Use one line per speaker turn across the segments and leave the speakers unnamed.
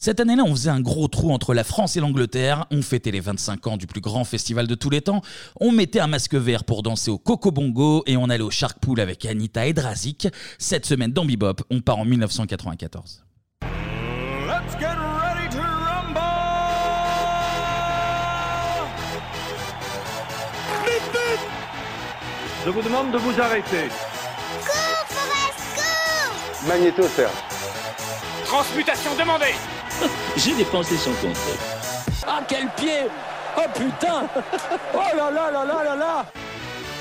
Cette année-là, on faisait un gros trou entre la France et l'Angleterre, on fêtait les 25 ans du plus grand festival de tous les temps, on mettait un masque vert pour danser au Coco Bongo et on allait au Shark Pool avec Anita Edrazik. Cette semaine dans Bebop, on part en 1994.
Let's get ready to rumble! Vite, vite!
Je vous demande de vous arrêter.
Magnéto, Serge.
Transmutation demandée!
J'ai dépensé sans compter.
Ah, quel pied! Oh putain! Oh là là là là là là!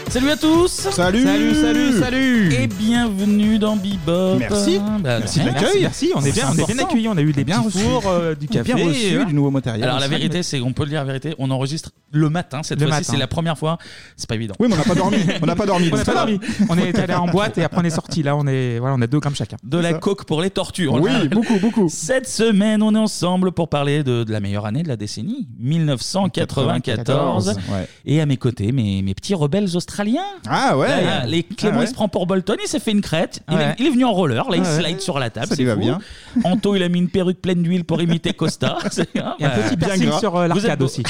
Salut à tous Salut
Salut, salut, salut
Et bienvenue dans Bebop
Merci.
Bah, de
Merci de
rien.
l'accueil. Merci, on est bien- on est bien
important.
accueillis, on a eu des
Bien
petits
reçus.
fours, euh, du café,
Bien reçus,
et, euh, du nouveau matériel.
Alors la
Ensemble.
vérité, c'est on peut le dire la vérité, on enregistre le matin cette
Le
fois-ci,
matin.
c'est la première fois, c'est pas évident.
Oui, mais on n'a pas dormi. On n'a pas dormi.
On n'a
donc
pas
ça va.
dormi.
On est allé en boîte et après on est sorti. Là, on est voilà, on a deux grammes chacun.
De la coke pour les tortues. on
Oui,
le rappelle.
beaucoup, beaucoup.
Cette semaine, on est ensemble pour parler de, de la meilleure année de la décennie, 1994.
94, ouais.
Et à mes côtés, mes, mes petits rebelles australiens.
Ah ouais.
Là, il y a- les Clément,
Ah ouais.
il se prend pour Bolton, il s'est fait une crête. Il,
Ouais.
est, il est venu en roller, là, il
Ah ouais.
slide sur la table.
Ça
c'est
lui va
fou.
bien.
Anto, il a mis une perruque pleine d'huile pour imiter Costa. C'est- hein,
Et un
bah,
petit
bien
piercing
gras.
sur euh,
Vous êtes
l'arcade
beau.
aussi.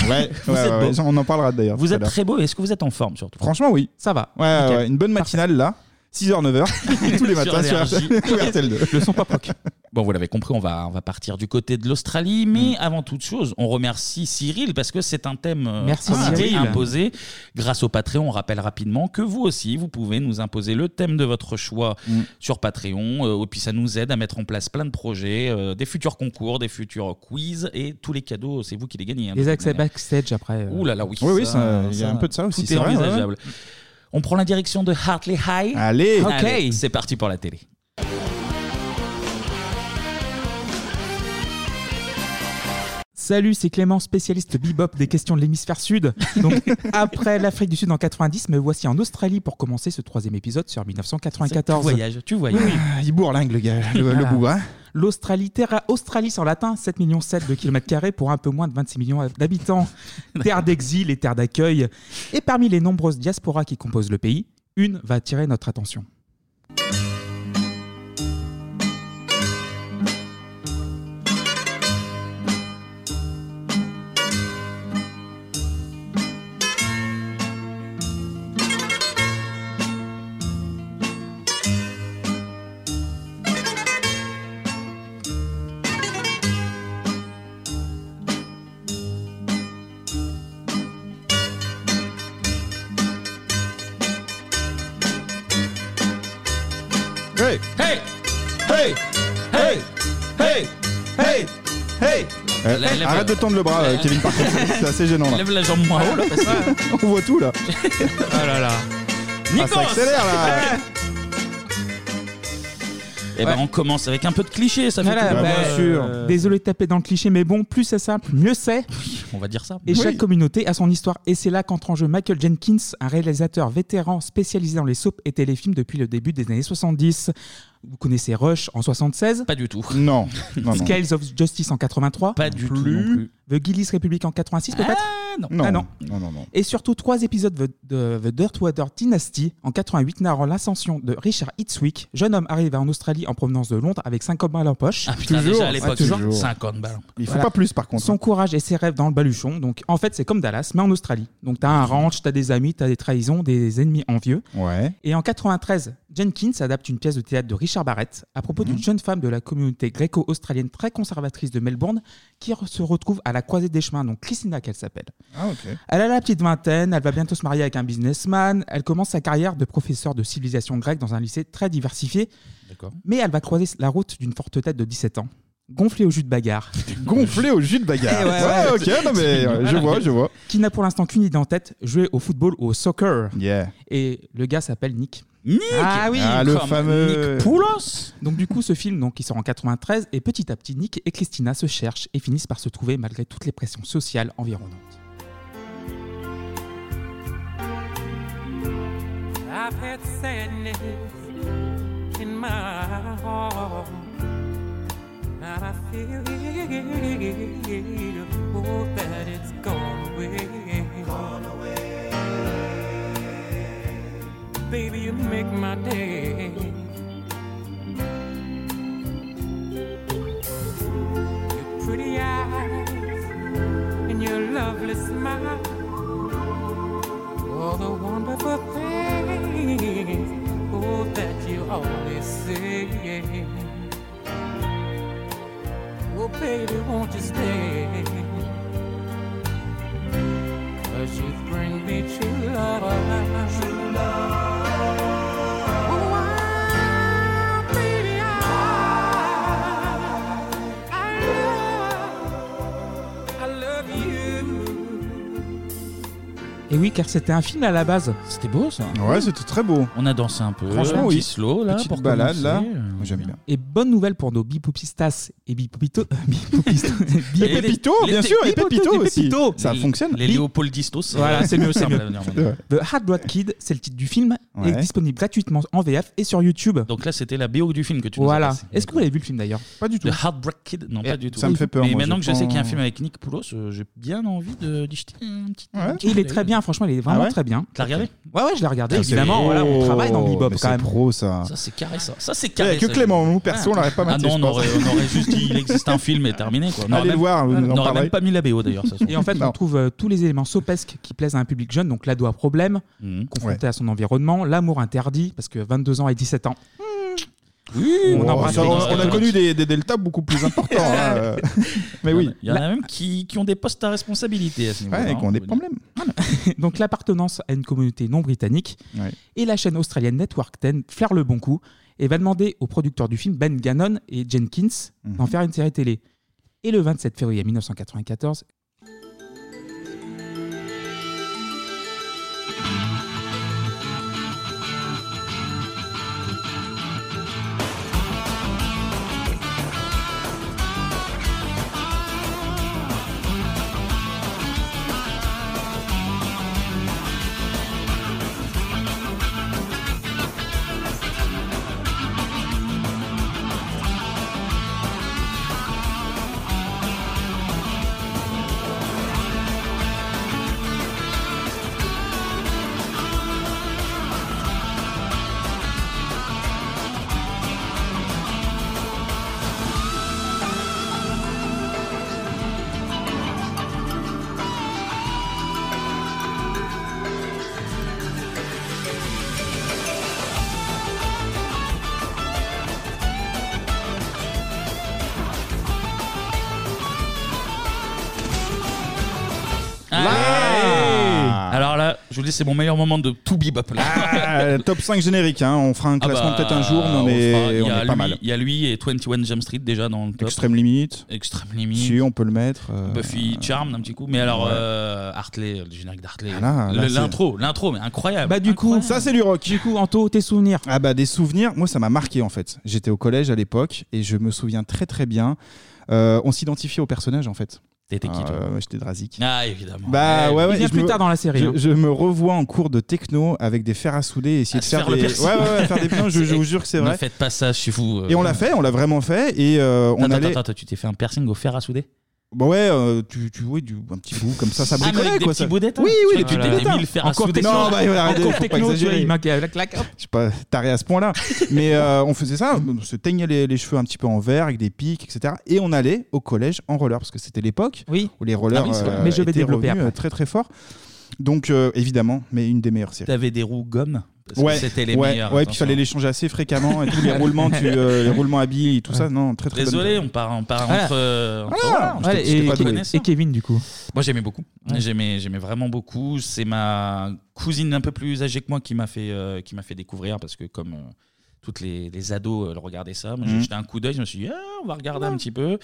Vous êtes beau.
On en parlera d'ailleurs.
Vous
tout à
êtes
l'heure.
très beau. Est-ce que vous êtes en forme surtout
Franchement, oui.
Ça va.
Ouais,
Nickel.
ouais, une bonne matinale là. 6h, 9h, tous les
Sur
matins sur
NRJ.
RTL2. Le son pas
Bon, vous l'avez compris, on va, on va partir du côté de l'Australie. Mais
Mm.
avant toute chose, on remercie Cyril parce que c'est un thème euh,
Merci,
invité,
Cyril.
imposé. Grâce au Patreon, on rappelle rapidement que vous aussi, vous pouvez nous imposer le thème de votre choix
Mm.
sur Patreon. Euh, et puis ça nous aide à mettre en place plein de projets, euh, des futurs concours, des futurs quiz et tous les cadeaux, c'est vous qui les gagnez. hein, de
Les
toute
accès
manière.
backstage après. euh.
Ouh là là, oui.
Oui, oui, ça- il y a un peu de ça aussi,
Tout est,
c'est vrai, ouais, ouais.
envisageable. On prend la direction de Hartley High.
Allez.
Ok. c'est parti pour la télé.
Salut, c'est Clément, spécialiste bebop des questions de l'hémisphère sud. Donc, après l'Afrique du Sud en 90, me voici en Australie pour commencer ce troisième épisode sur 1994.
Tu voyages, tu voyages.
Ah, il bourlingue le gars, le, hein. le
Ah.
bourrin. L'Australie, terra australis en latin, 7 millions 7 de kilomètres carrés pour un peu moins de 26 millions d'habitants. Terre d'exil et terre d'accueil. Et parmi les nombreuses diasporas qui composent le pays, une va attirer notre attention.
Hey! Hey! Hey! Hey! Hey! Hey! Hey!
Euh,
La- la-
arrête de tendre le bras, euh, Kevin Parker. C'est assez gênant là.
Lève la jambe moins haut là parce que.
On voit tout là.
Oh là là.
Ah, ça accélère là.
Eh ben, on commence avec un peu de cliché, ça fait
Voilà,
toujours,
bah,
euh,
euh, Désolé de taper dans le cliché, mais bon, plus c'est simple, mieux c'est.
On va dire ça.
Et chaque communauté a son histoire. Et c'est là qu'entre en jeu Michael Jenkins, un réalisateur vétéran spécialisé dans les soaps et téléfilms depuis le début des années 70. Vous connaissez Rush en 76
Pas du tout.
Non.
non.
Scales of Justice en 83
Pas du tout non plus.
The Gillies Republic en 86 peut-être
non.
Ah non.
Non, non, non.
Et surtout trois épisodes de, de The Dirtwater Dynasty en 88 narrant l'ascension de Richard Hitzwick, jeune homme arrivé en Australie en provenance de Londres avec 50 balles en poche.
Ah putain,
Toujours.
déjà à
Ah,
l'époque,
toujours.
50 ballons.
Il
Voilà.
plus par contre. Son courage et ses rêves dans le baluchon. Donc en fait, c'est comme Dallas, mais en Australie. Donc t'as un ranch, t'as des amis, t'as des trahisons, des ennemis envieux.
Ouais.
Et en 93, Jenkins adapte une pièce de théâtre de Richard Barrett à propos d'une jeune femme de la communauté gréco-australienne très conservatrice de Melbourne qui re- se retrouve à la croisée des chemins, donc Christina qu'elle s'appelle.
Ah, ok.
Elle a la petite vingtaine, elle va bientôt se marier avec un businessman, elle commence sa carrière de professeur de civilisation grecque dans un lycée très diversifié,
D'accord.
mais elle va croiser la route d'une forte tête de 17 ans, gonflée au jus de bagarre.
Gonflé au jus de bagarre.
Eh ouais,
ok, non mais euh, je vois, je vois.
Qui n'a pour l'instant qu'une idée en tête, jouer au football ou au soccer.
Yeah.
Et le gars s'appelle Nick.
Nick
Ah oui
Ah, le
comme
fameux.
Nick Poulos
Donc du coup, ce film, donc, qui sort en 93, et petit à petit, Nick et Christina se cherchent et finissent par se trouver malgré toutes les pressions sociales environnantes.
I've had sadness Oh, in my heart, and I feel oh, that it's gone away. Gone away. Baby, you make my day. You lovely smile. All the wonderful things, oh, that you always say. Oh, baby, won't you stay? Cause you bring me true love. True love. Oh, I, baby, I, I love, I love you.
Et oui, car c'était un film à la base.
C'était beau ça.
Ouais, c'était très beau.
On a dansé un peu. euh,
Franchement,
un
oui.
petit slow là.
Petite
pour
balade
commencer.
là.
Euh,
Moi, j'aime bien.
Et bonne nouvelle pour nos bipoupistas et bipopito. bipopito-
Et les-
Pépito,
les-
bien
les-
sûr, et
les-
Pépito
les-
aussi.
Pépito.
Ça
les-
fonctionne.
Les Léopoldistos.
Voilà, c'est mieux, c'est
Simple
mieux.
à venir,
C'est
maintenant.
vrai.
The Hard Rock Kid, c'est le titre du film, et est
Ouais.
disponible gratuitement en VF et sur YouTube.
Donc là, c'était la BO du film que tu nous as
voilà.
passé.
Est-ce que vous avez vu le film d'ailleurs
Pas du tout.
The Heartbreak Kid Non,
Eh,
pas du tout.
ça me fait peur,
Mais
moi,
maintenant que
je
je sais
pense-
qu'il y a un film avec Nick Poulos, euh, j'ai bien envie de d'y jeter un petit.
Ouais.
un petit
Il
coup
est
d'œil.
très bien, franchement, il est vraiment
Ah ouais
très bien.
Tu l'as regardé
Ouais, ouais, je l'ai regardé,
Putain, c'est-
évidemment. Voilà, on travaille dans
Oh,
Bebop
mais
quand
C'est
même.
pro ça.
Ça, c'est carré, ça. Ça, c'est
Il n'y
carré.
a que
ça.
Clément, nous perso, on l'aurait pas
Ah
maté.
non,
je
on
pense.
aurait, on aurait juste dit il existe un film et terminé. Quoi. On aurait
Allez
même-
le voir,
on
on en
n'aurait même
parlerait.
pas mis la BO d'ailleurs. ça se trouve.
Et en fait,
Non.
on trouve euh, tous les éléments sopesques qui plaisent à un public jeune, donc l'ado à problème,
Mhm.
confronté à son environnement, l'amour interdit, parce que 22 ans et 17 ans. on
Oh, ça, On,
embrasse les
on
gens.
a connu des, des deltas beaucoup plus importants. hein, euh. Mais oui,
Il y en a même qui, qui ont des postes à responsabilité à ce niveau-là.
ouais, et
hein,
qu'on a des
on peut
problèmes.
Donc l'appartenance à une communauté non britannique.
Ouais.
Et la chaîne australienne Network 10 flaire le bon coup et va demander aux producteurs du film Ben Gannon et Jenkins d'en faire une série télé. Et le 27 février 1994,
Ah Alors là, je vous dis, c'est mon meilleur moment de tout bebop là.
Ah, top 5 générique, hein, on fera un
Ah
classement
bah,
peut-être un jour, mais on,
fera-
est,
il y
on
a
est pas
lui-
mal.
Il y a lui et 21 Jump Street déjà dans le top.
Extreme Limit,
Extreme Limit.
si on peut le mettre. euh,
Buffy Charmed un petit coup. Mais alors, euh, Hartley, le générique d'Hartley.
Ah là, là,
Le-
c'est-
l'intro, l'intro, mais incroyable.
bah du coup,
Ça, c'est Ah, du rock.
du coup, Anto, tes souvenirs
Ah bah des souvenirs, moi ça m'a marqué en fait. J'étais au collège à l'époque et je me souviens très très bien. Euh, on s'identifiait au personnage en fait.
T'étais qui toi
Euh, J'étais Drazik.
Ah, évidemment.
Bah ouais, ouais.
Il vient
je
plus
me-
tard dans la série. hein.
Je, je me revois en cours de techno avec des fers à souder et essayer
À
de
se
faire,
Ah, faire le
des...
piercing.
ouais, ouais, ouais, faire des plans. Je, je vous jure que c'est
ne
vrai.
faites pas ça chez vous. euh.
Et on l'a fait, on l'a vraiment fait. Et euh, on
Attends,
allait.
attends, attends, tu t'es fait un piercing au fer à souder
Bah ouais, euh, tu, tu vois, du, un petit bout comme ça, ça
Ah, mais
bricolait
avec des
quoi.
petits
ça.
bouts d'étain.
Oui,
Tu vois,
oui, les petits
là,
bouts
des
d'étain.
mille fers à
Encore
souder.
techno,
Non, bah, il va arrêter,
Encore
faut pas
techno, tu vois,
exagérer.
il manque euh, la claque. hop.
Je suis pas taré à ce point-là. Mais euh, on faisait ça, on se teignait les, les cheveux un petit peu en vert avec des pics, etc. Et on allait au collège en roller parce que c'était l'époque
Oui.
où les rollers
Ah oui, c'est vrai.
euh,
Mais je vais
étaient
développer
revenus,
après.
euh, très très fort. Donc euh, évidemment, mais une des meilleures séries.
T'avais des roues gomme. Parce
Ouais,
que c'était les
ouais,
meilleures.
ouais, puis il
attention.
fallait les changer assez fréquemment et tous les roulements, tu, euh, les roulements à billes, tout ça. Non, très très bonne
Désolé, on part, on part
Voilà.
entre. euh, entre- voilà,
Ah, je
Ouais,
t'ai- je t'ai
et,
pas
Ke-
donné.
et Kevin, du coup.
Moi, j'aimais beaucoup.
Ouais.
J'aimais, j'aimais vraiment beaucoup. C'est ma cousine un peu plus âgée que moi qui m'a fait, euh, qui m'a fait découvrir parce que comme euh, toutes les, les ados euh, le regardaient ça, moi, j'ai
Mhm.
jeté un coup d'œil. Je me suis dit, Ah, on va regarder un petit peu.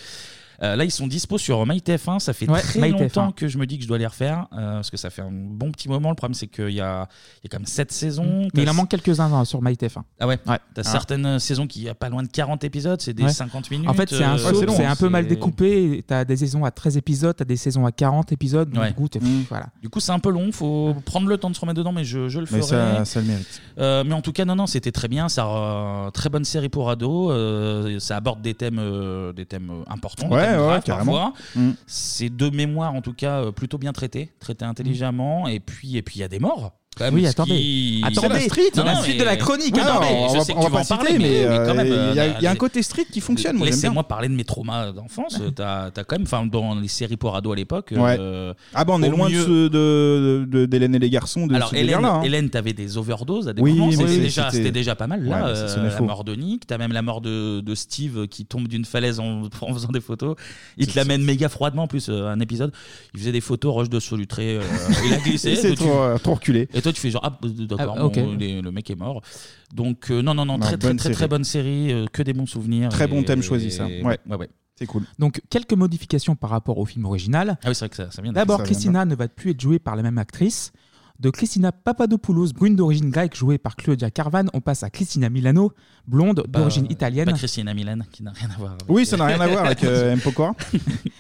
Euh, là, ils sont dispo sur MyTF1. Ça fait
Ouais, hein.
très
MyTF1.
longtemps que je me dis que je dois les refaire euh, parce que ça fait un bon petit moment. Le problème, c'est qu'il y a, il y a quand même 7 saisons.
Mhm. Mais il
T'as-
en manque quelques-uns dans- sur MyTF.
Ah ouais, T'as
Ah.
certaines saisons qui a pas loin de 40 épisodes, c'est des
Ouais.
50 minutes.
En fait, c'est un,
euh,
soap,
c'est long,
c'est un peu mal
c'est-
découpé. T'as des saisons à 13 épisodes, t'as des saisons à 40 épisodes. donc
Ouais. Mmh.
Du coup, t'es-
Mm.
voilà.
Du coup, c'est un peu long, faut prendre le temps de se remettre dedans, mais je, je le ferai.
Mais ça, ça le mérite.
Euh, mais en tout cas, non, non, c'était très bien. Ça, euh, très bonne série pour ados. euh, ça aborde des thèmes, euh, des thèmes euh, importants. des
Ouais,
thèmes
ouais,
graves,
carrément.
parfois.
Mm. Mm.
C'est deux mémoires, en tout cas, euh, plutôt bien traitées, traitées intelligemment. Et puis, et puis, il y a des morts. quand même,
Oui,
ce
attendez.
qui-
Attendez, C'est la street,
Non,
la
non,
suite
mais-
de la chronique,
Oui,
attendez.
non, mais
hein. on
je
va-
sais que
on
tu
va
vas
pas
en parler,
citer,
mais,
mais,
mais quand
euh,
même.
il y
euh,
a- il y a un
les-
côté street qui fonctionne, moi, j'aime bien.
Laissez-moi parler de mes traumas d'enfance. T'as as quand même, enfin, dans les séries pour ados à l'époque.
Ouais.
euh,
Ah bah on est
au
loin de
mieux-
ceux de de- d'Hélène et les garçons de
Alors
ce
Hélène,
délire-là. hein.
Hélène t'avais des overdoses à des
Oui,
moments,
mais
c'était
c'est-
déjà,
c'était-
c'était déjà pas mal. Là,
Ouais, mais ça
euh,
sonnait
la
faux.
mort de Nick, t'as même la mort de, de Steve qui tombe d'une falaise en, en faisant des photos. Il te l'amène méga froidement en plus euh, un épisode. Il faisait des photos roche de solutré, euh, il a glissé.
Et c'est
toi, tu-
trop, euh, trop reculé.
Et toi tu fais genre ah d'accord,
Ah,
bon,
ok.
il est- le mec est mort. Donc euh, non non non
Non,
très très
bonne
très très
série.
bonne série, euh, que des bons souvenirs.
Très
et-
bon thème choisi, ça.
et-
Ouais.
ouais ouais.
C'est cool.
Donc, quelques modifications par rapport au film original.
Ah oui, c'est vrai que ça, ça vient.
D'abord,
Ça vient
Christina ne va plus être jouée par la même actrice. De Christina Papadopoulos, brune d'origine grecque, jouée par Claudia Carvan, on passe à Christina Milano, blonde
Bah, Pas-
d'origine italienne,
Pas Christina Milan qui n'a rien à voir. avec-
Oui, ça n'a rien à voir avec euh, M. Pokora.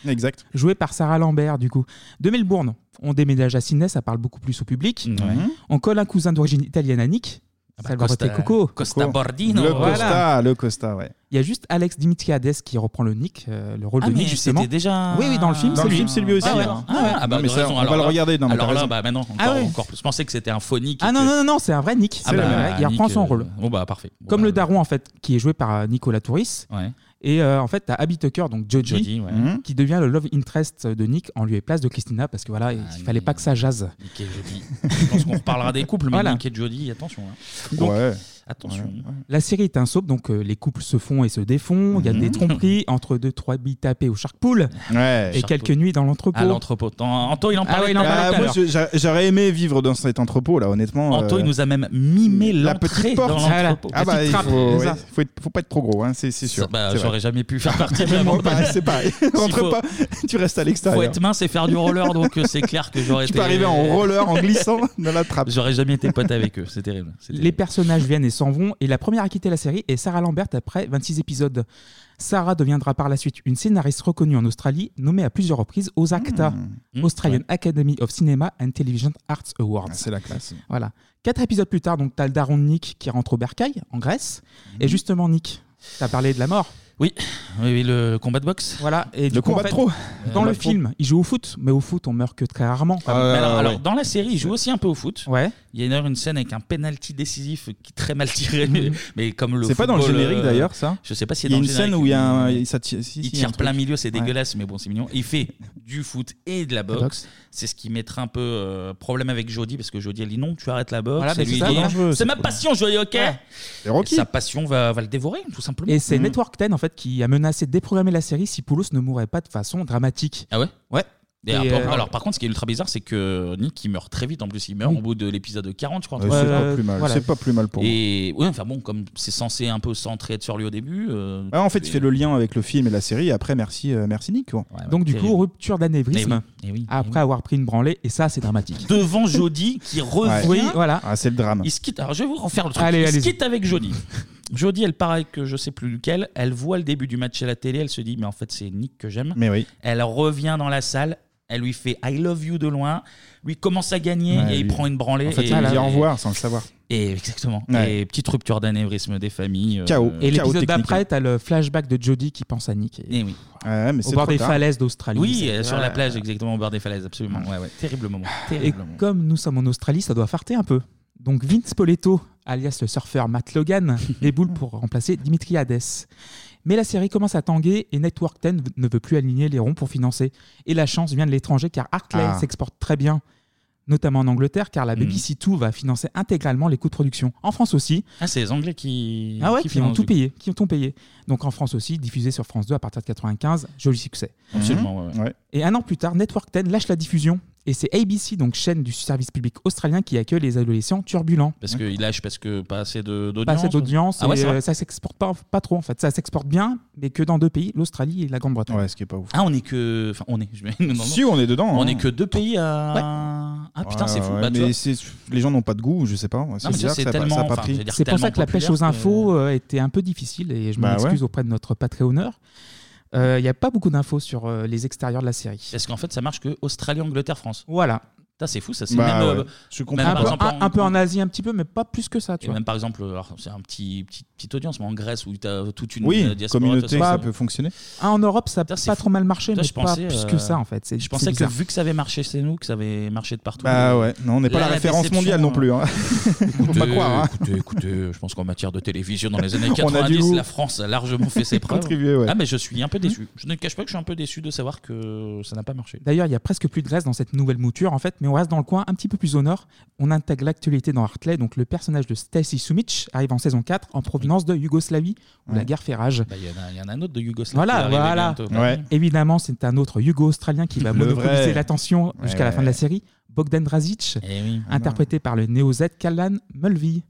exact.
jouée par Sarah Lambert, du coup. De Melbourne, on déménage à Sydney, ça parle beaucoup plus au public.
Mm,
Mm.
Ouais. Ah bah,
On colle un cousin d'origine italienne à Nick, Salvatore
Costa-
Coco.
Costa Bordino.
le
voilà.
Costa, le Costa, ouais.
Il y a juste Alex Dimitriades qui reprend le Nick, euh, le rôle
Ah,
de
mais
Nick, justement.
c'était déjà.
Oui, oui, dans le film, c'est
Dans le
lui.
film, c'est lui aussi.
Ah ouais,
hein.
ah ouais, ah bah,
Non, mais
t'as
ça,
raison,
on
alors
va le
là-
regarder. Non, mais
Alors
t'as
là,
raison.
bah maintenant, encore,
Ah ouais.
encore plus. Je pensais que c'était un faux Nick.
Ah non, non, non, non, c'est un vrai Nick.
Ah
C'est
bah,
le vrai, il
Nick,
reprend son
euh,
rôle.
Bon, bah parfait. Bon,
Comme
bah,
le daron, en fait, qui est joué par euh, Nicolas Touris.
Ouais.
Et euh, en fait, t'as Abby Tucker, donc Jodie,
Jodie, ouais.
Mhm.
qui devient le love interest de Nick en lieu et place de Christina, parce que voilà, il fallait pas que ça jase.
Ah, Nick et Jodie. Je pense qu'on reparlera des couples, mais
Voilà.
Nick et Jodie, attention. hein. Donc,
ouais.
attention.
La série est un soap, donc euh, les couples se font et se défont.
Mhm.
Il y a des tromperies entre deux, trois billes tapées au shark pool
Ouais.
et
Shark
quelques
pool.
nuits dans l'entrepôt.
À l'entrepôt. Tant- Anto, il en
Ah
parlait.
ouais, il en
tout à
parlait
Ah,
l'heure.
moi, je- j'a- j'aurais aimé vivre dans cet entrepôt, là, honnêtement.
Anto,
euh,
il nous a même mimé
la
l'entrée
petite
dans
porte.
l'entrepôt.
Ah
la
bah,
petite
il
trappe,
faut,
c'est
ouais,
ça.
faut, être- faut pas être trop gros, hein, c'est c'est sûr.
Bah,
c'est vrai.
J'aurais jamais pu faire partie de la
Moi,
bande.
bah, c'est pareil. Rentre
faut-
pas, tu restes à
Faut
l'extérieur.
être mince et faire du roller, donc euh, c'est clair que j'aurais
Tu
été.
peux arriver en roller en glissant dans la trappe.
J'aurais jamais été pote avec eux, c'est terrible. c'est
Les
terrible.
personnages viennent et s'en vont, et la première à quitter la série est Sarah Lambert après 26 épisodes. Sarah deviendra par la suite une scénariste reconnue en Australie, nommée à plusieurs reprises aux ACTA,
Mmh.
Australian Academy of Cinema and Television Arts Awards.
Ah, C'est la classe.
Voilà. Quatre épisodes plus tard, donc t'as le daron de Nick qui rentre au bercail, en Grèce.
Mmh.
Et justement, Nick, t'as parlé de la mort.
Oui, oui, le combat de boxe.
Voilà. Et du
Le
coup, en
combat
fait,
de trop.
Dans
Euh,
le
bah,
film, il joue au foot, mais au foot, on meurt que très rarement.
Mais alors,
Euh,
alors,
ouais.
dans la série, il joue aussi un peu au foot.
Ouais.
Il y a d'ailleurs une scène avec un penalty décisif qui est très mal tiré, mais, mais comme le.
C'est pas dans le
football,
générique
euh,
d'ailleurs, ça
Je sais pas si
Il y a une
dans le
scène
générique,
où il y a un.
mais
il- ça tire- si,
Il
si, il y a un
tire plein
truc.
milieu, c'est
Ouais.
dégueulasse, mais bon, c'est mignon. Il fait du foot et de la boxe. C'est ce qui mettra un peu euh, problème avec Jody, parce que Jody, elle dit non, tu arrêtes la boxe.
Voilà,
Et
mais
lui,
c'est
il
ça,
dit,
dangereux,
C'est
c'est
ma
trop.
passion, Jody, ok
C'est
Et
Rocky.
Sa passion va, va le dévorer, tout simplement.
Et c'est
Mhm.
Network 10 en fait qui a menacé de déprogrammer la série si Poulos ne mourait pas de façon dramatique.
Ah ouais
Ouais.
Et
Et,
après-
euh,
Alors, par contre, ce qui est ultra bizarre, c'est que Nick, il meurt très vite. En plus, il meurt
Oui.
au bout de l'épisode 40, je crois.
Ouais,
Ouais,
C'est
euh,
pas plus mal.
voilà.
C'est pas plus mal pour moi.
Et ouais, enfin bon, comme c'est censé un peu centrer être sur lui au début. euh,
Ouais, en fait, il
et-
fait le lien avec le film et la série. Et après, merci, euh, merci Nick. quoi.
ah, Ouais, ouais,
Donc du
terrible.
coup,
Eh
rupture
oui,
d'anévrisme
eh oui, eh
après avoir pris une branlée et ça c'est dramatique.
oui. devant Jody qui revient.
Oui, voilà.
Ah, c'est le drame.
Il se quitte. Alors je vais vous refaire le truc.
Allez,
il se
allez-y.
quitte avec Jody. Jody, elle paraît que je sais plus lequel. Elle voit le début du match à la télé. Elle se dit mais en fait c'est Nick que j'aime.
Mais oui.
Elle revient dans la salle. Elle lui fait I love you de loin. Lui commence à gagner
Ouais,
et il
lui-
prend une branlée.
En fait,
et,
il lui dit
et-
au revoir sans le savoir.
Et exactement.
Ouais.
Et petite rupture d'anévrisme des familles. euh,
Chaos.
Et
Chaos
l'épisode
technique, hein.
d'après, t'as le flashback de Jody qui pense à Nick. Et...
eh oui.
Ouais, mais
Au
c'est
bord
trop
des
tard.
falaises d'Australie.
Oui,
c'est-
euh, sur
voilà.
la plage, exactement, au bord des falaises, absolument. Ouais, ouais. Terrible moment.
Et
Terrible moment.
comme nous sommes en Australie, ça doit farter un peu. Donc Vince Poletto, alias le surfeur Matt Logan, déboule pour remplacer Dimitri Hades. Mais la série commence à tanguer et Network 10 ne veut plus aligner les ronds pour financer. Et la chance vient de l'étranger car Artley
Ah.
s'exporte très bien, notamment en Angleterre car la
Mhm.
BBC2 va financer intégralement les coûts de production. En France aussi,
Ah, c'est les Anglais qui.
ah ouais, qui, ont
financent,
tout
du coup.
payé, qui ont tout payé. Donc en France aussi, diffusé sur France 2 à partir de 95, joli succès.
Absolument, ouais, ouais.
Mhm. Ouais.
Et un an plus tard, Network 10 lâche la diffusion. Et c'est ABC, donc chaîne du service public australien, qui accueille les adolescents turbulents.
Parce qu'ils lâchent parce que pas assez de-
Pas
d'audience.
cette audience,
Ah ouais,
et,
c'est vrai.
euh, ça s'exporte pas, pas trop en fait. Ça s'exporte bien, mais que dans deux pays, l'Australie et la Grande-Bretagne.
Ouais, ce qui est pas ouf.
Ah, on est que. Enfin, on est. je vais- non, non, non.
Si, on est dedans.
On
hein.
est que deux pays à. Ah putain, c'est fou.
Ouais,
Bah, tu vois.
mais c'est- les gens n'ont pas de goût, je sais pas. C'est
Non, mais tu
bizarre
vois,
que
c'est
ça a pas-
tellement.
ça a pas
enfin, je
pris.
veux dire,
C'est pour
tellement
ça que la pêche aux
populaire que-
infos euh, était un peu difficile, et je
Bah ouais.
m'excuse auprès de notre Patreonneur. Il n'y a pas beaucoup d'infos sur euh, les extérieurs de la série.
Parce qu'en fait, ça marche que Australie, Angleterre, France.
Voilà.
Putain, C'est fou ça. C'est
Bah
même,
ouais,
euh,
je suis
même,
complètement-
par
Un peu-
exemple,
un- un peu en Asie, un petit peu, mais pas plus que ça. Tu
Et
vois.
même par exemple, alors, c'est un petit, petit petite audience, mais en Grèce où tu as toute une
Oui,
euh, diaspora,
communauté,
toi,
ça
c'est-
peut fonctionner.
Ah, en Europe, ça n'a pas trop mal marché,
Toi,
mais
je pensais,
pas plus
euh,
que ça en fait. C'est-
Je
c'est
pensais que
bizarre.
vu que ça avait marché chez nous, que ça avait marché de partout.
Bah ouais, non, on n'est pas la référence
déception,
mondiale non plus, hein. Faut pas
Écoutez,
croire, hein.
écoutez, écoutez, je pense qu'en matière de télévision dans les années
On a du
90,
goût.
la France a largement fait ses preuves.
Contribué, ouais.
Ah mais je suis un peu déçu. Je ne cache pas que je suis un peu déçu de savoir que ça n'a pas marché.
D'ailleurs, il y a presque plus de Grèce dans cette nouvelle mouture, en fait, mais on reste dans le coin un petit peu plus au nord. On intègre l'actualité dans Hartley, donc le personnage de Stacy Sumic arrive en saison 4 en provenance de Yougoslavie, où la
Ouais.
guerre fait rage.
Bah, Il y en a- il y, en a un autre de Yougoslavie.
Voilà,
qui est arrivé
voilà.
bientôt.
Évidemment, c'est un autre Yougo-australien qui va
Le vrai.
monopoliser l'attention
Ouais,
jusqu'à la fin de la série, Bogdan Drazic, interprété par le néo-Z Callan Mulvey,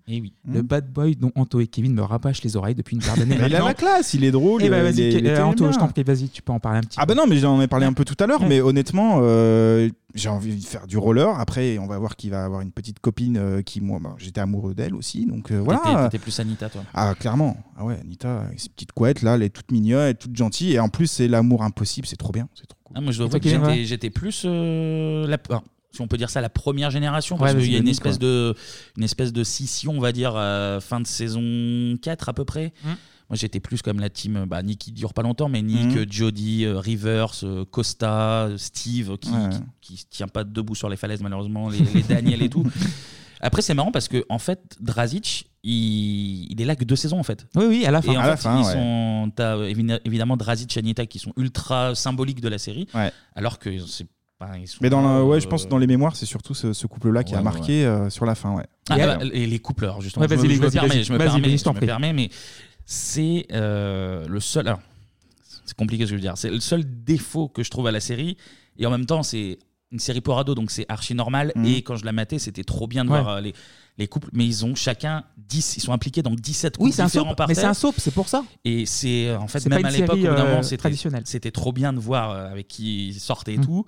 le bad boy dont Anto et Kevin me rabâchent les oreilles depuis une paire d'années.
Hmm. Mais il a
maintenant.
la classe, il est drôle.
Eh ben,
il-
vas-y,
il est- il
Ke-
est
euh, Anto,
tellement
je
bien.
t'en prie, Mm. vas-y, tu peux en parler un petit
Ah bah non, mais j'en ai parlé un peu tout à l'heure,
Ouais.
mais honnêtement, euh, j'ai envie de faire du roller. Après, on va voir qu'il va avoir une petite copine euh, qui, moi, bah, j'étais amoureux d'elle aussi, donc euh,
T'étais-
voilà.
T'étais plus Anita toi.
Ah clairement, ah ouais, Anita, avec ses petites couettes là, elle est toute mignonne, elle est toute gentille, et en plus c'est l'amour impossible, c'est trop bien, c'est trop cool.
Ah, moi, je dois
Et
avouer
toi,
que
Kevin,
j'étais-
ouais
j'étais plus. euh, la, enfin, si on peut dire ça, la première génération,
Ouais,
parce
vas-y,
qu'il y a une
Denis,
espèce,
quoi.
de, une espèce de scission, on va dire, euh, fin de saison 4 à peu près.
Mmh.
Moi, j'étais plus comme la team, bah, Nick, il dure pas longtemps, mais Nick,
Mhm.
Jody, euh, Rivers, euh, Costa, euh, Steve, qui,
Ouais.
qui, qui se tient pas debout sur les falaises, malheureusement, les, les Daniel et tout. Après, c'est marrant parce que, en fait, Drazic, il, il est là que deux saisons, en fait.
Oui, oui, à la fin.
Et en
À
fait,
la fin,
ils
ouais.
sont- t'as, euh, évi- évidemment Drazic et Anita qui sont ultra symboliques de la série, alors que c'est pas. ils sont-
Mais dans la- ouais, je
euh,
pense que dans les mémoires, c'est surtout ce, ce couple-là qui
Ouais,
a
ouais,
marqué euh, sur la fin, ouais.
Ah, bah, et les couples, alors justement.
Ouais,
je
vas-y,
me-
les
je me
couples,
permets,
vas-y,
je me
vas-y,
permets,
vas-y, je
je
t'en
me
prie.
permets, mais c'est euh, le seul. alors, c'est compliqué ce que je veux dire. C'est le seul défaut que je trouve à la série, et en même temps, c'est une série pour ados, donc c'est archi normal.
Mhm.
Et quand je la matais, c'était trop bien de
Ouais.
voir euh, les, les couples, mais ils ont chacun 10, ils sont impliqués dans 17 couples
Oui, c'est un
différents
soap,
par
mais c'est
terre.
un soap, c'est pour ça.
Et c'est euh, en fait
C'est
même
pas
à
une
l'époque, au
série,
bout d'un
euh,
moment, c'était- c'était trop bien de voir euh, avec qui ils sortaient et
Mm.
tout.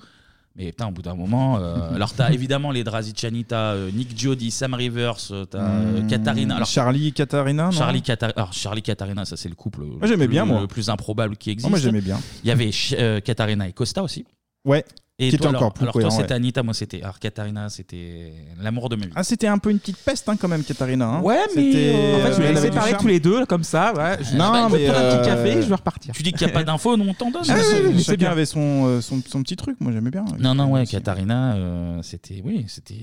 Mais putain, au bout d'un
Mmh.
moment, euh, alors t'as évidemment les Drazichani, t'as euh, Nick Jody, Sam Rivers, euh, t'as euh,
Mm.
Hum,
Katarina. Alors,
Charlie, Katarina, non
Charlie, Catar- alors, Charlie Katarina, ça c'est le couple euh, le
j'aimais
plus-
bien, moi. Ah,
le plus improbable qui existe.
moi, j'aimais bien.
Il y avait Ch- euh, Katarina et Costa aussi.
Ouais.
Et
Qui
toi,
était
alors,
encore plus
alors, toi
cohérent,
c'était
ouais.
Anita, moi c'était. Alors Katarina, c'était l'amour de ma vie.
Ah, c'était un peu une petite peste hein, quand même, Katarina. hein.
Ouais, mais
C'était-
euh, en fait, je
elle
vais
avait
laisser
du
parler
charme.
tous les deux, comme ça. Ouais. Je-
Non,
Ah bah, écoute,
mais,
prends un petit
euh,
café, je vais repartir.
Tu dis qu'il n'y a pas d'infos, nous on t'en donne.
Ah, oui, oui,
C'est- c'est
chacun
bien.
avait son, euh, son, son petit truc, moi j'aimais bien.
Non, non, ouais, Katarina, euh, c'était. Oui, c'était.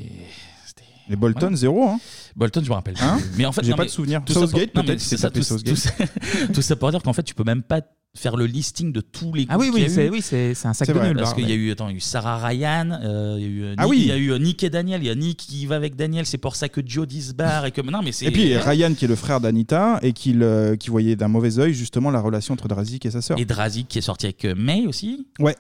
Les Bolton, zéro. Hein.
Bolton, je me rappelle.
Hein
plus. mais en fait,
J'ai
non,
pas
mais
de souvenir.
tout ça pour-
Southgate,
non, mais
peut-être,
c'est
il s'est
ça,
tapé
tout-
Southgate.
tout ça- Tout ça pour dire qu'en fait, tu peux même pas faire le listing de tous les
Ah oui,
groupes qu'il
oui,
y a
c'est
eu.
oui, c'est- c'est un sac de nul.
Parce
hein,
qu'il y a
mais-
eu, attends, il y a eu Sarah Ryan, euh, il y a eu, euh,
Ah
Nick-
oui.
il y a eu euh, Nick et Daniel, il y a Nick qui va avec Daniel, c'est pour ça que Jody se barre et que non mais c'est.
Et puis Ryan, qui est le frère d'Anita et qui, le- qui voyait d'un mauvais oeil justement la relation entre Drazik et sa sœur.
Et Drazik qui est sorti avec euh, May aussi.
Ouais.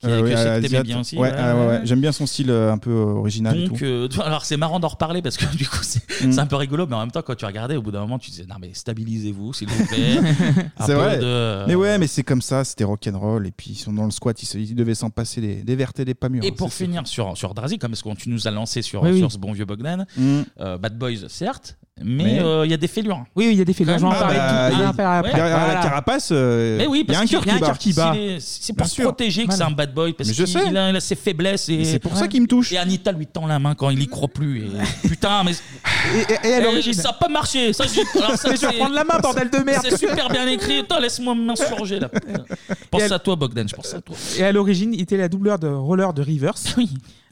Qui- que je sais que
euh,
t'aimais
Asiat.
bien aussi,
Ouais,
ouais,
ah, ouais,
ouais.
ouais. J'aime bien son style euh, un peu euh, original. et
Donc,
tout.
euh, tu vois, alors c'est marrant d'en reparler parce que du coup, c'est
Mm.
c'est un peu rigolo, mais en même temps, quand tu regardais, au bout d'un moment, tu disais, non, mais stabilisez-vous, s'il vous plaît. Un
C'est
peu
vrai.
de-
Mais ouais, mais c'est comme ça, c'était rock'n'roll. Et puis ils sont dans le squat, ils, se- ils devaient s'en passer des, des vertes et des pas mûres.
Et pour finir sur, sur Drazik, comme parce que tu nous as lancé sur,
Oui, oui.
sur ce bon vieux Bogdan,
Mm.
euh, Bad Boys, certes, mais euh,
Mais-
il y a des fêlures.
Oui, oui, il y a des fêlures. Je vais en
Ah
parler
bah,
tout
il y a-
on en parlera après.
derrière la
Voilà.
carapace, euh,
Mais oui,
il y a
parce
un
qu'il-
cœur
il y a
qui
un
bat.
cœur qui
Bien
bat. C'est- C'est pour
sûr.
se protéger que
Voilà.
c'est un bad boy parce
Mais je
qu'il
sais.
il a, il a ses faiblesses. Et
c'est pour ça
qu'il me touche. Et Anita lui tend la main quand il y croit plus. et- putain, mais. eh,
Et, à l'origine.
Ça n'a pas marché. Ça, je... alors ça,
Mais je vais
c'est-
prendre la main, bordel de merde.
C'est super bien écrit. Attends, laisse-moi m'insurger là. putain. Je pense à toi, Bogdan. Je pense à toi.
Et à l'origine, il était la doubleur de Roller de Rivers,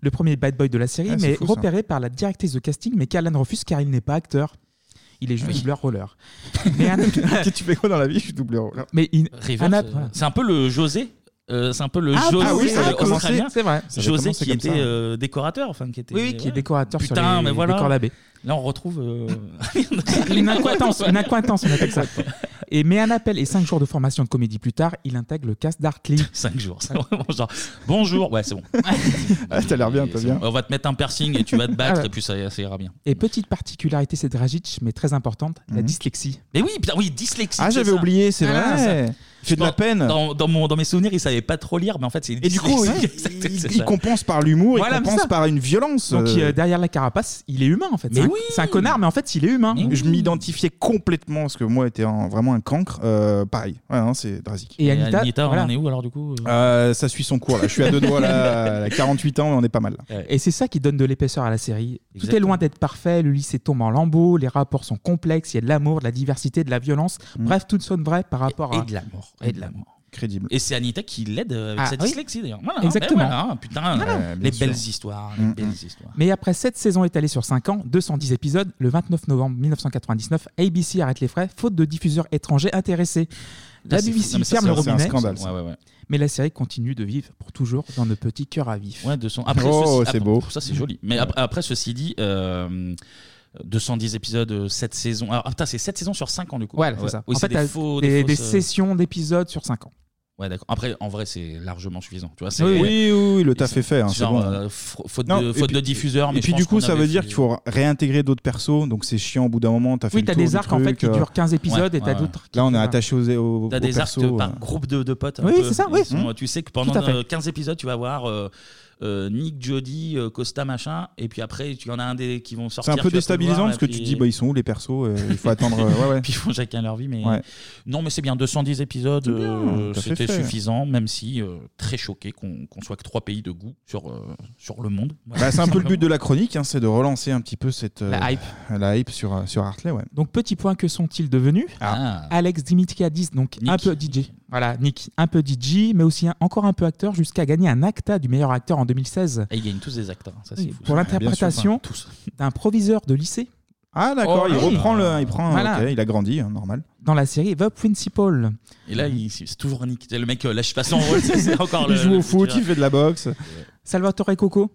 le premier bad boy de la série,
Ah, c'est
mais
fou, ça.
repéré par la directrice de casting, mais qu'Alan refuse car il n'est pas acteur. Il est juste doubleur Roller. Mais un-
tu fais quoi dans la vie Je suis doubleur.
Mais il-
Rivers,
Anna-
euh,
voilà.
c'est un peu le José. euh, c'est un peu le
Ah,
José
ah oui, ça
euh,
avait commencé,
australien.
c'est vrai. Ça avait
José
commencé
qui
comme ça,
était
ouais.
euh, décorateur, enfin qui était.
Oui, oui, qui est
voilà.
décorateur sur
Putain,
les-
mais voilà.
les décors d'abbé.
Là, on retrouve. euh,
une acquaintance, une acquaintance, on appelle ça. Et mais un appel et cinq jours de formation de comédie plus tard, il intègre le cast d'Artley.
Cinq jours, c'est vraiment genre. Bonjour, ouais, c'est bon.
Ah, T'as l'air bien,
Et
t'as
c'est
bien.
bon. On va te mettre un piercing et tu vas te battre
Ah ouais.
et puis ça, ça ira bien.
Et petite particularité,
Mhm.
c'est Dragic, mais très importante, la dyslexie.
Mais oui, putain, oui, dyslexie.
Ah,
c'est
j'avais
ça.
oublié, c'est
Ah,
vrai.
ça.
fait de la peine.
Dans, dans mon, dans mes souvenirs, il savait pas trop lire, mais en fait, c'est
Et du coup, il, il- il compense par l'humour,
Voilà,
il
mais
compense
ça.
par une violence.
Donc il,
euh,
euh, derrière la carapace, il est humain en fait.
Mais
C'est un-
oui.
c'est un connard, mais en fait, il est humain.
je m'identifiais complètement parce que moi, était un- vraiment un cancre. euh, pareil, Ouais, hein, c'est drasique.
Et Anita, voilà.
alors du coup
Euh, Ça suit son cours. Là. Je suis à deux doigts là, à 48 ans, mais on est pas mal. Là.
Et c'est ça qui donne de l'épaisseur à la série. Tout est
Exactement.
loin d'être parfait, le lycée tombe en lambeaux, les rapports sont complexes, il y a de l'amour, de la diversité, de la violence. Bref, tout sonne vrai par rapport à.
et de l'amour. Et de l'amour.
Crédible.
Et c'est Anita qui l'aide euh, avec
Ah,
sa
oui.
dyslexie d'ailleurs. Voilà,
Exactement.
ben voilà, putain,
Voilà.
euh,
Ouais, bien
les
sûr.
belles histoires, les
Mm,
belles
mm.
histoires.
Mais après 7 saisons étalées sur 5 ans, 210 épisodes, le 29 novembre 1999, ABC arrête les frais, faute de diffuseurs étrangers intéressés. La
Ça, c'est fou.
BBC
Non, mais ça,
ferme
c'est
le
un- c'est un
robinet.
scandale, ça. Ouais, ouais, ouais.
Mais la série continue de vivre pour toujours dans nos petits cœurs à vif.
Ouais, de son. Après,
Oh,
ceci- après- Ça, Oh, c'est joli. Mais ap- après, ceci dit, euh, 210 épisodes, 7 saisons. Alors, ah, putain, c'est 7 saisons sur 5 ans, du coup.
Voilà, c'est ça.
Oui,
en
c'est
fait,
des
t'as
faux.
des, des
fausses, euh,
sessions d'épisodes sur 5 ans.
Ouais, d'accord. Après, en vrai, c'est largement suffisant. Tu vois, c'est-
Oui, oui, oui, le taf est fait. hein, c'est
Genre,
bon.
euh, fa- faute,
Non,
de,
et
faute
puis-
de diffuseur. mais
Et puis
je
du
pense
coup,
qu'on
ça
avait
veut dire
fait-
qu'il faut réintégrer d'autres persos, donc c'est chiant au bout d'un moment. T'as fait
Oui,
le
t'as
tour
des
du
arcs, en fait,
truc,
qui
euh,
durent
15 épisodes
Ouais,
et t'as
ouais.
d'autres.
Là, on est attaché aux, aux,
T'as
aux
des actes
persos, euh.
par groupe de, de potes. un
Oui,
peu.
c'est ça, oui.
Ils sont, Tu sais que pendant
Tout à fait.
euh, 15 épisodes, tu vas voir euh, euh, Nick, Jody, euh, Costa, machin. Et puis après, il y en a un des qui vont
C'est
sortir.
un peu
tu vas plus le voir,
déstabilisant parce
et
que
puis-
tu dis, bah, ils sont où les persos euh, Il faut attendre. euh, ouais, ouais.
Puis ils font chacun leur vie. Mais...
Ouais.
Non, mais c'est bien. 210 épisodes, euh,
t'as fait
c'était
fait.
suffisant, même si euh, très choqué qu'on qu'on soit que trois pays de goût sur, euh, sur le monde.
Bah, c'est un peu le but de la chronique, hein, c'est de relancer un petit peu cette euh,
La hype.
la hype sur euh, sur Hartley, ouais.
Donc petit point, que sont-ils devenus
Ah.
Alex Dimitriadis, donc un peu DJ. Voilà, Nick, un peu DJ, mais aussi un- encore un peu acteur, jusqu'à gagner un ACTA du meilleur acteur en 2016.
Et ils gagnent tous des acteurs. hein, ça, c'est
Oui,
fou.
pour
Ah, bien sûr,
l'interprétation
enfin, tous.
d'un proviseur de lycée.
Ah d'accord,
Oh,
il
oui.
reprend le, il prend,
Voilà.
ok, il a grandi, hein, normal.
Dans la série The Principal.
Et là, il- c'est c'est toujours Nick. C'est Le mec, euh, lâche pas son rôle. c'est- c'est encore
il
le-
joue
le
au foot,
futur.
il fait de la boxe.
Salvatore Coco,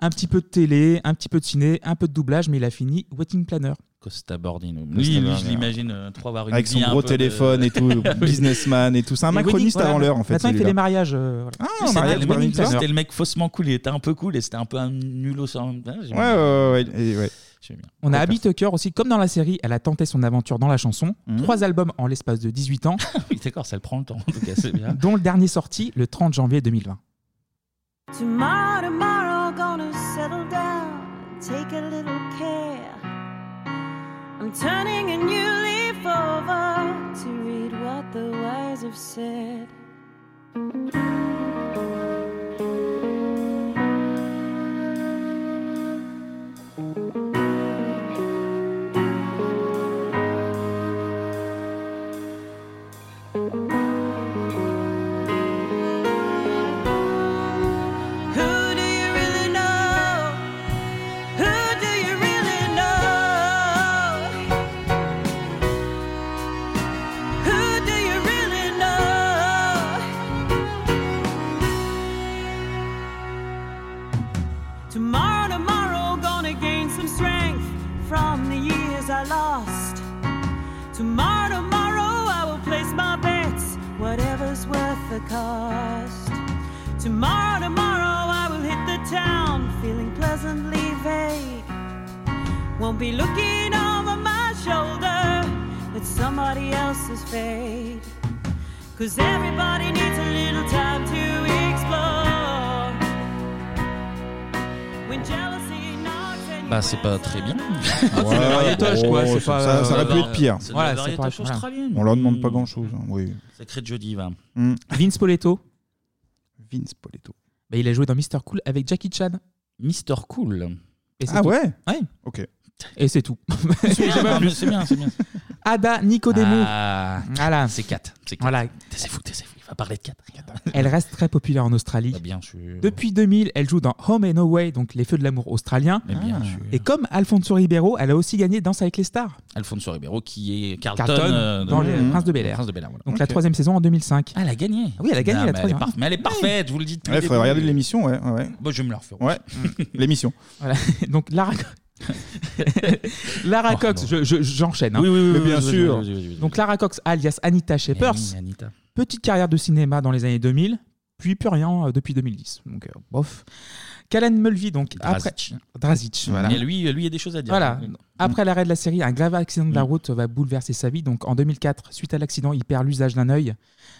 un petit peu de télé, un petit peu de ciné, un peu de doublage, mais il a fini Wedding Planner.
Costa Bordino.
Costa
Lui, lui,
Bordino.
je l'imagine euh, trop avoir une
Avec son
vie un
gros
peu
téléphone
de-
et tout, businessman et tout. C'est un
Et
macroniste
Wedding-
avant
voilà,
l'heure en fait.
Maintenant, il fait
celui-là.
les mariages. euh, voilà.
Ah,
Oui, c'est
C'était
vrai,
le
Wedding
mec-
Planner.
C'était le mec faussement cool, il était un peu cool et c'était un peu un nul au Ah, sang.
Ouais, ouais, ouais, ouais, et- ouais.
On a Abby Tucker aussi, comme dans la série, elle a tenté son aventure dans la chanson.
Mhm.
Trois albums en l'espace de 18 ans,
Oui, d'accord, ça le prend le temps. En tout cas, c'est bien.
dont le dernier sorti le 30 janvier 2020.
Tomorrow, tomorrow, gonna settle down, take a little care. I'm turning a new leaf over to read what the wise have said. Who do you really know? Who do you really know? Who do you really know? Tomorrow, tomorrow, gonna gain some strength from the years I lost. Tomorrow, tomorrow, I will place my bets, whatever's worth the cost. Tomorrow, tomorrow, I will hit the town feeling pleasantly vague. Won't be looking over my shoulder at somebody else's fate. Cause everybody needs a little time to explore. When jealousy knocks and
Bah, c'est pas très bien.
Ouais,
C'est la variétoche,
bon,
quoi, c'est
ça-
pas,
ça, ça
euh,
aurait pu
bah,
être pire.
C'est
Voilà,
la
c'est
variété
pas- voilà.
australienne.
On leur demande
Hmm.
pas grand chose. Oui.
Sacré Jody, va.
Mm.
Vince Poletto,
Vince Poletto.
bah, il a joué dans Mr. Cool avec Jackie Chan.
Mister Cool.
Et c'est
Ah
tout.
ouais
Ouais.
Ok.
Et c'est tout.
C'est bien, non, mais c'est bien, c'est bien.
Ada Nicodemo.
Ah,
Voilà.
c'est 4. C'est 4.
Voilà.
Taisez-vous, taisez-vous. Il va parler de 4.
Elle reste très populaire en Australie.
Bah, bien sûr.
Depuis 2000, elle joue dans Home and Away, donc Les Feux de l'amour australien. Ah.
Mais bien sûr.
Et comme Alfonso Ribeiro, elle a aussi gagné Danse avec les stars.
Alfonso Ribeiro qui est Carlton,
Carlton
euh,
dans
de-
Les Princes de Bel-Air.
Prince de Bel-Air, voilà.
Donc la troisième saison en 2005.
Ah, elle a gagné.
Oui, elle a gagné
Non, mais
la
elle est
troisième.
parfaite. Mais elle est parfaite, je vous le dis. depuis
Ouais,
le
faudrait
début.
regarder l'émission, ouais, ouais, ouais.
Bah, je vais me la refaire.
Ouais, l'émission.
Voilà. Donc Lara, Lara Cox, je- je- j'enchaîne. hein.
Oui, oui, oui.
Oh, Mais
oui,
bien
oui,
sûr.
oui, oui, oui, oui, oui.
Donc Lara Cox, alias Anita Shepers,
Eh oui, Anita.
petite carrière de cinéma dans les années 2000, puis plus rien euh, depuis 2010. Donc euh, bof. Callan Mulvey, donc
Drazic.
après Drazic, voilà.
Mais lui, lui, il y a des choses à dire.
Voilà. Après l'arrêt de la série, un grave accident de la route va bouleverser sa vie. Donc en 2004, suite à l'accident, il perd l'usage d'un œil,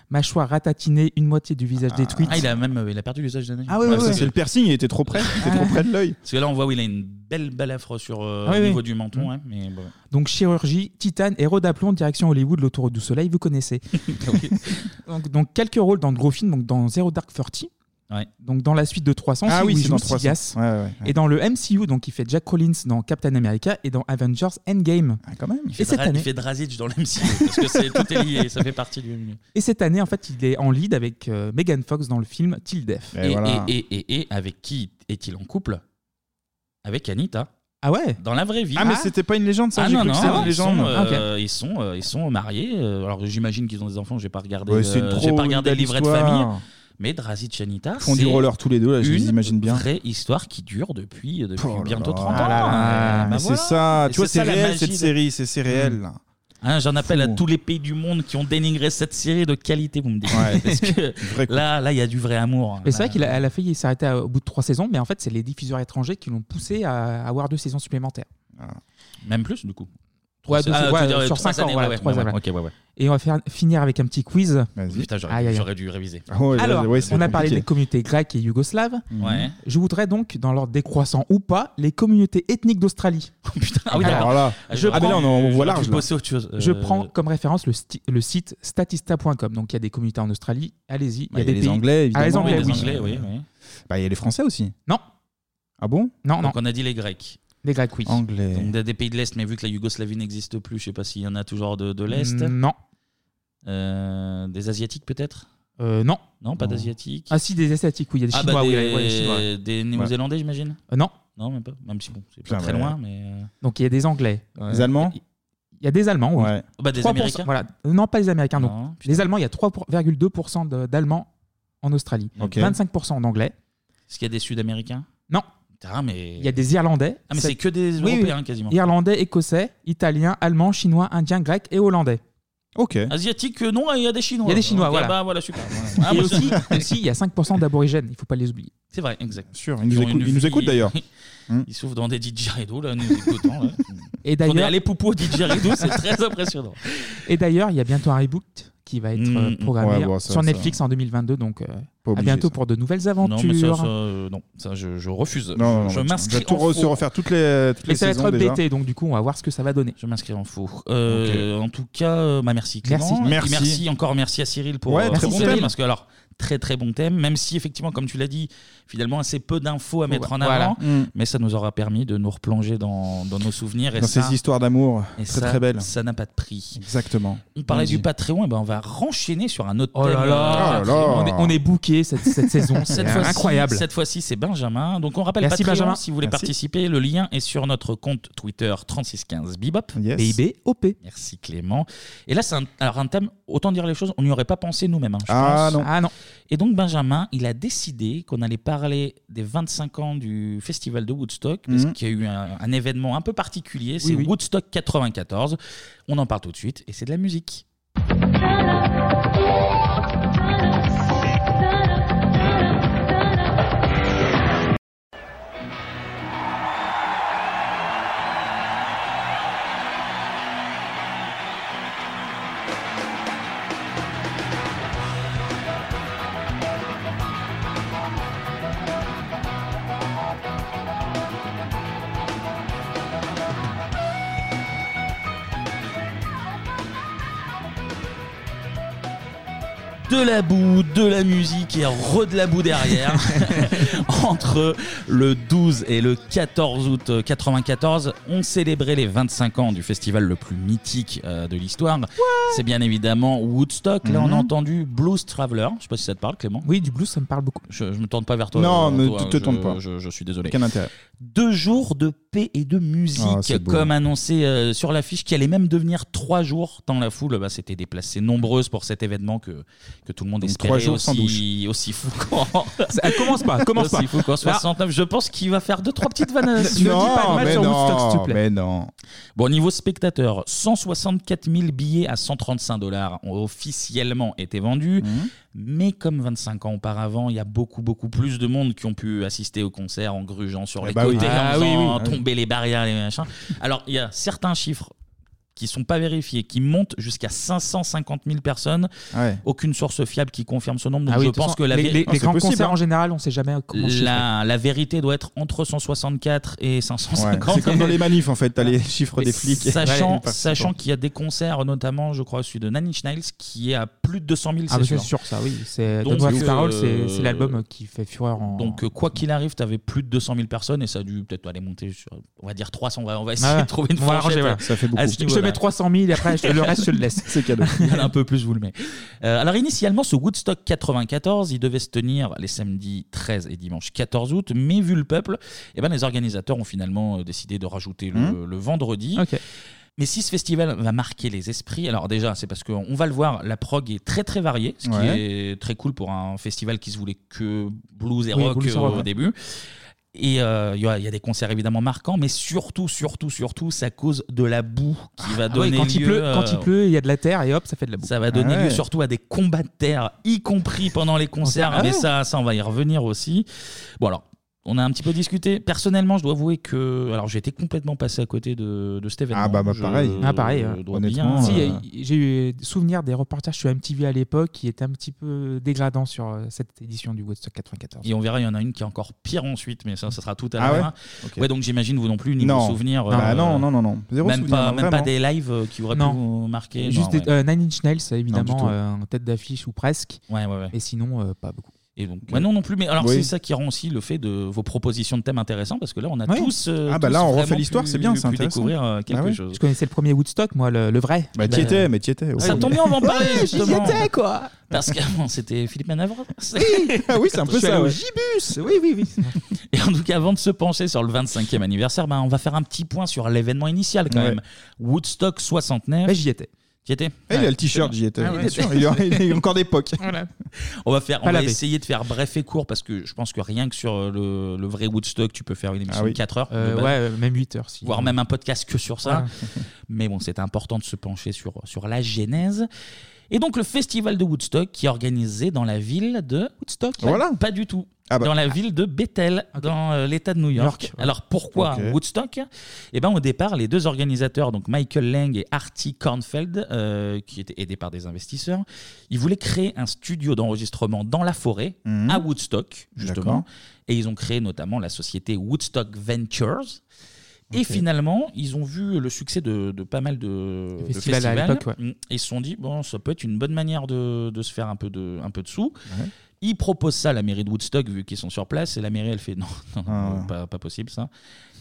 mâchoire ratatinée, une moitié du visage détruite.
Ah, il a même euh, il a perdu l'usage d'un œil.
Ah oui, oui, oui.
parce
C'est
que-
le piercing, il était trop près, il était trop près de l'œil.
Parce que là, on voit où il a une belle balafre sur euh,
Ah oui,
au
oui.
niveau du menton.
Mm.
hein, mais bon.
Donc chirurgie, titane et d'aplomb, direction Hollywood, l'autoroute du soleil, vous connaissez. donc, donc, quelques rôles dans de gros films, donc dans Zero Dark Thirty. Donc dans la suite de 300,
Ah
c'est
oui,
où il
c'est
joue
dans
Sigas.
300. Ouais, ouais, ouais.
Et dans le MCU, donc il fait Jack Collins dans Captain America et dans Avengers Endgame.
quand même.
Il fait,
et cette
Dra- il
année,
fait Drazic dans l'MCU. parce que c'est- tout est lié, ça fait partie du milieu.
et cette année, en fait, il est en lead avec euh, Megan Fox dans le film Till Death.
Et, et, et, et- et avec qui est-il en couple Avec Anita.
Ah ouais
Dans la vraie vie.
Ah, mais c'était pas une légende, ça,
Ah
j'ai
non,
cru que
non,
c'était une
ils
légende.
sont, euh,
Ah,
Ils sont, euh, ils sont mariés. euh, Alors j'imagine qu'ils ont des enfants, j'ai pas regardé,
Ouais, c'est
euh,
trop
j'ai pas
une
regardé le
belle
livret de
histoire.
famille. Mais Drazic et Anita.
Ils font du
c'est
roller tous les deux, là, je les
une
imagine bien.
vraie histoire qui dure depuis, euh, depuis
Oh là
bientôt
là.
30 ans.
Ah là là.
Euh, bah
Mais
voilà.
c'est ça,
Et
tu vois, c'est
ça, la
réel
magie
cette
de-
série, c'est c'est réel.
Hmm.
là.
Hein, J'en appelle à tous les pays du monde qui ont dénigré cette série de qualité, vous me dites. Parce que là, là, il y a du vrai amour. hein.
Mais c'est vrai
Là.
qu'elle a, elle a failli s'arrêter à- au bout de trois saisons, mais en fait, c'est les diffuseurs étrangers qui l'ont poussé à avoir deux saisons supplémentaires.
Même plus, du coup.
Ouais, deux-
Ah, tu
ouais,
veux dire,
sur
trois
5 ans,
années,
voilà,
ouais, ouais,
trois
ouais,
années.
ouais, ok, ouais, ouais.
Et on va faire, finir avec un petit quiz.
Oh, Putain, j'aurais-
Aïe, aïe, aïe.
j'aurais dû réviser.
Alors,
Ah ouais, c'est
on a parlé
compliqué.
des communautés grecques et yougoslaves.
Ouais.
Je voudrais donc, dans l'ordre décroissant ou pas, les communautés ethniques d'Australie.
Ah oui,
Alors,
d'accord.
je
Ah, mais
prends-
là, on- on voit large,
je
là. bosser autre chose, euh,
Je prends comme référence le, sti- le site statista.com. Donc, il y a des communautés en Australie. Allez-y. il
Bah,
y a des
les
pays-
Anglais, évidemment.
Ah, les Anglais,
Les
oui.
Anglais, oui, oui. Bah, il y a les Français aussi.
Non.
Ah bon
Non,
Donc on a dit les Grecs.
Les Grecs, oui.
Anglais.
Donc des- des pays de l'Est, mais vu que la Yougoslavie n'existe plus, je sais pas s'il y en a toujours de, de l'Est.
Mm, Non.
Euh, des Asiatiques peut-être
Euh, non.
Non, pas d'Asiatiques.
Ah, si, des Asiatiques, oui. Il y a des
Ah,
Chinois.
bah,
oui,
des-
ouais, les Chinois.
des Néo-Zélandais, j'imagine
Euh, Non.
Non, même pas. Même si bon, c'est
Putain,
pas très
ouais.
loin, mais. euh,
Donc il y a des Anglais.
Des Allemands
Il y a- il y a des Allemands, oui.
Bah, des
3%,
Américains
voilà. Euh, Non, pas les Américains. Donc.
Non,
les Allemands, il y a 3,2% de- d'Allemands en Australie.
Ok.
25% d'Anglais.
Est-ce qu'il y a des Sud-Américains
Non.
Putain, mais.
Il y a des Irlandais.
Ah, mais c'est que des
Oui, oui.
Européens, quasiment.
Irlandais, Écossais, Italiens, Allemands, Chinois, Indiens, Grecs et Hollandais.
Ok.
Asiatiques, euh, non, et il y a des Chinois.
Il y a des Chinois,
Donc, ah,
voilà.
bah, voilà, super. Voilà. Ah,
Et
moi,
aussi,
c'est-
aussi, il y a 5% d'aborigènes. Il ne faut pas les oublier.
C'est vrai, exact.
Sûr,
ils nous écoutent- ils nous écoutent, d'ailleurs.
Hmm.
Ils s'ouvrent dans des didgeridoo, là, nous écoutant. Là.
Et d'ailleurs-
Les poupous didgeridoo, c'est très impressionnant.
Et d'ailleurs, il y a bientôt un reboot qui va être euh,
Mm,
programmé
ouais, bon, ça,
sur
ça-
Netflix en 2022. Donc, euh, à
obligé,
bientôt
ça.
pour de nouvelles aventures.
Non, mais ça, ça, euh, non, ça je, je refuse.
Non, non,
je
non, tu-
m'inscris.
tu vas tout
en
re-
faux.
se refaire toutes les- toutes
Mais
les
ça va
saisons
être
déjà.
updaté, donc du coup, on va voir ce que ça va donner.
Je m'inscris en faux. Euh, En tout cas, euh, bah, merci Clément.
Merci.
Et puis,
Merci.
Merci. encore merci à Cyril pour
Ouais,
euh,
très
pour
bon
ce
thème.
Parce que alors très très bon thème. Même si effectivement, comme tu l'as dit, finalement assez peu d'infos à mettre en
Voilà.
avant,
Mm.
mais ça nous aura permis de nous replonger dans, dans nos souvenirs et
Dans
ça-
ces histoires d'amour
et
très
ça,
très belles.
Ça n'a pas de prix.
Exactement.
On parlait
Bien
du
dit.
Patreon, et ben on va renchaîner sur un autre
Oh
thème.
là là,
euh,
Ah
Oh là là. on est- on est booké cette- cette saison, c'est
fois-ci-
incroyable.
cette fois-ci, c'est Benjamin. Donc on rappelle
Merci,
Patreon
Benjamin.
si vous voulez
Merci.
participer. Le lien est sur notre compte Twitter 3615 Bibop.
Yes. BIBOP.
Merci Clément. Et là, c'est un, alors un thème, autant dire les choses, on n'y aurait pas pensé nous-mêmes. hein, je
Ah,
pense.
non.
Ah non.
Et donc Benjamin, il a décidé qu'on allait parler des 25 ans du festival de Woodstock, parce
Mhm.
qu'il y a eu un, un événement un peu particulier, c'est
Oui, oui.
Woodstock 94. On en parle tout de suite, et c'est de la musique. de la boue, de la musique et re de la boue derrière entre le 12 et le 14 août 94 on célébrait les 25 ans du festival le plus mythique euh, de l'histoire c'est bien évidemment Woodstock là on a
Mhm.
entendu Blues Traveler je sais pas si ça te parle Clément
oui du blues ça me parle beaucoup
je, je me tourne pas vers toi
Non,
euh,
ne
toi,
te
hein,
tourne
je-
pas.
je, je suis désolé
Aucun intérêt.
deux jours de paix et de musique,
Ah, c'est beau.
comme annoncé euh, sur l'affiche, qui allait même devenir trois jours dans la foule. Bah, C'était des placées nombreuses pour cet événement que, que tout le monde
Donc,
espérait.
trois jours
aussi,
sans
Aussi fou qu'en.
Elle Ah, commence pas, commence pas. Bah,
Aussi fou qu'en
Là.
69. Je pense qu'il va faire deux, trois petites vannes. euh, à-
Ne dis pas de mal
mais
sur
non,
Woodstock, s'il te plaît.
mais non.
Bon, au niveau spectateur, 164 000 billets à 135 dollars ont officiellement été vendus. Mais comme 25 ans auparavant, il y a beaucoup, beaucoup plus de monde qui ont pu assister au concert en grugeant sur
Eh
les
bah oui.
côtés,
Ah
en
oui,
faisant
oui, oui.
tomber les barrières, les machins. Alors, il y a certains chiffres qui sont pas vérifiés, qui montent jusqu'à 550 000 personnes. Aucune source fiable qui confirme ce nombre. Donc
Ah oui,
je
de toute
pense
façon,
que la
les,
vé-
les- les grands
hein.
concerts en général, on ne sait jamais comment chiffrer.
la, la vérité doit être entre 164 et
Ouais,
550.
C'est comme dans les manifs en fait, t'as les chiffres
Mais
des flics. et-
Sachant,
Ouais, les
sachant qu'il y a des concerts, notamment, je crois, celui de Nine Inch Nails, qui est à plus de 200 000,
Ah, bah, c'est sûr, ça, oui. C'est Don't
euh,
Worry, Carol, c'est- c'est l'album qui fait fureur en-
Donc, euh, quoi qu'il arrive, tu avais plus de 200 000 personnes et ça a dû peut-être aller monter sur, on va dire 300, on va, on va essayer
Ah Ouais,
de trouver une
on
fourchette.
va arranger, voilà.
à
Ça fait beaucoup.
ce
Je te
niveau-là.
mets 300 000 et après, je- le reste, je le laisse. C'est cadeau.
Il y en a un peu plus, je vous le mets. Euh, alors, initialement, ce Woodstock 94, il devait se tenir les samedis 13 et dimanche 14 août, mais vu le peuple, eh ben, les organisateurs ont finalement euh, décidé de rajouter le,
Mhm.
le vendredi. Mais si ce festival va marquer les esprits, alors déjà, c'est parce qu'on va le voir, la prog est très très variée, ce qui
Ouais.
est très cool pour un festival qui se voulait que blues et
Oui,
rock
blues et
euh,
rock,
au
ouais.
début. Et euh, il y, a- il y a des concerts évidemment marquants, mais surtout, surtout, surtout, c'est à cause de la boue qui va
Ah
donner
oui, quand, il
lieu,
pleut, quand il
euh,
pleut, il y a de la terre et hop, ça fait de la boue.
ça va
Ah
donner lieu surtout à des combats de terre, y compris pendant les concerts.
Ah ouais.
Mais ça, ça, on va y revenir aussi. Bon, alors. On a un petit peu discuté. Personnellement, je dois avouer que alors j'ai été complètement passé à côté de, de cet événement.
bah, bah,
Euh, Je
pareil.
Ah, pareil. ouais.
dois bien,
Si,
euh,
y- J'ai eu souvenir des reportages sur MTV à l'époque qui étaient un petit peu dégradants sur euh, cette édition du Woodstock 94.
Et on verra, il y en a une qui est encore pire ensuite, mais ça, ça sera tout à
Ah
l'heure.
ouais
ouais, donc j'imagine vous non plus, niveau
Non.
souvenir.
Bah non, non, non, non. Zéro
euh, même
souvenir,
pas,
non,
même pas
vraiment.
des lives euh, qui auraient pu
Non.
vous marquer.
Juste
non,
des-
ouais.
euh, Nine Inch Nails,
du tout.
évidemment, euh, en tête d'affiche ou presque. Et sinon, euh, pas beaucoup.
Et donc, Bah non, non plus, mais alors
Oui.
c'est ça qui rend aussi le fait de vos propositions de thèmes intéressants parce que là on a
Ouais.
tous. euh,
Ah,
Ah
bah
bah
tous vraiment pu- pu découvrir euh, quelque chose.
Je connaissais le premier Woodstock, moi, le, le vrai.
Bah, t'y Bah, étais, mais
t'y étais.
Ça tombe bien, on va en parler
Ouais, j'y
justement.
étais, quoi.
Parce que bon, c'était Philippe Manœuvre.
Ah oui, c'est
Quand
un peu
je suis
ça,
allé au
ouais.
Gibus.
Oui, oui, oui.
Et en tout cas, avant de se pencher sur le 25e anniversaire, ben, on va faire un petit point sur l'événement initial quand
Ouais.
même. Woodstock 69.
j'y étais.
J'y étais Ah,
Eh, il a le t-shirt,
c'est
j'y
bien.
étais,
oui,
bien
t'y
sûr.
étais.
Il est- il est encore d'époque.
Voilà.
On va faire, on va
Pas la paix.
essayer de faire bref et court parce que je pense que rien que sur euh, le, le vrai Woodstock, tu peux faire une émission
Ah oui.
de 4 heures.
Euh,
de base.
ouais, euh, même 8 heures, si.
Voire même un podcast que sur ça.
Ouais.
Mais bon, c'est important de se pencher sur, sur la genèse. Et donc, le festival de Woodstock qui est organisé dans la ville de. Woodstock
Voilà.
Pas du tout.
Ah bah.
Dans la ville de Bethel, dans euh, l'État de New York.
York, ouais.
Alors pourquoi
Ok.
Woodstock Eh ben au départ, les deux organisateurs, donc Michael Lang et Artie Kornfeld, euh, qui étaient aidés par des investisseurs, ils voulaient créer un studio d'enregistrement dans la forêt,
Mhm.
à Woodstock justement,
D'accord.
et ils ont créé notamment la société Woodstock Ventures. Et finalement, ils ont vu le succès de, de pas mal de, de
festivals à l'époque, ouais.
Mm. Et ils se sont dit, bon, ça peut être une bonne manière de, de se faire un peu de, un peu de sous.
Ouais.
Ils proposent ça à la mairie de Woodstock, vu qu'ils sont sur place, et la mairie, elle fait, non, non,
Ah
non, pas, pas possible ça.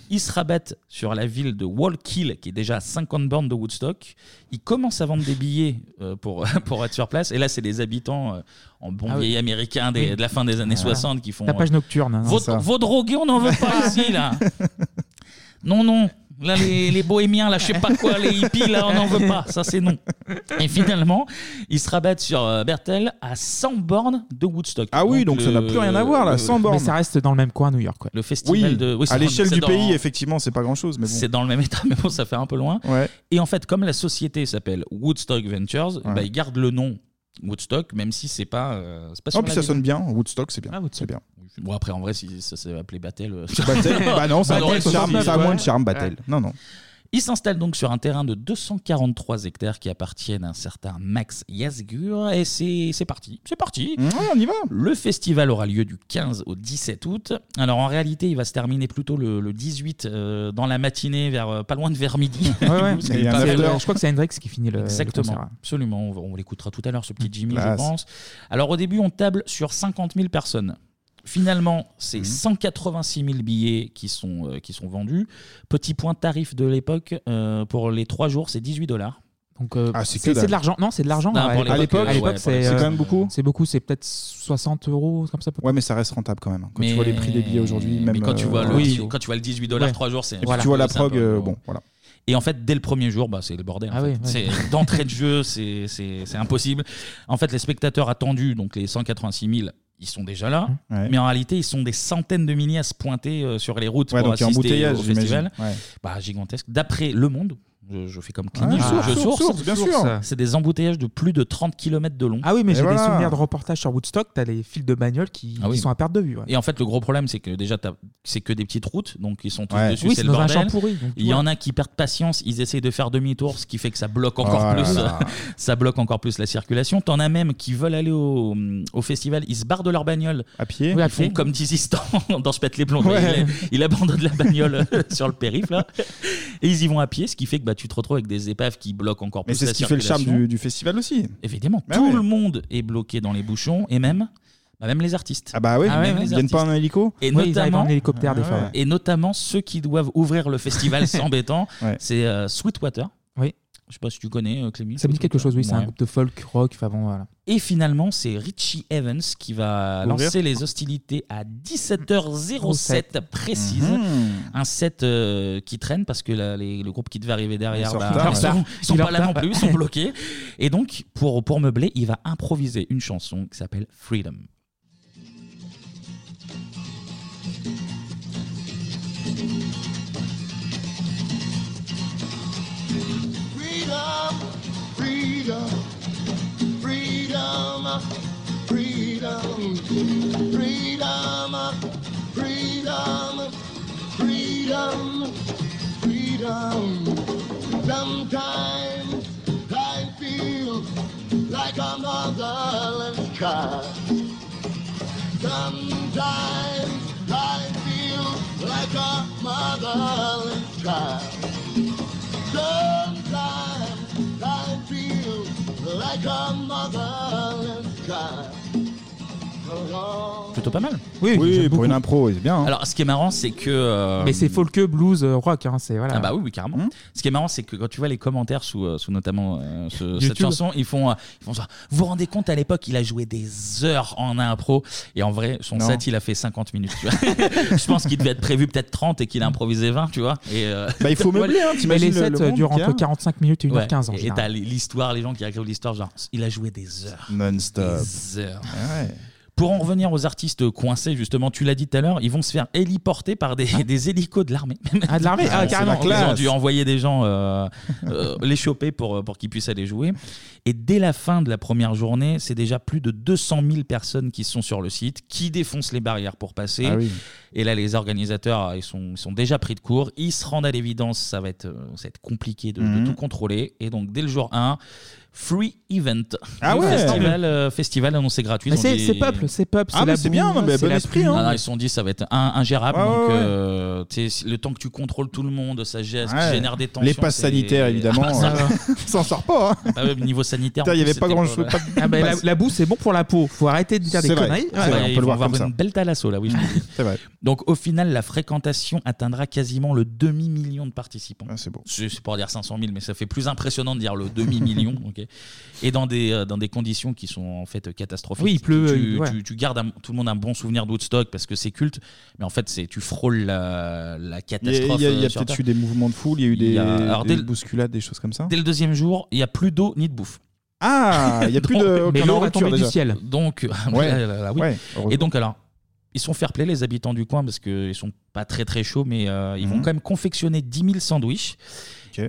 Ils se rabattent sur la ville de Wallkill, qui est déjà à 50 bornes de Woodstock. Ils commencent à vendre des billets euh, pour, pour être sur place. Et là, c'est les habitants euh, en bon
Ah oui.
vieil américain des-
Oui.
de la fin des années
Ah
Voilà.
60 qui font.
Tapage
euh,
nocturne, hein,
vos,
c'est ça.
vos drogués, on n'en veut pas ici, là. Non, non. euh, Là, les, les bohémiens, là, je sais pas quoi, les hippies, là, on n'en veut pas. Ça, c'est non. Et finalement, ils se rabattent sur euh, Bertel à 100 bornes de Woodstock.
Ah oui, donc ça n'a
le-
plus rien à voir, là,
le-
100 bornes.
Mais ça reste dans le même coin à New York. Quoi.
Le festival
Oui,
de. oui, c'est
à
dans-
l'échelle
c'est
du
dans-
pays, effectivement, c'est pas grand chose. Mais bon.
C'est dans le même état, mais bon, ça fait un peu loin.
Ouais.
Et en fait, comme la société s'appelle Woodstock Ventures, bah, ils gardent le nom Woodstock, même si c'est pas. euh, c'est pas sur
En plus,
la Ah,
Oh, ça
ville.
sonne bien. Woodstock, c'est bien. c'est bien.
Bon, après, en vrai, si ça s'est appelé Battle. euh,
Battle, bah non, ça a
Battle,
moins de
c'est
charme,
aussi,
ça a moins
ouais.
de charme, Battle. Non, non.
Il s'installe donc sur un terrain de 243 hectares qui appartiennent à un certain Max Yasgur et c'est c'est parti, c'est parti.
on y va.
Le festival aura lieu du 15 au 17 août. Alors en réalité, il va se terminer plutôt le, le 18 euh, dans la matinée, vers euh, pas loin de vers midi.
Ouais, ouais.
Parce
Et
qu'il est
un
pas
after.
vers-
Je crois que c'est Hendrix qui finit le- le
Exactement,
concert. hein.
absolument. On, va- on l'écoutera tout à l'heure, ce petit Jimmy,
Mmh. Classe.
je pense. Alors au début, on table sur 50 000 personnes. Finalement,
Mmh.
c'est 186 000 billets qui sont, euh, qui sont vendus. Petit point tarif de l'époque, euh, pour les 3 jours, c'est 18 dollars.
Donc, euh, c'est c'est de l'argent. Non, c'est de l'argent.
Non,
ouais.
pour
à l'époque,
euh,
à l'époque,
ouais, pour
c'est
l'époque,
euh,
euh,
C'est beaucoup, c'est peut-être 60 euros, comme ça.
Ouais, mais ça reste rentable quand même. Quand
Mais-
tu vois les prix des billets aujourd'hui,
mais
même.
quand, tu
euh,
vois le,
oui.
quand tu vois le 18 dollars
Ouais.
3 jours, c'est.
Et puis tu vois la prog,
hein.
euh, bon, voilà.
Et en fait, dès le premier jour, bah, c'est le bordel. en
Ah
fait.
oui, ouais.
C'est d'entrée de jeu, c'est- c'est c'est impossible. En fait, les spectateurs attendus, donc les 186 000, ils sont déjà là.
Mmh. Ouais.
Mais en réalité, ils sont des centaines de milliers à se pointer euh, sur les routes
Ouais,
pour
donc il y a
assister
embouteillage,
au festival.
j'imagine. Ouais.
Bah, gigantesque. D'après Le Monde, Je, je fais comme Clément.
Ah, source,
je
source, source, bien sûr.
C'est des embouteillages de plus de 30 km de long.
Ah oui, mais j'ai des souvenirs de reportages sur Woodstock, t'as les fils de bagnole qui,
Ah oui.
qui sont à perte de vue. ouais.
Et en fait, le gros problème, c'est que déjà, t'as- c'est que des petites routes, donc ils sont tous
Ouais.
dessus,
Oui,
c'est
c'est
le
dans un
bordel.
champ pourri, donc
Il y
ouais.
en a qui perdent patience, ils essayent de faire demi-tour, ce qui fait que ça bloque encore
Oh
plus,
là là.
ça bloque encore plus la circulation. T'en as même qui veulent aller au, au festival, ils se barrent de leur bagnole
à pied.
ils
Oui, à
font
pied.
comme Dizistan dans Je pète les plombs.
Ouais.
Il, il abandonne la bagnole euh, sur le périph là, et ils y vont à pied, ce qui fait que bah tu te retrouves avec des épaves qui bloquent encore
Mais
plus
c'est
la
ce qui fait le charme
circulation.
du, du festival aussi.
Évidemment,
Bah
tout
ouais.
le monde est bloqué dans les bouchons et même, bah, même les artistes.
Ah bah oui,
ouais,
ils
même les
viennent pas
artistes.
en hélico
Et
Oui, ils arrivent
notamment Ah
en hélicoptère, des fois, ouais.
Et notamment ceux qui doivent ouvrir le festival s'embêtant, c'est euh, Sweetwater.
Oui.
Je sais pas si tu connais euh, Clémy.
Ça me dit quelque chose, oui, c'est un
Ouais.
groupe de folk rock. Enfin bon, voilà.
Et finalement, c'est Richie Evans qui va
Ouvrir.
lancer les hostilités à 17h07 précise.
Mhm.
Un set euh, qui traîne parce que la- les- le groupe qui devait arriver derrière,
Ils sont en
bah,
retard,
ils
ouais.
sont, ils sont
Il est
pas
en
là non
retard,
plus,
ouais.
ils sont bloqués. Et donc, pour, pour meubler, il va improviser une chanson qui s'appelle Freedom.
Freedom, freedom, freedom, freedom, freedom, freedom, freedom, freedom. Sometimes I feel like a motherless child. Sometimes I feel like a motherless child. Sometimes I feel like a motherless child.
Plutôt pas mal.
Oui,
Oui,
j'aime
pour
beaucoup.
une impro, c'est bien. hein.
Alors, ce qui est marrant, c'est que. euh,
Mais c'est folk blues euh, rock, hein, c'est voilà.
Ah bah oui, oui, carrément.
Hmm.
Ce qui est marrant, c'est que quand tu vois les commentaires sous, euh, sous notamment euh, ce- cette
YouTube.
chanson, ils font, euh, ils font ça. Vous vous rendez compte, à l'époque, il a joué des heures en impro. Et en vrai, son
Non.
set, il a fait 50 minutes. tu vois. Je pense qu'il devait être prévu peut-être 30 et qu'il a improvisé 20, tu vois. Et, euh,
Bah, il faut
voilà.
meubler, hein,
Mais
t'imagines
les
le-
sets
le
euh,
monde
durent
qu'il y a
entre 45 minutes et 1h15
Ouais.
en
Et
général.
t'as l'histoire, les gens qui racontent l'histoire, genre, il a joué des heures.
Non-stop.
Des heures.
Ah
Pour en revenir aux artistes coincés, justement, tu l'as dit tout à l'heure, ils vont se faire héliporter par des,
Ah.
des hélicos de l'armée.
Ah, de l'armée Ah,
c'est
carrément.
la classe. Ils ont dû
Classe.
envoyer des gens euh, euh, les choper pour, pour qu'ils puissent aller jouer. Et dès la fin de la première journée, c'est déjà plus de 200 000 personnes qui sont sur le site, qui défoncent les barrières pour passer.
Ah oui.
Et là, les organisateurs, euh, ils sont, ils sont déjà pris de court. Ils se rendent à l'évidence, ça va être, euh, ça va être compliqué de, de
Mhm.
tout contrôler. Et donc, dès le jour 1, free event.
Ah
Le
ouais.
festival, euh, festival annoncé gratuit.
Mais
Ils ont
c'est-
dit-
c'est peuple, c'est peuple, Ah, c'est mais la c'est boue, bien, mais c'est bon la esprit, pluie. hein.
Non, non, ils se sont dit, ça va être in- ingérable.
Ouais,
donc,
ouais, ouais.
euh, tu sais, le temps que tu contrôles tout le monde, ça geste,
Ouais.
génère des tensions.
Les passes
c'est-
sanitaires, évidemment.
Ah, bah, ça-
euh, on s'en sort pas. hein.
ah ouais, niveau sanitaire. en
Putain, il y
plus,
avait pas
c'était
grand-chose,
voilà.
pas de
Ah bah, la, la boue, c'est bon pour la peau. Faut arrêter de dire des
C'est vrai.
conneries.
Ah, bah,
Ouais.
ils vont avoir une belle thalasso là, oui. je vous le dis. Donc au final, la fréquentation atteindra quasiment le demi-million de participants.
Ah, c'est beau.
C'est pour dire 500 000, mais ça fait plus impressionnant de dire le demi-million. ok. Et dans des, euh, dans des conditions qui sont en fait catastrophiques.
Oui, il pleut,
Tu,
euh, ouais.
tu- tu gardes un- tout le monde un bon souvenir d'Woodstock parce que c'est culte, mais en fait, c'est tu frôles la, la
Il y a,
catastrophe.
il y a-
euh,
il y a
sur
peut-être
Terre.
eu des mouvements de foule, il y a eu
Il
des,
y a- alors,
des
dès le-
bousculades, des choses comme ça.
Dès le deuxième jour, il n'y a plus d'eau ni de bouffe.
Ah, il y a plus de- ok, Mais l'eau on va tomber du déjà. ciel.
Donc,
Ouais.
là, là, là, oui.
Ouais, heureusement.
et donc alors, ils sont fair play les habitants du coin parce qu'ils sont pas très très chauds, mais euh, ils vont
Mhm.
quand même confectionner 10 000 sandwichs.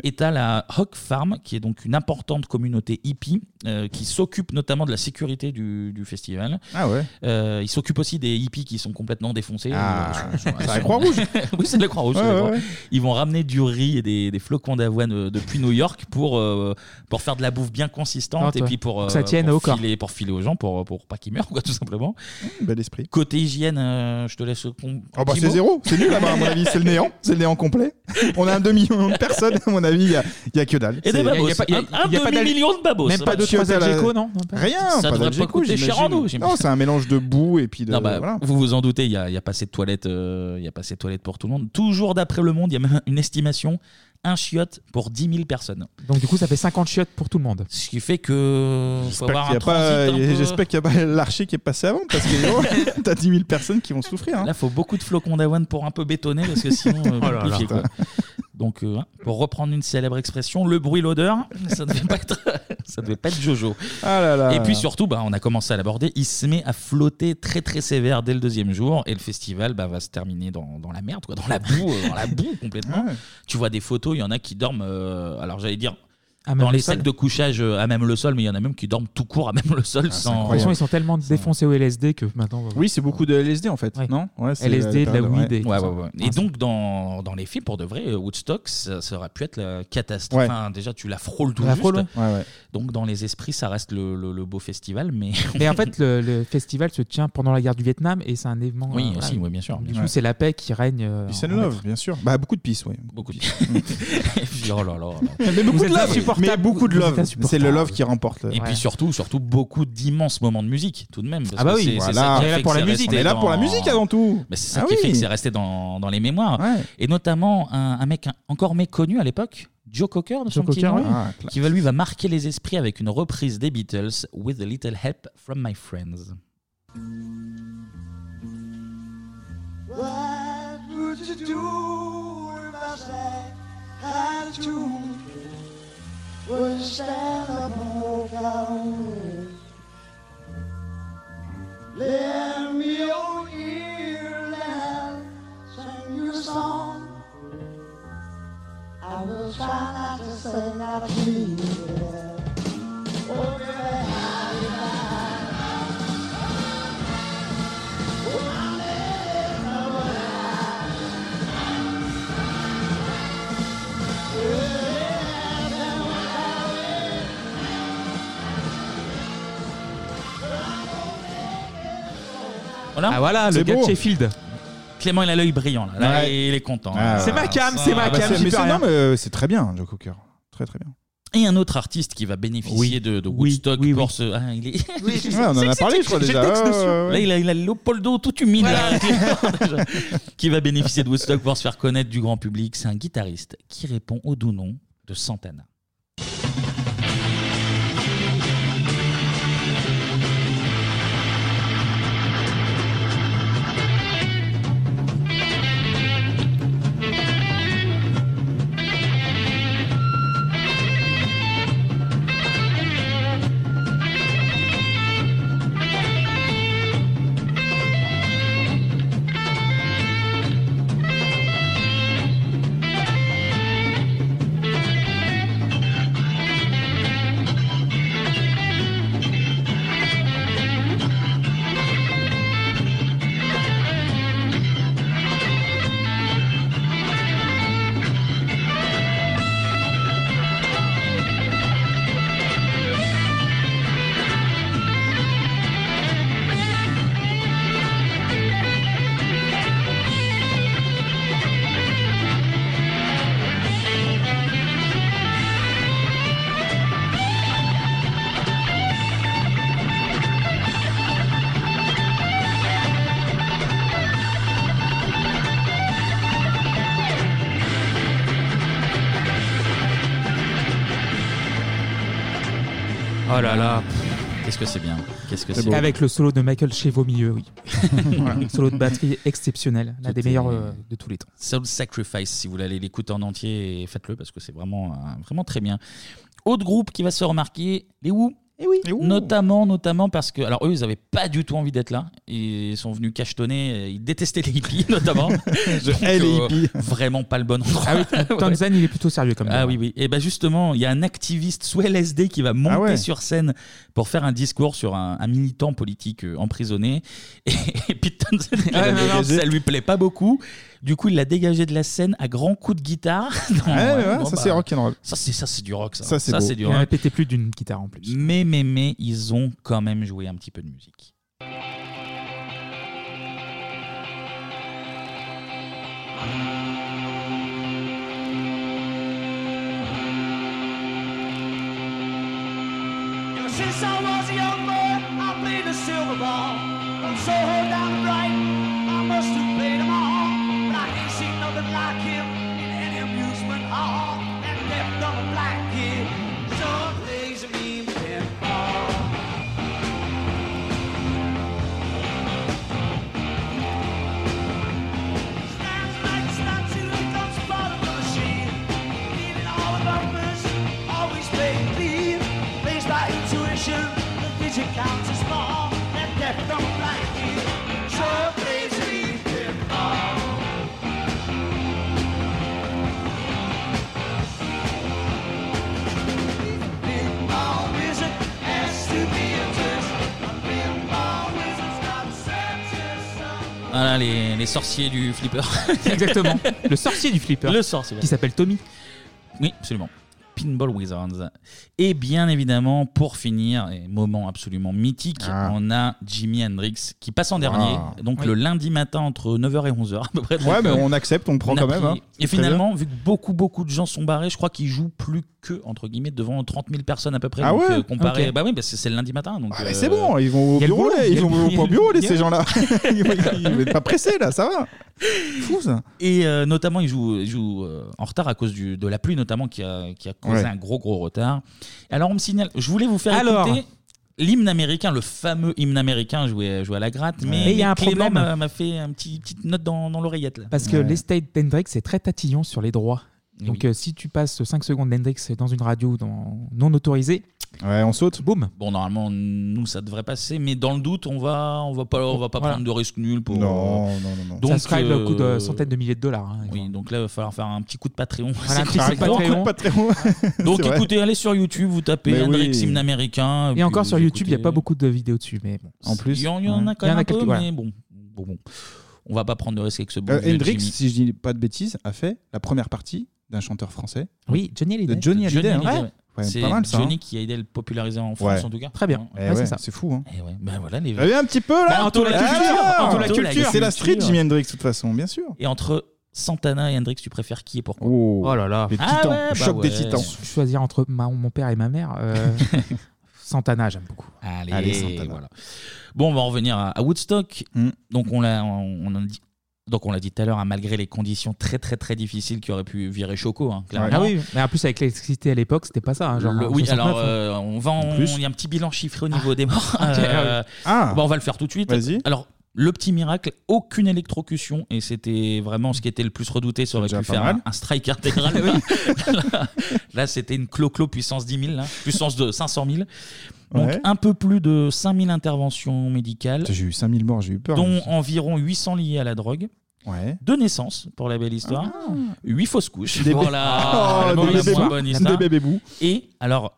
Et t'as la Hawk Farm, qui est donc une importante communauté hippie, euh, qui s'occupe notamment de la sécurité du, du festival.
Ah ouais.
Euh, ils s'occupent aussi des hippies qui sont complètement défoncés. Euh,
Ah,
Ils sont- ils
c'est la
sont-
Croix-Rouge.
oui, c'est la Croix-Rouge. c'est
Ouais,
la
ouais,
Croix.
ouais.
Ils vont ramener du riz et des, des flocons d'avoine euh, depuis New York pour, euh, pour faire de la bouffe bien consistante
Ah,
et
toi.
puis pour, euh,
Pour que ça tienne
pour
au corps.
filer, pour filer aux gens, pour, pour pas qu'ils meurent, quoi, tout simplement.
Bel esprit.
Côté hygiène, euh, je te laisse. con-
Oh bah
petit
c'est
mot.
zéro, c'est nul là-bas à mon avis, c'est le néant, c'est le néant complet. On a un demi-million de personnes, à mon avis, il y a, il y a que dalle.
Et des
C'est-
babos. Un- un demi-million de babos.
Même
ça
pas
va.
de trois Algeco, non Rien,
Ça devrait pas
d'Algeco,
coûter cher en
j'imagine.
eau.
Non, c'est un mélange de boue et puis de.
Non, bah,
voilà.
Vous vous en doutez, il n'y a, il y a pas assez de toilettes euh, il y a pas assez de toilettes pour tout le monde. Toujours d'après Le Monde, il y a même une estimation un chiotte pour 10 000 personnes.
Donc du coup, ça fait 50 chiottes pour tout le monde.
Ce qui fait que faut
J'espère
avoir
qu'il y
un
a pas-
transit un peu-
J'espère qu'il n'y a pas l'archer qui est passé avant parce que oh, t'as 10 000 personnes qui vont souffrir. hein.
Là, faut beaucoup de flocons d'avoine pour un peu bétonner parce que sinon, euh,
Oh là là.
compliqué, quoi. Donc, euh, hein, pour reprendre une célèbre expression, le bruit, l'odeur, ça ne devait pas être, ça devait pas être Jojo.
Ah là.
Et puis surtout, bah, on a commencé à l'aborder. Il se met à flotter très très sévère dès le deuxième jour, et le festival bah, va se terminer dans, dans la merde, quoi, dans la boue, euh, dans la boue complètement.
Ah
Tu vois des photos, il y en a qui dorment. euh, alors j'allais dire.
À même
Dans
le
les
sol.
sacs de couchage euh, à même le sol, mais il y en a même qui dorment tout court à même le sol
De
sans.
toute façon, ils sont tellement défoncés au LSD que maintenant. on va-
Oui, c'est beaucoup de LSD en fait, non Ouais, c'est
LSD, de la
période,
weed.
ouais.
Et tout
Ouais,
ça.
ouais, ouais. Et donc, dans, dans les films, pour de vrai, euh, Woodstock, ça, ça aurait pu être la catastrophe.
Ouais.
Enfin, déjà, tu la frôles tout
La
juste.
frôle, ouais.
Donc, dans les esprits, ça reste le, le- le beau festival, mais...
Mais en fait, le, le festival se tient pendant la guerre du Vietnam et c'est un événement.
Oui,
euh,
aussi, oui, bien sûr,
Du
bien
coup,
sûr.
c'est la paix qui règne. euh,
Peace and
en- en
love,
maître.
bien sûr. Bah, beaucoup de peace, oui.
Beaucoup de Et puis, oh là là là.
Mais beaucoup
Vous
de
êtes
love.
insupportable.
Mais beaucoup de
Vous êtes
love. C'est
insupportable.
le love qui remporte.
Et puis surtout, surtout beaucoup d'immenses moments de musique, tout de même. parce
Ah bah
que
oui,
c'est- c'est
Voilà.
ça qui
On est
a
là
fait
pour
que
la
c'est
musique.
resté
On est là
dans-
pour la musique avant tout.
Mais c'est ça
Ah
qui a fait
oui.
que c'est resté dans, dans les mémoires.
Ouais.
Et notamment un, un mec un- encore méconnu à l'époque, Joe Cocker, de son
Joe
petit
Cocker,
nom,
oui.
Ah, classe.
qui va lui va marquer les esprits avec une reprise des Beatles, With a Little Help from My Friends.
What would you do if I sang out of tune? Would you stand up and walk out? Lend me your ear and I'll sing you a song. I will try not to sing out of key. Oh, yeah.
Voilà.
Ah voilà, le
C'est
gars de
beau.
Sheffield.
Clément, il a l'œil brillant, là. Là,
Ouais.
il est content.
Ah,
C'est
ouais.
ma cam,
ça,
c'est ma
ah
Ah, bah,
cam,
c'est-
j'y
mais
peux
c'est-
rien.
non, mais, euh, c'est très bien, Joe Cocker. Très très bien.
Et un autre artiste qui va bénéficier
Oui.
de, de
Oui,
Woodstock
oui,
pour
oui.
ce. Ah, il est-
Ouais, on en a parlé, je crois déjà.
texte
Ouais,
dessus.
ouais, ouais.
Là, il a, il a le Leopoldo tout humide, là, déjà, qui va bénéficier de Woodstock pour se faire connaître du grand public. C'est un guitariste qui répond au doux nom de Santana.
Oh là là.
Qu'est-ce que c'est bien Qu'est-ce que
C'est
c'est
beau.
Avec le solo de Michael Chevaux au milieu, oui. Voilà. Solo de batterie exceptionnel, l'un des
Tout est-
meilleurs euh, de tous les temps.
Soul Sacrifice, si vous voulez aller l'écouter en entier, faites-le parce que c'est vraiment, euh, vraiment très bien. Autre groupe qui va se remarquer, les Who.
Eh oui.
Et ouh.
Notamment, notamment parce que, alors eux, ils n'avaient pas du tout envie d'être là. Ils sont venus cachetonner. euh, Ils détestaient les hippies, notamment. Donc, euh,
hais les hippies.
Vraiment pas le bon endroit.
Ah oui, Tanzan, il est plutôt sérieux comme
Ah oui, oui. Et ben justement, il y a un activiste sous LSD qui va monter
Ah ouais.
sur scène pour faire un discours sur un, un militant politique euh, emprisonné. Et, et puis Townsend, il
Ah ouais,
a
non, non.
dégagé. ça lui plaît pas beaucoup. Du coup, il l'a dégagé de la scène à grands coups de guitare. Non,
Ouais,
ouais,
ouais,
bon,
Ah, ça
bah,
c'est rock'n'roll.
Ça c'est ça c'est du rock. Ça,
Ça, c'est beau.
du
Il a
rock. Mm.
répété plus d'une guitare en plus.
Mais mais mais ils ont quand même joué un petit peu de musique.
Ever since I was a young boy, I played the silver ball. From Soho down to Brighton, I must have played 'em all. But I ain't seen nothing like him in any amusement hall. That left on a black kid, so plays a mean pinball. Snaps, snaps, snaps, he comes the bottom of the machine.
hein, les, les sorciers du flipper.
Exactement. Le sorcier du flipper.
Le sorcier.
Qui s'appelle Tommy.
Oui, absolument. Pinball Wizards. Et bien évidemment, pour finir, et moment absolument mythique,
Ah.
on a Jimi Hendrix qui passe en dernier, donc
Oui.
le lundi matin entre 9h et 11h à peu près.
Ah. Ouais,
Donc,
mais
euh,
on accepte, on le prend
a
quand même,
pris-
hein.
Et
Très
finalement, vu que beaucoup, beaucoup de gens sont barrés, je crois qu'ils jouent plus que, entre guillemets, devant 30 000 personnes à peu près.
Ah
donc,
ouais
euh, comparé,
Ok.
Bah oui, parce que c'est le lundi matin. Donc,
Ah, Mais
euh,
c'est bon, ils vont au
il y a le
bureau,
boulot,
là,
il y
ils
a le-
vont
il y a
au
le-
bureau, là,
il y a
ces
le-
gens-là. Ils vont ils vont être pas pressés, là, ça va. Fou, ça.
Et euh, notamment, il joue, il joue euh, en retard à cause du, de la pluie, notamment, qui a, qui a causé
Ouais.
un gros, gros retard. Alors, on me signale, je voulais vous faire
Alors.
écouter l'hymne américain, le fameux hymne américain joué, joué à la gratte, mais,
Mais il y a un
Clément
problème.
m'a- m'a fait euh, une petite note dans, dans l'oreillette. là.
Parce que l'estate d'Hendrix est très tatillon sur les droits. Donc euh, si tu passes 5 secondes d'Hendrix dans une radio dans- non autorisée,
ouais, on saute.
Boum.
Bon, normalement, nous, ça devrait passer, mais dans le doute, on va, on va pas, on va pas
Voilà.
prendre de risque nul pour.
Non, non, non, non.
Donc,
ça se crève
euh,
le coup de centaines de milliers de dollars. hein.
Oui, donc là, il va falloir faire un petit coup de Patreon.
Voilà, un
C'est
petit
un
coup de
gros
Patreon.
Donc
C'est vrai.
écoutez, allez sur YouTube, vous tapez
Mais
Hendrix
oui.
hymne américain.
Et encore sur YouTube, il n'y a
pas
pas beaucoup de vidéos dessus. Mais bon.
En plus, il y en, il y en
Mmh.
a quand
Il y
même
en a
un peu,
quelques- voilà.
mais bon, bon, bon. on va pas prendre de risque avec ce bon
Euh,
vieux
Hendrix,
Jimmy.
si je dis pas de bêtises, a fait la première partie d'un chanteur français.
Oui, Johnny Hallyday.
De Johnny Hallyday, hein.
Hallyday, ouais.
Ouais,
c'est
pas mal, ça,
Johnny
hein.
qui a aidé à le populariser en France
Ouais.
en tout cas.
Très bien. Eh
Ouais,
ouais,
c'est ça.
c'est fou, hein.
Eh ouais. Ben voilà les.
Vous avez un petit peu, là
Bah, Anto la culture,
Ah,
Anto la culture.
C'est la street,
culture.
Jimi Hendrix, de toute façon, bien sûr.
Et entre Santana et Hendrix, tu préfères qui et pourquoi
Oh,
là là,
Les
Ah
titans,
ouais, bah
le choc des
ouais.
titans.
Cho- Choisir entre ma- mon père et ma mère. euh, Santana, j'aime beaucoup.
Allez,
Allez, Santana.
voilà. Bon, on va en revenir à, à Woodstock.
Mm.
Donc on l'a, on, on en dit. Donc on l'a dit tout à l'heure, hein, malgré les conditions très très très difficiles qui auraient pu virer Choco, hein, clairement.
Ah oui, mais en plus avec l'électricité à l'époque, c'était pas ça. hein, genre,
Le-
en
oui,
69,
alors
on-
euh, on va en-
En plus.
il y a un petit bilan chiffré au niveau des morts.
ah oui.
Euh,
Ah.
bon, on va le faire tout de suite.
Vas-y.
Alors le petit miracle, aucune électrocution et c'était vraiment ce qui était le plus redouté. Ça aurait pu
déjà pas
faire
mal.
un, un strike intégral. là, là, c'était une clo-clo puissance 10 000, là, puissance de 500 000. Donc
Ouais.
un peu plus de 5000 interventions médicales,
J'ai eu 5000 morts, j'ai eu peur.
dont environ 800 liées à la drogue. Deux naissances pour la belle histoire.
Ah.
Huit fausses couches.
Des bé-
Voilà.
Oh,
la
des
bonne-
bébés
la
bous.
bonne histoire.
Des bébés bous.
Et alors,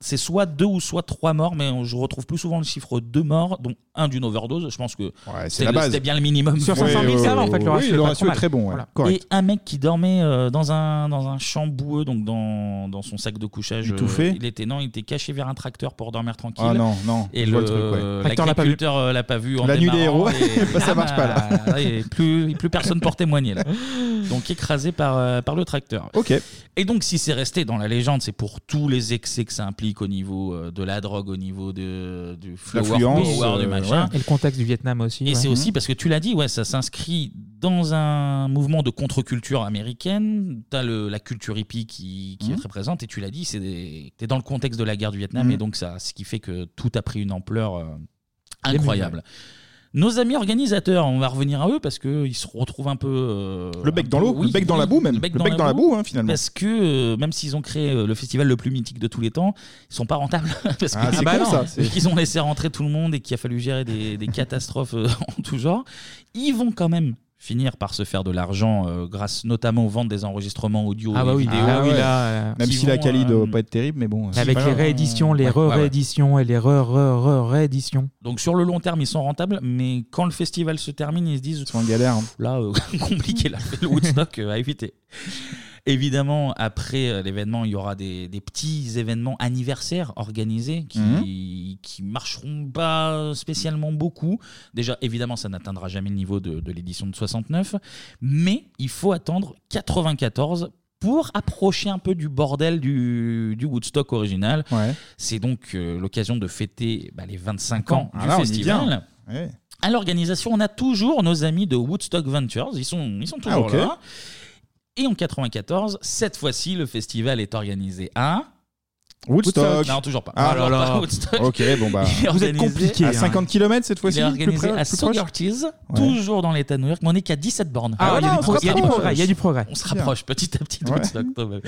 c'est soit deux ou soit trois morts, mais on- je retrouve plus souvent le chiffre deux morts, dont un d'une overdose. Je pense que
c'est
c'est
la
le-
base.
c'était bien le minimum.
Sur 500 000, ça va, en fait, le Oui, ratio le est pas ratio trop est mal. très bon, ouais. Correct.
Et un mec qui dormait euh, dans un, dans un champ boueux, donc dans, dans son sac de couchage.
Étouffé.
euh, Il était, non, il était caché vers un tracteur pour dormir tranquille.
Ah non, non,
Et
je
le,
vois le truc, ouais.
euh,
Tracteur l'a pas vu.
l'agriculteur euh, l'a pas vu. en
La nuit des
démarrant
héros.
et-
Ça marche pas, là.
Ah, là, et plus, et plus personne pour témoigner là. Donc écrasé par, euh, par le tracteur.
Ok.
Et donc si c'est resté dans la légende, c'est pour tous les excès que ça implique au niveau euh, de la drogue, au niveau de, du flower
L'affluence,
power, du
euh,
machin.
ouais. Et le contexte du Vietnam aussi.
Et
ouais.
c'est aussi parce que tu l'as dit, ouais, ça s'inscrit dans un mouvement de contre-culture américaine. Tu as la culture hippie qui, qui est
Mhm.
très présente, et tu l'as dit, c'est des- t'es dans le contexte de la guerre du Vietnam,
Mhm.
et donc ça, ce qui fait que tout a pris une ampleur euh,
Des murs,
incroyable. Nos amis organisateurs, on va revenir à eux parce qu'ils se retrouvent un peu. euh,
Mhm.
Le bec
un
dans
peu-
l'eau, le bec dans la boue même. Le bec dans la boue, hein, finalement.
Parce que euh, même s'ils ont créé euh, le festival le plus mythique de tous les temps, ils sont pas rentables. parce
Ah,
que-
c'est con,
non,
ça, c'est-
parce qu'ils ont laissé rentrer tout le monde et qu'il a fallu gérer des, des catastrophes euh, en tout genre. Ils vont quand même finir par se faire de l'argent euh, grâce notamment aux ventes des enregistrements audio
Ah bah
et
oui,
vidéo.
ah oui,
Qui
là, euh,
Même
vont,
si la Cali
euh,
doit pas être terrible, mais bon. c'est
Avec
pas
les
grave.
rééditions, les
Ouais, ouais, ouais.
re-rééditions et les re-re-re-rééditions.
donc sur le long terme, ils sont rentables, mais quand le festival se termine, ils se disent
en galère.
Là, euh, compliqué, là, le Woodstock euh, à éviter. Évidemment, après euh, l'événement, il y aura des, des petits événements anniversaires organisés qui,
Mhm.
qui marcheront pas spécialement beaucoup. Déjà, évidemment, ça n'atteindra jamais le niveau de, de l'édition de 69, mais il faut attendre 94 pour approcher un peu du bordel du, du Woodstock original. C'est donc euh, l'occasion de fêter bah, les 25 ans
Ah
du
là, on y
festival.
vient. Ouais.
À l'organisation, on a toujours nos amis de Woodstock Ventures. Ils sont, ils sont toujours
Ah, ok.
là. Et en 94, cette fois-ci, le festival est organisé à.
Woodstock.
Non, toujours pas.
Ah
Toujours
là là.
pas Woodstock.
Ok, bon bah.
Il est
Vous
organisé-
êtes compliqué, À hein. 50 kilomètres cette fois-ci,
Il est
plus
organisé
près-
à
plus proche
Saugerties,
Ouais.
toujours dans l'état de New York, mais on n'est qu'à 17 bornes.
Ah,
Alors,
voilà, on se
il y a du
rapproche.
progrès,
Il y a du progrès.
On se rapproche petit à petit de
Ouais.
Woodstock, quand même.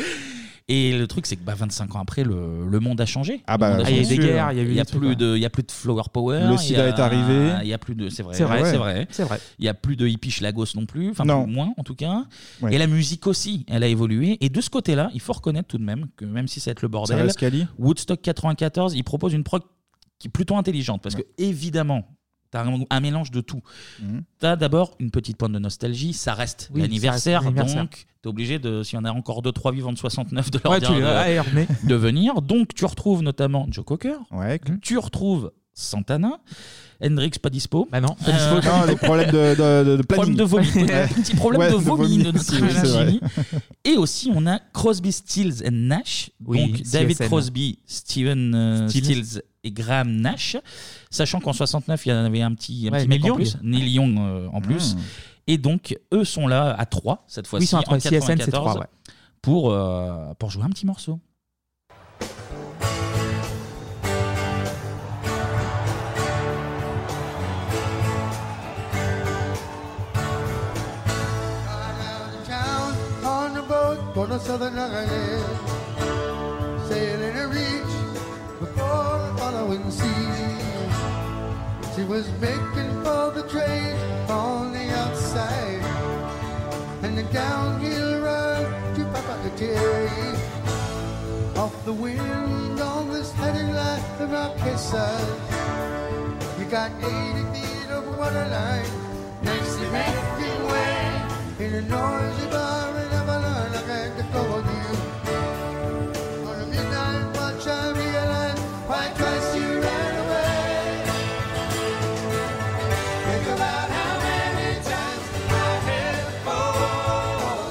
Et le truc, c'est que bah, 25 ans après, le, le monde a changé.
Ah bah,
Le monde
ah, il y a
changé.
des guerres, il y a eu
Il y a
des trucs,
plus
ouais.
de, il y a plus de flower power.
Le
il y
sida
a-
est arrivé.
Il y a plus de, c'est vrai, c'est
C'est vrai.
vrai,
C'est vrai.
Il y a plus de hippie schlagos non plus, enfin
Non.
moins en tout cas.
Ouais.
Et la musique aussi, elle a évolué. Et de ce côté-là, il faut reconnaître tout de même que même si ça va être le bordel,
reste quali.
Woodstock 94, il propose une prog qui est plutôt intelligente parce que évidemment T'as un, un mélange de tout.
Mhm.
T'as d'abord une petite pointe de nostalgie, ça reste
Oui,
l'anniversaire,
ça reste l'anniversaire.
donc t'es obligé de, s'il y en a encore deux trois vivants de 69, de leur
Ouais,
dire
tu les-
de,
ah, et remets.
euh, de venir. Donc tu retrouves notamment Joe Cocker, tu retrouves Santana, Hendrix pas dispo. Euh,
Bah non,
pas dispo. Non, les problèmes de- de- de
Problème
planning.
de vomi.
Ouais.
Petit problème
Ouais,
de
de
vomi
vomi
de notre
aussi, oui, c'est vrai.
Jimmy. Et aussi on a Crosby, Stills and Nash.
Oui,
Donc David
CSN.
Crosby, Steven euh,
Stills.
Stills et Graham Nash. Sachant qu'en 69 il y en avait un petit, un
Ouais,
petit
Neil
mec en
Young.
plus, Neil Young euh, en plus. Et donc eux sont là à 3 cette fois-ci.
Hmm. Oui, ils sont à
en
trois. CSN,
94,
c'est trois, ouais.
Pour euh, pour jouer un petit morceau.
town on the boat for the Southern Island, sailing a reach before the following sea. She was making for the trade on the outside, and the downhill run to Papa Terry. Off the wind on this heading line, the rocky side. You got 80 feet of waterline, nicely making way. In a noisy bar in Avalon, I can't get over you. On a midnight watch, I realize why twice you ran away. Think about how many times I have fallen.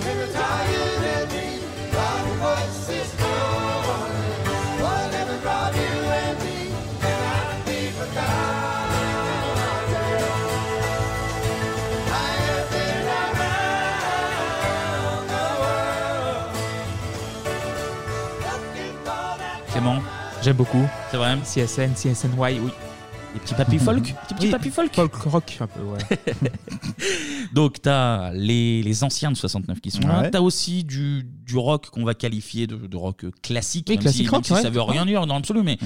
Think of how you let me rob your voice is calling. Whatever brought you and me cannot be forgotten. I have been around the world looking for that
Clément,
j'aime beaucoup.
C'est vrai.
CSN, CSNY, oui.
Les petits papy folk, petit, petit
Oui,
papy Hmm. folk.
Folk rock, un peu, ouais.
Donc, tu as les, les anciens de 69 qui sont là.
Ouais.
Tu as aussi du, du rock qu'on va qualifier de, de rock classique.
Oui,
même
classique
si,
rock,
même si
ouais. Mhm.
ça veut rien dire dans l'absolu. Mais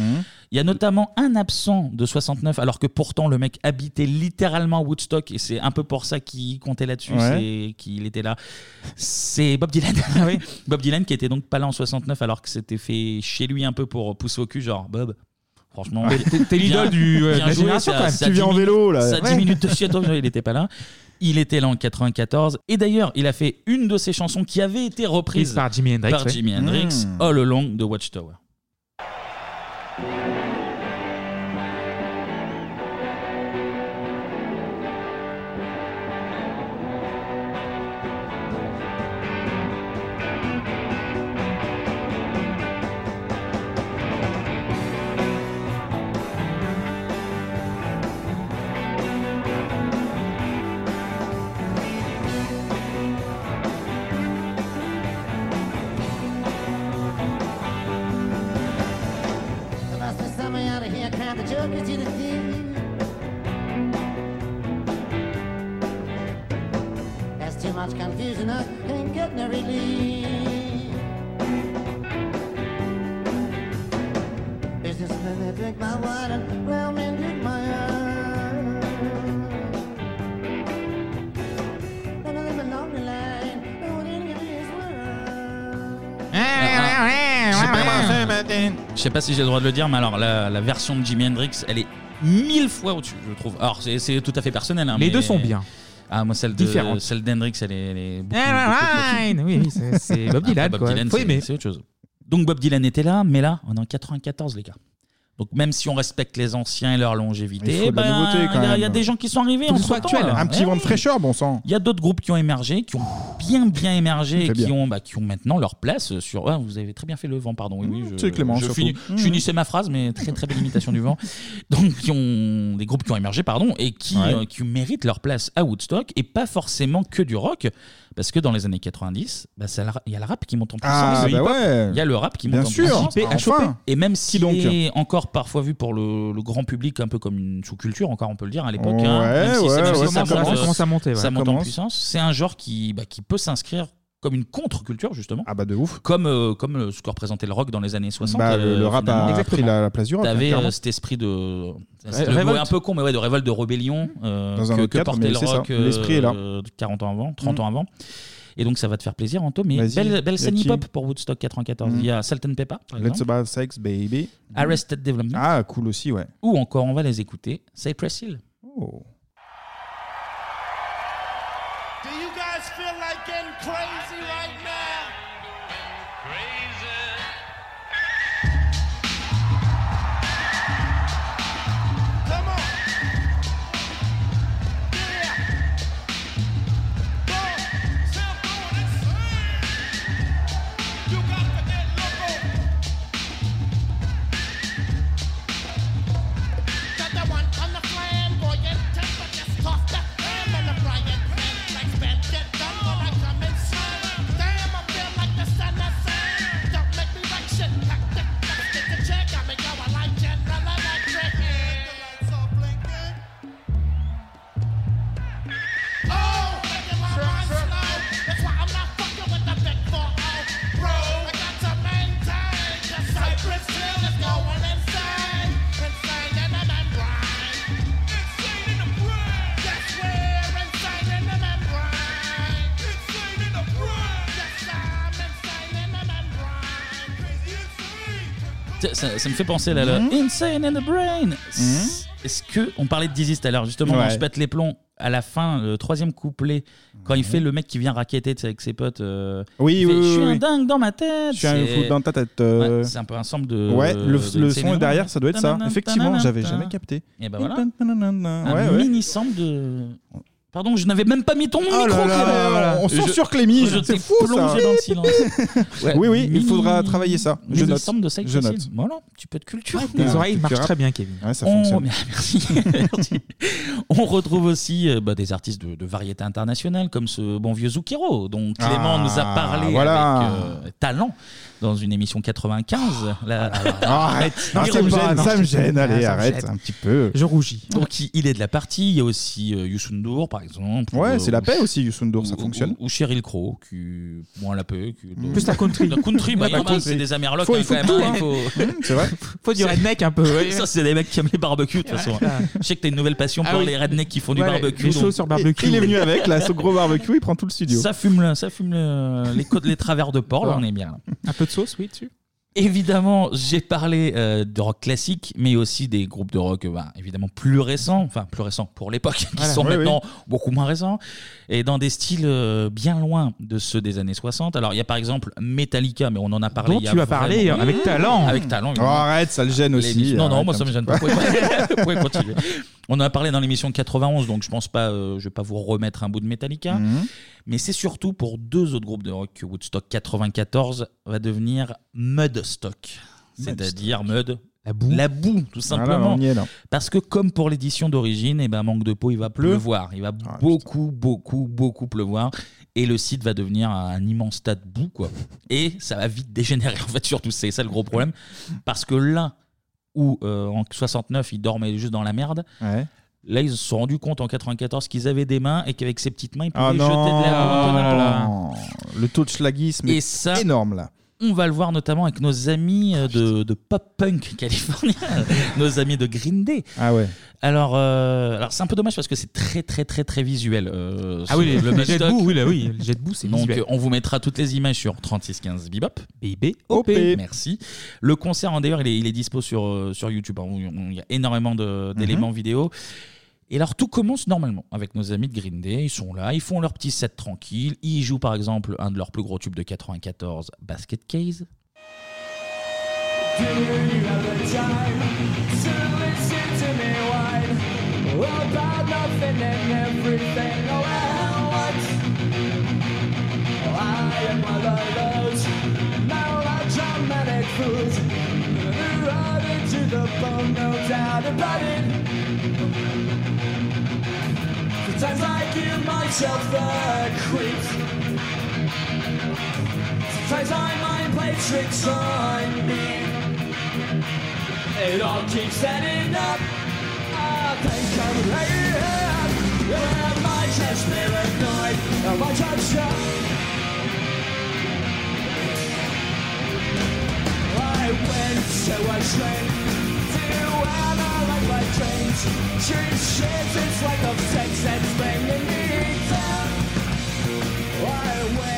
il y a notamment un absent de 69, alors que pourtant le mec habitait littéralement Woodstock. Et c'est un peu pour ça qu'il comptait là-dessus,
Ouais.
c'est qu'il était là. C'est Bob Dylan. Ah Bob Dylan qui était donc pas là en 69, alors que c'était fait chez lui un peu pour pousser au cul, genre Bob. Franchement,
Mais t'es- t'es l'idole
bien-
du, euh,
bien
de la
joué,
génération,
ça-
quand même.
ça
Tu viens en
10 minutes-
vélo, là.
Ça 10
Ouais.
minutes de suite, oh, il n'était pas là. Il était là en 94. Et d'ailleurs, il a fait une de ses chansons qui avait été reprise
Reprise par Jimi Hendrix,
par
ouais.
Jimi
Hmm.
Hendrix,
Mm.
All Along de Watchtower.
There must be somebody out of here kind of joke is you to think. There's too much confusion, us can't get no relief. Businessmen, they drink my wine and well men drink my iron. Then I live a lonely life, going into this world.
Je sais pas si j'ai le droit de le dire, mais alors la, la version de Jimi Hendrix, elle est mille fois au-dessus, je trouve. Alors c'est- c'est tout à fait personnel. hein,
Les
mais-
deux sont bien.
Ah, moi, celle de-
Différentes.
celle d'Hendrix, elle est, elle est beaucoup-
Ah,
beaucoup
ouais,
au-dessus.
ouais, Eh, oui, c'est- c'est Bob
Après,
Dylan,
Bob
quoi. Faut
c'est-
aimer.
c'est autre chose. Donc Bob Dylan était là, mais là, on est en 94, les gars. Donc même si on respecte les anciens et leur longévité,
Il faut de la
ben,
nouveauté, quand
il y a-
même.
il y, a des gens qui sont arrivés
Faut
en
que ce soit actuel. Un petit vent de fraîcheur, bon sang.
Il y a d'autres groupes qui ont émergé, qui ont bien bien émergé,
Il
et
fait
qui
bien.
ont, bah, qui ont maintenant leur place sur. Ah, vous avez très bien fait le vent, pardon. Oui, oui, je,
Mm, c'est Clément,
je,
surtout.
finis- je finissais ma phrase, mais très très belle imitation du vent. Donc qui ont des groupes qui ont émergé, pardon, et qui,
Ouais.
euh, qui méritent leur place à Woodstock, et pas forcément que du rock, parce que dans les années 90, bah, ça- il y a le rap qui monte en puissance.
Ah,
Le
bah
hip-hop.
ouais.
Il y a le rap qui
Bien
monte en
sûr.
puissance.
À choper.
Et même s'il
donc
est encore parfois vu pour le, le grand public un peu comme une sous-culture, encore on peut le dire à l'époque,
Ouais,
hein, même si,
ouais,
même si
ouais,
ça,
ça
monte,
commence,
euh,
commence à monter, ouais.
ça monte en
Commence.
puissance, c'est un genre qui, bah, qui peut s'inscrire comme une contre-culture justement. Ah bah de ouf. Comme, euh, comme euh, ce que représentait le rock dans les années 60.
Bah, le- le rap a
Euh, finalement.
pris la- la place du rock, hein,
T'avais
clairement.
euh, cet esprit de...
Ouais,
le mot est
révolte.
un peu con mais ouais, de révolte, de rébellion euh,
Dans un
que,
autre
que
cadre,
portait
mais
le
c'est ça,
rock euh,
l'esprit est là.
euh, 40 ans avant, 30
Mm.
ans avant. Et donc ça va te faire plaisir, Anto. Mais
Vas-y.
belle, belle scène
Y a qui
hip-hop pour Woodstock 94.
Mm.
Il y a Salt and Pepper, par
Let's
exemple.
About Sex, baby.
Arrested Development.
Ah, cool aussi, ouais. Oh.
Ou encore, on va les écouter, Cypress Hill.
Do you guys feel like getting crazy right now? Crazy. Come on. Yeah. Go. Still going insane. You got to get loco. Got the one on the flamboyant temper, just toss the ham on the Brian. Bend like Ben, get done when I come inside. Damn, I feel like the sun is out. Don't make me like shit. Pack the- pack the check. Got me going like General Electric. The lights are blinking. Oh, making my mind slow. That's why I'm not fucking with the big 4-0. Bro, I got to maintain. The Cypress Hill is going insane. Insane in the membrane. Insane in the brain. Yes, we're insane in the membrane. Insane in the brain. Yes, I'm insane in the membrane. Crazy insane.
Ça, ça- ça me fait penser là,
Mm. Mmh.
là. Insane in the brain. S- Est-ce que on parlait de Dizzy tout à l'heure justement
Mm-hmm. Ouais.
dans Je pète les plombs à la fin le troisième couplet quand il fait le mec qui vient raqueter tu sais, avec ses potes. euh,
Mm-hmm. Oui,
il fait,
oui,
Je suis
oui,
un
oui.
dingue dans ma tête.
Je suis un
C'est-
fou dans ta tête. euh.
Ouais, c'est un peu un ensemble de.
Ouais,
de-
le,
de
le
Insane in
son
the
est derrière,
Brain.
ça doit être ça.
Tanana,
Effectivement,
tanana,
j'avais
tanana.
jamais capté.
Et ben voilà.
Un
un
ouais. Oh
mini sample de. Pardon, je n'avais même pas mis ton micro.
là là,
Clément.
voilà. On
Je-
censure Clémy,
je
c'est
t'ai
fou, ça.
plongé dans le silence. Ouais,
Oui, oui, il
mini-
faudra travailler ça. Je
mini
note.
sample de Cypress
Je note.
Hill. Voilà, un petit peu de culture.
tes Ouais, oreilles culture marchent rap. très bien, Kevin. Ouais, ça fonctionne.
Merci. merci. On retrouve aussi euh, bah, des artistes de, de variété internationale comme ce bon vieux Zoukiro dont Clément
Ah,
nous a parlé
voilà.
avec euh, talent dans une émission 95. la-
Ah, Arrête. Non,
Il
ça me
rougit.
gêne,
Non,
ça me
je-
gêne.
Ah,
Allez,
ça me
arrête
gêne.
un petit peu.
Je rougis.
Donc il il est de la partie. Il y a aussi euh, Youssoundour, par exemple.
Ouais,
ou,
c'est la
euh,
paix aussi, Youssoundour, ça fonctionne. Mm.
Ou, ou Cheryl Crow, qui moins la paix. qui-
Plus la country.
La country, bah,
La
il y en a,
country.
c'est des Amerlocs
Faut-
hein,
il faut
quand même.
tout,
hein,
hein.
il faut-
C'est vrai.
Faut du redneck un peu, ouais.
Ça, c'est des mecs qui aiment les barbecues, de toute façon. Je sais que t'as une nouvelle passion
Ah
pour
oui.
les rednecks qui font du
Ouais,
barbecue.
les choses
donc-
sur
Et Il est venu avec, là, ce gros barbecue, il prend tout le studio. Ah.
Ça fume, le- ça fume le- les, côtes, les travers de porc, là, on est bien. là.
Un peu de sauce, oui, dessus.
Évidemment, j'ai parlé euh, de rock classique, mais aussi des groupes de rock euh, bah, évidemment plus récents, enfin plus récents pour l'époque, qui
Voilà.
sont
Oui,
maintenant
oui.
beaucoup moins récents, et dans des styles euh, bien loin de ceux des années 60. Alors il y a par exemple Metallica, mais on en a parlé.
Dont
il y a
tu as parlé euh,
vraiment-
avec talent.
Avec talent.
Oh, arrête,
ça le gêne
Les-
aussi,
Non, non,
arrête
moi
un
ça me
petit
gêne
peu.
pas. Vous pouvez- vous pouvez continuer. On en a parlé dans l'émission de 91, donc je pense pas, euh, je vais pas vous remettre un bout de Metallica.
Mhm.
Mais c'est surtout pour deux autres groupes de rock que Woodstock 94 va devenir Mudstock. C'est-à-dire Mud. La boue. tout
Voilà,
simplement.
on y est, là.
Parce que comme pour l'édition d'origine, eh ben, manque de peau, il va pleuvoir.
Ah,
Il va beaucoup, beaucoup, beaucoup pleuvoir. Et le site va devenir un immense tas de boue, quoi. Et ça va vite dégénérer, en fait, surtout. C'est ça le gros problème. Parce que là où, euh, en 69, ils dormaient juste dans la merde, là, ils se sont rendus compte en 94 qu'ils avaient des mains et qu'avec ces petites mains, ils pouvaient
Ah
jeter de la boue.
non,
Voilà.
Ah le taux de schlagisme
Et
est
ça-
énorme là. Ah,
On va le voir notamment avec nos amis euh, de, de pop punk californien, nos amis de Green Day.
Ah ouais.
Alors, euh, alors c'est un peu dommage parce que c'est très très très très visuel. euh,
Ah oui,
ce-
le jet de
Mudstock.
boue, oui, là, oui, le jet de boue, c'est
Donc,
visuel.
euh, on vous mettra toutes les images sur 3615 Bebop.
BIB.
Merci. Le concert, en d'ailleurs, il est, il est dispo sur, euh, sur YouTube. hein, où on- Il y a énormément de-
Mhm.
d'éléments vidéo. Et alors, tout commence normalement avec nos amis de Green Day. Ils sont là, ils font leur petit set tranquille. Ils jouent, par exemple, un de leurs plus gros tubes de 94, Basket Case.
Do you have the time to listen to me whine about nothing and everything? Oh, well, what? I am one of those melodramatic fools who run into the bone, no doubt about it. Sometimes I give myself the creeps. Sometimes I mind play tricks on me. It all keeps adding up. I think I'm laying Am I just paranoid? Am I just shot? I went to a train to analyze my dreams. Cheap shit, it's like a sex that's bringing me down. I went.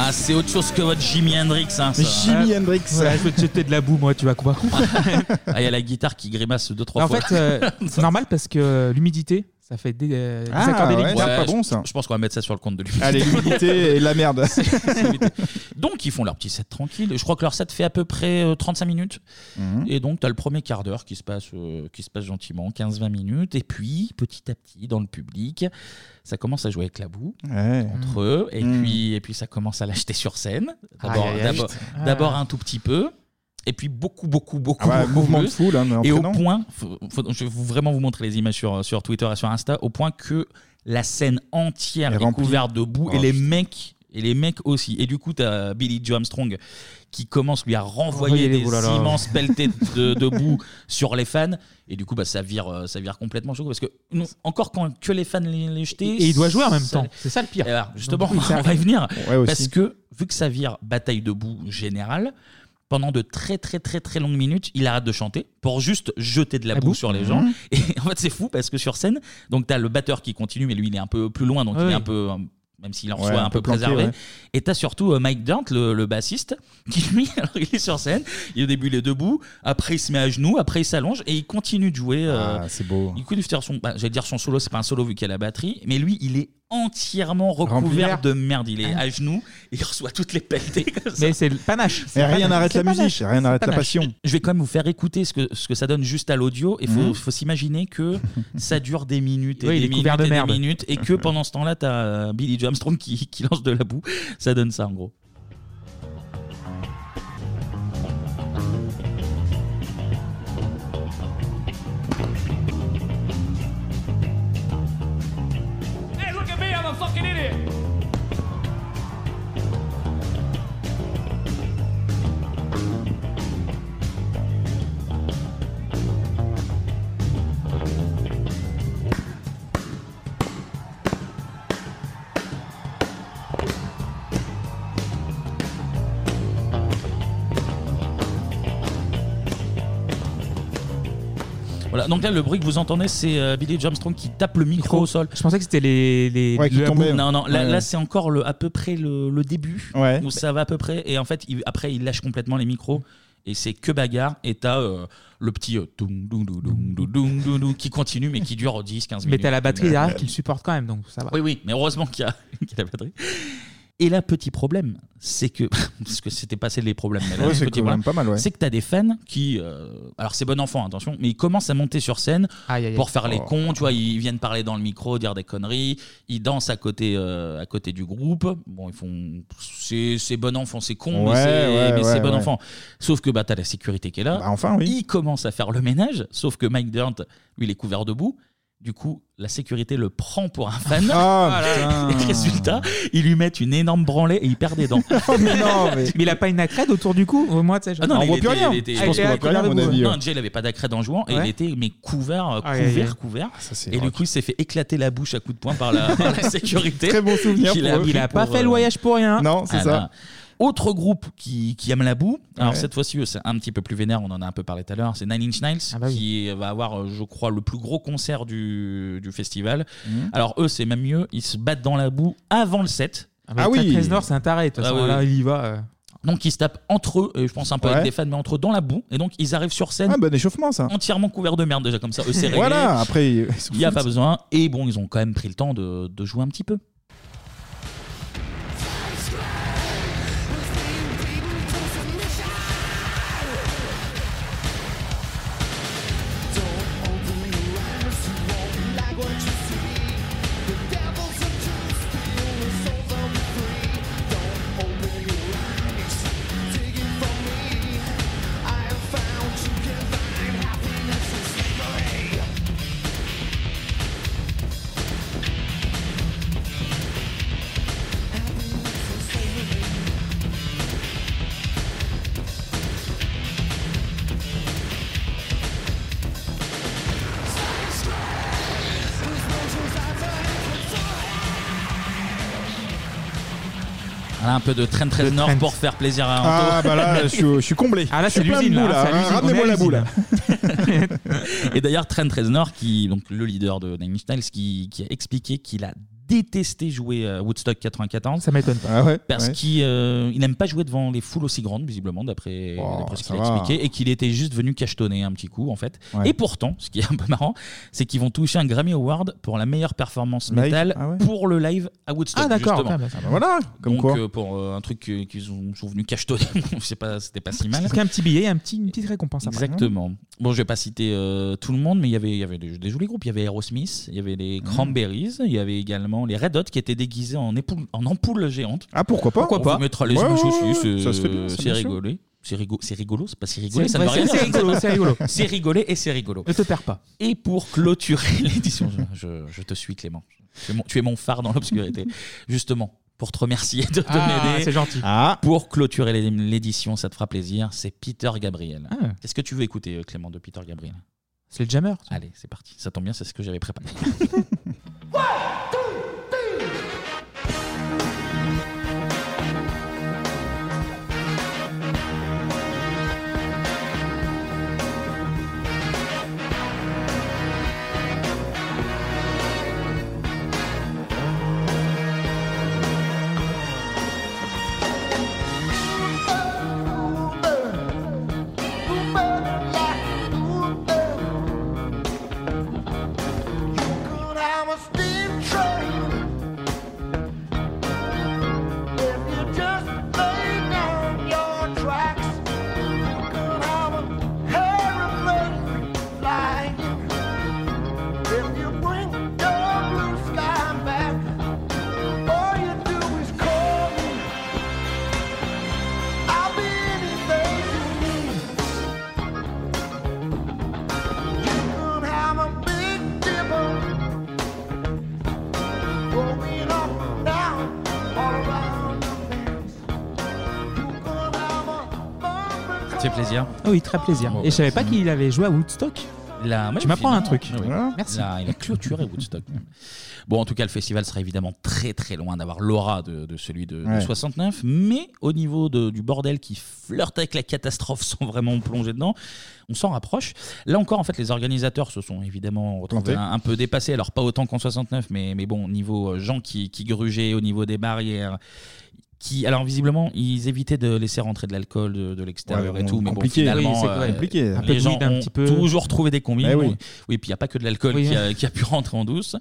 Ah, c'est autre chose que votre Jimi Hendrix. Hein, ça.
Ouais. Ouais, je vais te jeter de la boue, moi, tu vas comprendre.
Ah, il y a la guitare qui grimace deux, trois
en
fois.
fait, euh, c'est normal parce que l'humidité, ça fait des, euh, des
Ah,
accords délicates.
ouais, je- Je pense qu'on va mettre ça sur le compte de l'humidité.
Allez, l'humidité et la merde.
Donc, ils font leur petit set tranquille. Je crois que leur set fait à peu près euh, 35 minutes.
Mhm.
Et donc, tu as le premier quart d'heure qui, se passe, euh, qui se passe gentiment, 15-20 minutes. Et puis, petit à petit, dans le public, ça commence à jouer avec la boue
Ouais.
entre eux. Et,
Mm.
puis, et puis, ça commence à l'acheter sur scène. D'abord-
Aïe, aïe, aïe.
D'abord
Ah.
d'abord un tout petit peu. Et puis beaucoup, beaucoup, beaucoup.
Ah ouais,
beaucoup
mouvement de
plus.
foule, hein, mais
et au
entraînant.
point, faut- faut- je vais vous- vraiment vous montrer les images sur, sur Twitter et sur Insta, au point que la scène entière
Elle
est,
est remplie.
couverte de boue et
Oh,
les mecs. Et les mecs aussi. Et du coup, t'as Billy Joe Armstrong qui commence lui à renvoyer
Envoyer les-
des
oh là là.
immenses pelletées de, de boue sur les fans. Et du coup, bah, ça vire, euh, ça vire complètement chaud. Parce que non, encore quand que les fans les, les jetaient.
Et il doit jouer en même
ça-
temps. C'est ça le pire.
Et alors, justement,
Donc, oui, ça
on va y
arrive.
venir.
Ouais, aussi.
parce que vu que ça vire bataille debout générale, pendant de très très très très longues minutes, il arrête de chanter pour juste jeter de la,
La
boue,
boue.
sur les gens.
Mhm.
Et en fait, c'est fou parce que sur scène, donc t'as le batteur qui continue, mais lui il est un peu plus loin, donc il
Ah Oui.
est un peu, euh, même s'il en
Ouais,
soit un,
un
peu,
peu planqué,
préservé.
ouais.
Et t'as surtout euh, Mike Dent, le, le bassiste, qui lui, alors, il est sur scène, il, au début il est debout, après il se met à genoux, après il s'allonge et il continue de jouer. euh,
Ah, c'est beau.
il continue de faire son, bah, j'allais dire son solo, c'est pas un solo vu qu'il y a la batterie, mais lui il est entièrement recouvert
Rempli.
de merde. Il est
Ah.
à genoux, il reçoit toutes les pelletées. comme ça.
Mais c'est le panache.
C'est
C'est
pas
panache.
mal.
C'est
C'est pas
panache.
mal.
C'est
C'est pas
panache.
mal. Je vais quand même vous faire écouter ce que, ce que ça donne juste à l'audio. Il faut,
Mhm.
faut s'imaginer que ça dure des minutes et
Oui, il
des
est couvert
minutes
de
et des
merde.
minutes et que pendant ce temps-là, t'as euh, Billy Joe Armstrong qui, qui lance de la boue. Ça donne ça en gros.
Hey, look at me, I'm a fucking idiot.
Voilà. Donc là, le bruit que vous entendez, c'est euh, Billy Joe Armstrong qui tape le micro au sol.
Je pensais que c'était les. les
Ouais, qui
la
tombait.
boue.
Non, non, là, là, c'est encore le, à peu près le, le début
Ouais.
où ça va à peu près. Et en fait, il- après, il lâche complètement les micros et c'est que bagarre. Et t'as euh, le petit euh, doum, doum, doum, doum, doum, doum, doum, doum, qui continue mais qui dure 10-15 minutes.
Mais t'as la batterie derrière qui le supporte quand même, donc ça va.
Oui, oui, mais heureusement qu'il y, a- qu'il y a la batterie. Et là, petit problème, c'est que. Parce que c'était passé les problèmes. mais là,
Ouais, c'est
petit
quand même pas mal, ouais.
C'est que t'as des fans qui. euh, alors, c'est bon enfant, attention, mais ils commencent à monter sur scène
aïe.
pour faire les
Oh.
cons, tu vois. Ils viennent parler dans le micro, dire des conneries. Ils dansent à côté, euh, à côté du groupe. Bon, ils font. C'est c'est bon enfant, c'est con, mais
Ouais,
c'est
ouais,
mais c'est
ouais,
bon
ouais. Bah,
enfant. Sauf que bah, t'as la sécurité qui est là.
enfin, oui.
Il commence à faire le ménage, sauf que Mike Durant, lui, il est couvert de boue. Du coup, la sécurité le prend pour un fan.
Ah, putain.
et résultat, ils lui mettent une énorme branlée et il perd des dents.
Oh, mais non, mais... il a pas une accrède autour du cou Au moins, tu sais, je-
Ah non, mais il était- il était-
Ah, il est couvert de boue.
Non, déjà, il avait pas d'accrède en jouant et
Ouais.
il était mais couvert, euh,
Ah, aïe, aïe.
couvert, couvert.
c'est
Et du coup, il s'est fait éclater la bouche à coups de poing par la, par la sécurité.
Très bon souvenir
Il a,
pour eux.
il a
Il a pas
pour,
fait le
euh,
voyage pour rien. Non,
c'est
Ah,
ça.
bah. Autre groupe qui, qui aime la boue, alors
Ouais.
cette fois-ci eux, c'est un petit peu plus vénère, on en a un peu parlé tout à l'heure, c'est Nine Inch Nails
Ah bah
qui va avoir, euh, je crois, le plus gros concert du, du festival.
Mhm.
Alors eux, c'est même mieux, ils se battent dans la boue avant le set. Ah
bah, Ah oui. Chuck Reznor, c'est un taré, de toute façon, là, il y va. euh.
Donc ils se tapent entre eux, et je pense un peu
Ouais.
avec des fans, mais entre eux dans la boue, et donc ils arrivent sur scène
Ah, bon échauffement, ça.
entièrement couverts de merde déjà, comme ça, eux c'est réglé.
Voilà, après, ils s'en
Il n'y a
foutent.
pas besoin, et bon, ils ont quand même pris le temps de, de jouer un petit peu. Voilà, un peu de train très nord pour faire plaisir à Anto.
Ah, bah là, je suis, je suis comblé.
Ah, là,
Je suis
c'est
plein de
l'usine,
boue,
là, c'est à
hein.
l'usine, on
Ramenez-moi
est à
la boule.
Et d'ailleurs, Trent Reznor, qui, donc, le leader de Nine Inch Nails, qui, qui a expliqué qu'il a détesté jouer à Woodstock 94.
Ça m'étonne
pas. Ah ouais,
parce
ouais.
qu'il euh, il n'aime pas jouer devant les foules aussi grandes, visiblement, d'après d'après ce
Oh, ça
qu'il a
va. hein.
expliqué, et qu'il était juste venu cachetonner un petit coup, en fait.
Ouais.
Et pourtant, ce qui est un peu marrant, c'est qu'ils vont toucher un Grammy Award pour la meilleure performance
Live.
métal
Ah ouais.
pour le live à Woodstock.
Ah, d'accord.
justement.
Ah, bah, Ah, bah, voilà, comme
Donc,
quoi.
euh, pour euh, un truc euh, qu'ils ont- sont venus cachetonner, je sais pas, c'était pas si mal.
Parce qu'il y a un petit billet, un petit, une petite récompense. après.
Exactement. Bon, je vais pas citer euh, tout le monde, mais il y avait, il y avait des, des jolis groupes. Il y avait Aerosmith, il y avait les Cranberries, il y avait également les Red Hot qui étaient déguisés en, époule, en ampoule géante.
Ah, pourquoi pas
Pourquoi
On
pas
vous mettra les
les
images aussi,
aussi,
c'est-
ça se fait bien, ça,
c'est
bien sûr.
rigolé.
C'est rigolo, c'est rigolo, c'est pas si rigolé,
C'est-
ça ne veut
ouais,
rien
c'est-
dire.
c'est rigolo, c'est rigolo.
C'est rigolé et c'est rigolo.
Ne te perds pas.
Et pour clôturer l'édition, je, je- je te suis Clément. Tu es mon, tu es mon phare dans l'obscurité. Justement, pour te remercier de, de
Ah,
m'aider.
c'est gentil.
Pour clôturer l'é- l'édition, ça te fera plaisir, c'est Peter Gabriel.
Ah.
Qu'est-ce que tu veux écouter, euh, Clément, de Peter Gabriel
C'est le jammer.
Allez, c'est parti. Ça tombe bien, c'est ce que j'avais préparé.
I'm a steam train. If you just lay down your tracks, you could have a aeroplane flying. If you bring your blue sky back, all you do is call me. I'll be anything you need. You could have a big dipper going up and down all around the fence. You could have a
Ça fait plaisir.
Ah oui, très plaisir.
Bon,
Et je savais
bah,
pas qu'il avait joué à Woodstock.
Là,
tu m'apprends un truc.
Merci. il a clôturé Woodstock. bon, en tout cas, le festival sera évidemment très très loin d'avoir l'aura de, de celui de, de
Ouais.
69, mais au niveau de- du bordel qui flirte avec la catastrophe sans vraiment plonger dedans, on s'en rapproche. Là encore, en fait, les organisateurs se sont évidemment retrouvés
Plantés.
un, un peu dépassés. Alors, pas autant qu'en 69, mais, mais bon, au niveau euh, gens qui, qui grugeaient, au niveau des barrières. Qui, alors visiblement ils évitaient de laisser rentrer de l'alcool de, de l'extérieur
Ouais,
et
bon,
tout mais bon
compliqué.
finalement euh,
Oui, c'est compliqué. Un peu
les
de
gens
weed, un
ont
petit peu.
toujours trouvé des combines
Eh oui.
oui. Oui, puis il n'y a pas que de l'alcool
Oui.
qui, a- qui a pu rentrer en douce.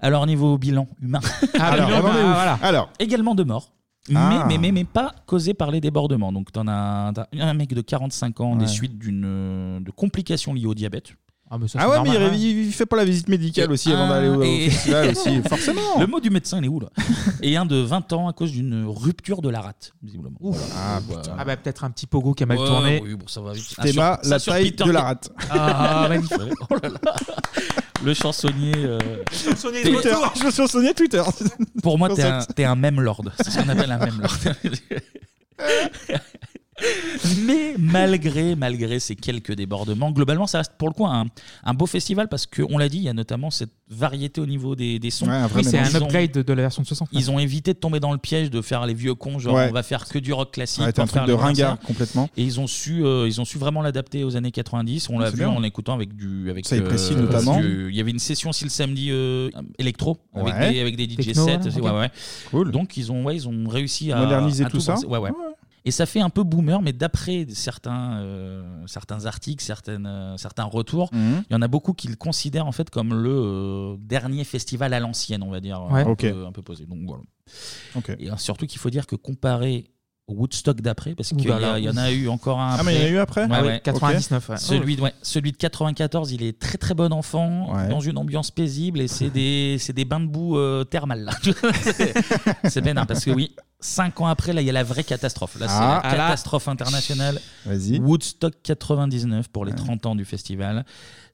Alors, niveau bilan humain.
Alors, bilan on en humain, est où ah, voilà.
Également de morts. Mais,
Ah.
mais, mais, mais pas causé par les débordements. Donc, t'en as, t'as un mec de 45 ans
Ouais.
des suites d'une, euh, de complications liées au diabète. Ah,
Ah ouais, mais il, réveille- il fait pas la visite médicale aussi avant d'aller au, au
et-
festival aussi, forcément.
Le mot du médecin, il est où là Et un de 20 ans à cause d'une rupture de la rate, visiblement. Voilà.
Ah,
Donc, euh,
bah peut-être un petit pogo qui a mal
Ouais,
tourné.
oui, bon, ça va vite.
C'était
Ah,
ma
sur- ça sur Peter Ca-
Ah, magnifique.
Oh là là. Le chansonnier. euh, t'es-
Twitter. Je me suis sonné Twitter.
Pour moi, t'es un,
Concept.
t'es un même lord. C'est ce qu'on appelle un même lord. Mais malgré, malgré ces quelques débordements, globalement, ça reste pour le coup un, un beau festival parce qu'on l'a dit, il y a notamment cette variété au niveau des, des sons.
oui, c'est un
Ils ont-
upgrade de la version de 60.
ils ont évité de tomber dans le piège de faire les vieux cons, genre
Ouais.
on va faire que du rock classique.
Ouais, t'es
on va
un
faire
truc de
les concerts.
ringard, complètement.
Et ils ont su, euh, ils ont su vraiment l'adapter aux années 90. On
Ouais,
l'a
c'est
vu
bien.
en écoutant avec du, avec. euh,
Ça y précise notamment.
du- euh, il y avait une session aussi le samedi euh, électro avec,
Ouais.
des, avec des DJ
Techno,
sets.
voilà,
c'est-
ok.
ouais, ouais. Donc ils ont, ouais, ils ont réussi à
Moderniser
à
tout ça.
brasser. Ouais, ouais.
Ouais.
Et ça fait un peu boomer, mais d'après certains, euh, certains articles, certaines, euh, certains retours, il
Mhm.
y en a beaucoup qui le considèrent en fait comme le euh, dernier festival à l'ancienne, on va dire, euh,
Ouais.
un,
Ok.
peu, un peu posé. Donc voilà. Et euh, surtout qu'il faut dire que comparé au Woodstock d'après, parce
Ouh
qu'il y,
là là.
a- il y en a eu encore un.
Ah, mais il y en a eu après
Ouais,
Ah oui,
ouais.
99, ouais.
Celui, de- ouais, celui de 94, il est très très bon enfant,
Ouais.
dans une ambiance paisible, et c'est des, c'est des bains de boue euh, thermales. là. C'est- c'est bénin, parce que oui, 5 ans après, là, il y a la vraie catastrophe. Là, c'est
Ah.
la
Ah là.
catastrophe internationale.
Vas-y.
Woodstock 99 pour les 30 ans du festival.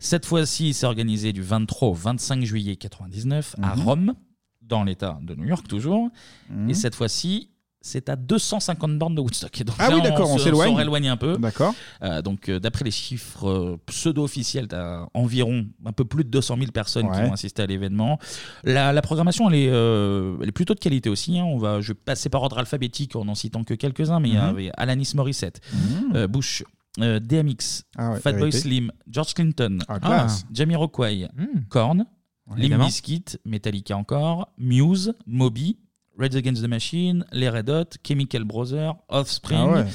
Cette fois-ci, il s'est organisé du 23 au 25 juillet 99 à
Mhm.
Rome, dans l'État de New York toujours.
Mhm.
Et cette fois-ci, c'est à 250 bornes de Woodstock. Et donc
Ah
là,
oui, d'accord, on
se-
s'éloigne.
s'en rééloigne un peu.
D'accord.
Euh, donc, euh, d'après les chiffres euh, pseudo-officiels, tu environ un peu plus de 200 000 personnes qui
Ouais.
ont assisté à l'événement. La, la programmation, elle est, euh, elle est plutôt de qualité aussi. hein. On va, je vais passer par ordre alphabétique en en citant que quelques-uns, mais il y
Mhm.
avait Alanis Morissette,
Mhm.
euh, Bush. euh, DMX,
Ah ouais,
Fatboy
vérité.
Ah,
Slim, George Clinton,
classe.
Jamie Jamiroquai, Korn, Limp
Hmm. évidemment.
Bizkit, Metallica encore, Muse, Moby, Rage Against the Machine, les Red Hot, Chemical Brothers, Offspring,
Ah ouais.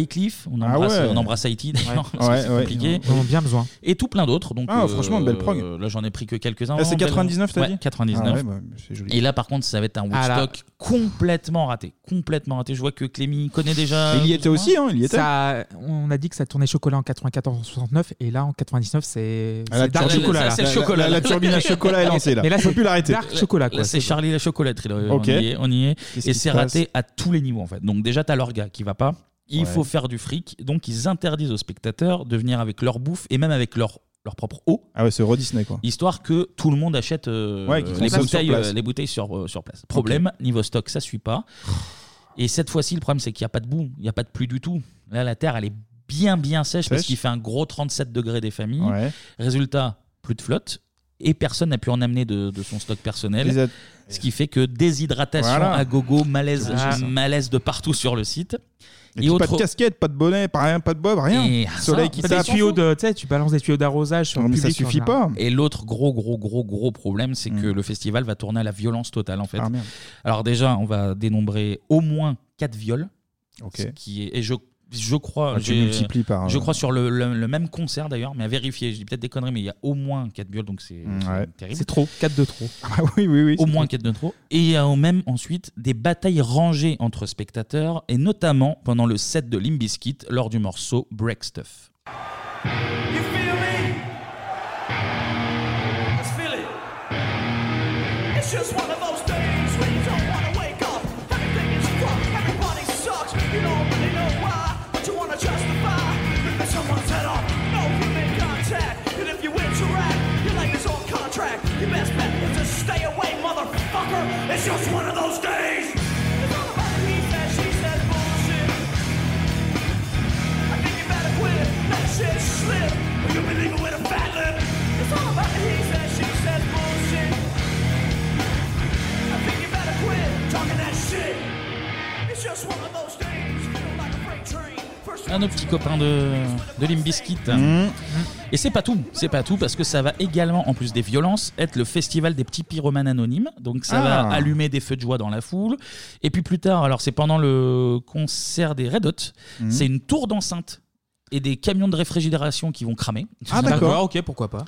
Wycliffe, on
Ah
embrasse,
ouais.
on embrasse Haïti d'ailleurs,
Ouais.
parce que
Ouais,
c'est
ouais.
compliqué.
Ils en ont bien besoin.
Et tout plein d'autres. Donc, euh,
Ah, franchement, une belle prog.
Là, j'en ai pris que quelques-uns.
Ah, c'est
Vraiment belle-
99, t'as
Ouais,
dit
99.
Ah ouais, bah, c'est joli.
Et là, par contre, ça va être un
Ah là.
Woodstock complètement raté. Complètement raté. Je vois que Clémy connaît déjà. Woodstock.
hein, Ça- on a dit que ça tournait chocolat en 94 en 69 et là en 99 c'est
Ah, la
c'est dark
turbine-
chocolat.
ça,
là.
c'est le chocolat, là.
Mais là
On peut
c'est
plus l'arrêter.
Dark chocolat
Là,
quoi.
c'est Charlie la chocolaterie. là.
Ok.
On y est. on y est.
Qu'est-ce
Et
qui
c'est
se passe
raté à tous les niveaux en fait. Donc déjà, t'as l'orga qui va pas. Il
Ouais.
faut faire du fric. Donc ils interdisent aux spectateurs de venir avec leur bouffe et même avec leur leur propre eau.
Ah ouais, c'est Euro Disney quoi.
Histoire que tout le monde achète euh,
Ouais, qu'ils
les,
consomment
bouteilles,
sur
euh,
place.
les bouteilles sur, euh, sur place. Problème, niveau stock, ça suit pas. Et cette fois-ci, le problème, c'est qu'il n'y a pas de boue, il n'y a pas de pluie du tout. Là, la terre, elle est bien, bien sèche, parce
Sèche.
qu'il fait un gros 37 degrés des familles.
Ouais.
Résultat, plus de flotte. Et personne n'a pu en amener de, de son stock personnel.
Les a-
Ce qui fait que déshydratation
Voilà.
à gogo, malaise,
Ah.
malaise de partout sur le site.
Et puis, Pas de casquette, pas de bonnet, pas rien, pas de bob, rien.
Et
Soleil
ça,
qui
pas
tape.
Bah, des tuyaux
de, tu, sais, tu balances des tuyaux d'arrosage sur le public. en général.
Et l'autre gros, gros, gros, gros problème, c'est
Mm.
que le festival va tourner à la violence totale, en fait.
Ah, merde.
Alors, déjà, on va dénombrer au moins 4 viols.
Ok.
Ce qui est, et je, je crois.
Ah, tu
j'ai-
multiplies par, euh,
Je crois sur le, le- le même concert, d'ailleurs, mais à vérifier. Je dis peut-être des conneries, mais il y a au moins 4 viols, donc c'est
Mm,
c'est terrible.
C'est trop, 4 de trop.
oui, oui, oui.
Au moins 4 de trop. Et il y a au même ensuite des batailles rangées entre spectateurs, et notamment pendant le set de Limbiskit lors du morceau Break Stuff.
Let's feel it. It's just one of those days where you don't wanna wake up. Everything is fucked, everybody sucks. You don't really know why, but you wanna justify. Ripping someone's head off, no human contact. And if you interact, your life is on contract. Your best bet is to stay away, motherfucker. It's just one of those days. It's all about the he said, she said bullshit. I think you better quit, let shit slip. Or you'll be leaving with a fat lip. It's all about the he said, she said bullshit. I think you better quit talking that shit. It's just one of those days, feel like a freight train. First
à nos petits copains de, de Limbiskit.
Mm.
Et c'est pas tout, c'est pas tout, parce que ça va également, en plus des violences, être le festival des petits pyromanes anonymes. Donc ça va
Ah.
allumer des feux de joie dans la foule. Et puis plus tard, alors c'est pendant le concert des Red Hot,
Mhm.
c'est une tour d'enceinte et des camions de réfrigération qui vont cramer.
Ah, d'accord, ok, pourquoi pas.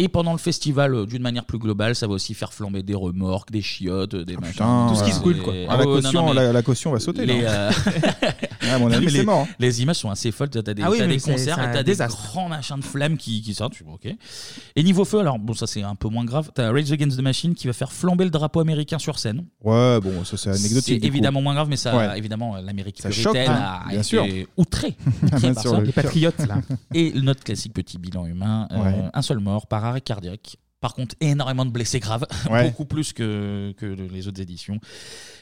Et pendant le festival, euh, d'une manière plus globale, ça va aussi faire flamber des remorques, des chiottes, euh, des machins.
Ah, putain, Tout ce qui se brûle,
Et-
quoi. Ah,
Ah
la
ouais, ouais, non,
caution-
non, mais
la- la caution va sauter,
les,
là.
euh,
à mon
Non,
avis,
mais
c'est
les-
mort, hein.
Les images sont assez folles. T'as t'as des,
Ah oui,
t'as
mais
des
c'est-
concerts et
c'est un
t'as des
désastre.
grands machins de flammes qui, qui sortent. Tu vois, ok. Et niveau feu, alors bon, ça c'est un peu moins grave. T'as Rage Against the Machine qui va faire flamber le drapeau américain sur scène.
Ouais, bon, ça c'est anecdotique.
C'est
du coup.
évidemment moins grave, mais ça,
Ouais.
évidemment, euh, l'Amérique
Ça
puritaine
choque, hein,
a
bien
été
sûr.
outrée.
Bien
outrée par
sûr,
ça.
le Les pire. patriotes, là.
Et notre classique petit bilan humain, euh,
Ouais.
un seul mort par arrêt cardiaque. Par contre, énormément de blessés graves,
Ouais.
beaucoup plus que, que les autres éditions.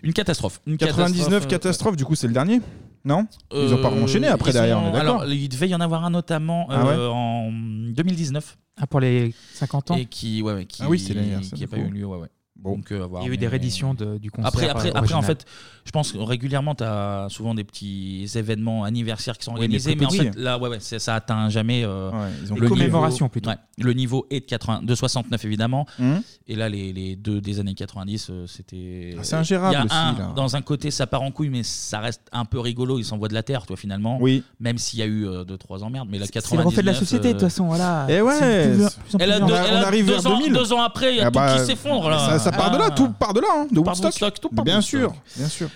Une catastrophe. Une
99
catastrophe, euh,
catastrophe, du coup, c'est le dernier Non Ils ont pas
euh,
enchaîné après
ils
derrière,
ont-
on est d'accord
Alors, il devait y en avoir un notamment euh,
Ah ouais
en 2019.
Ah, pour les 50 ans.
Et qui, ouais, ouais, qui,
Ah oui, c'était l'anniversaire,
qui a
du
pas
coup.
eu lieu, ouais, ouais. Donc, euh, à voir,
Il y a eu
mais-
des rééditions de- du concert,
Après,
euh,
après, après en
original.
fait, je pense que régulièrement, tu as souvent des petits événements anniversaires qui sont
Oui, mais
organisés,
plus
mais, en
petits.
fait, là, ouais, ouais, ça, ça atteint jamais euh,
ils ont
le
plus de
niveau-
commémoration, plutôt.
ouais, le niveau est de, 80, de 69, évidemment.
Hmm.
Mhm.
Et là, les, les deux des années 90, euh, c'était.
Ah, c'est ingérable
Il y a
aussi,
un-
là.
Dans un côté, ça part en couille, mais ça reste un peu rigolo. Ils s'envoient de la terre, toi, finalement.
Oui.
Même s'il y a eu 2-3 emmerdes. Mais la
C'est le
99.
reflet de la société,
euh,
de toute façon, voilà.
Et Eh ouais,
C'est de plus en- plus en
elle a
plus
deux-
en-
elle a deux Eh ans- deux ans après, il y a
Ah
tout
bah,
qui s'effondre, là.
Ça, ça part de là,
Ah.
tout part de là, hein, de
Tout part de
Woodstock.
Woodstock, tout part de
bien
Woodstock.
sûr, bien sûr.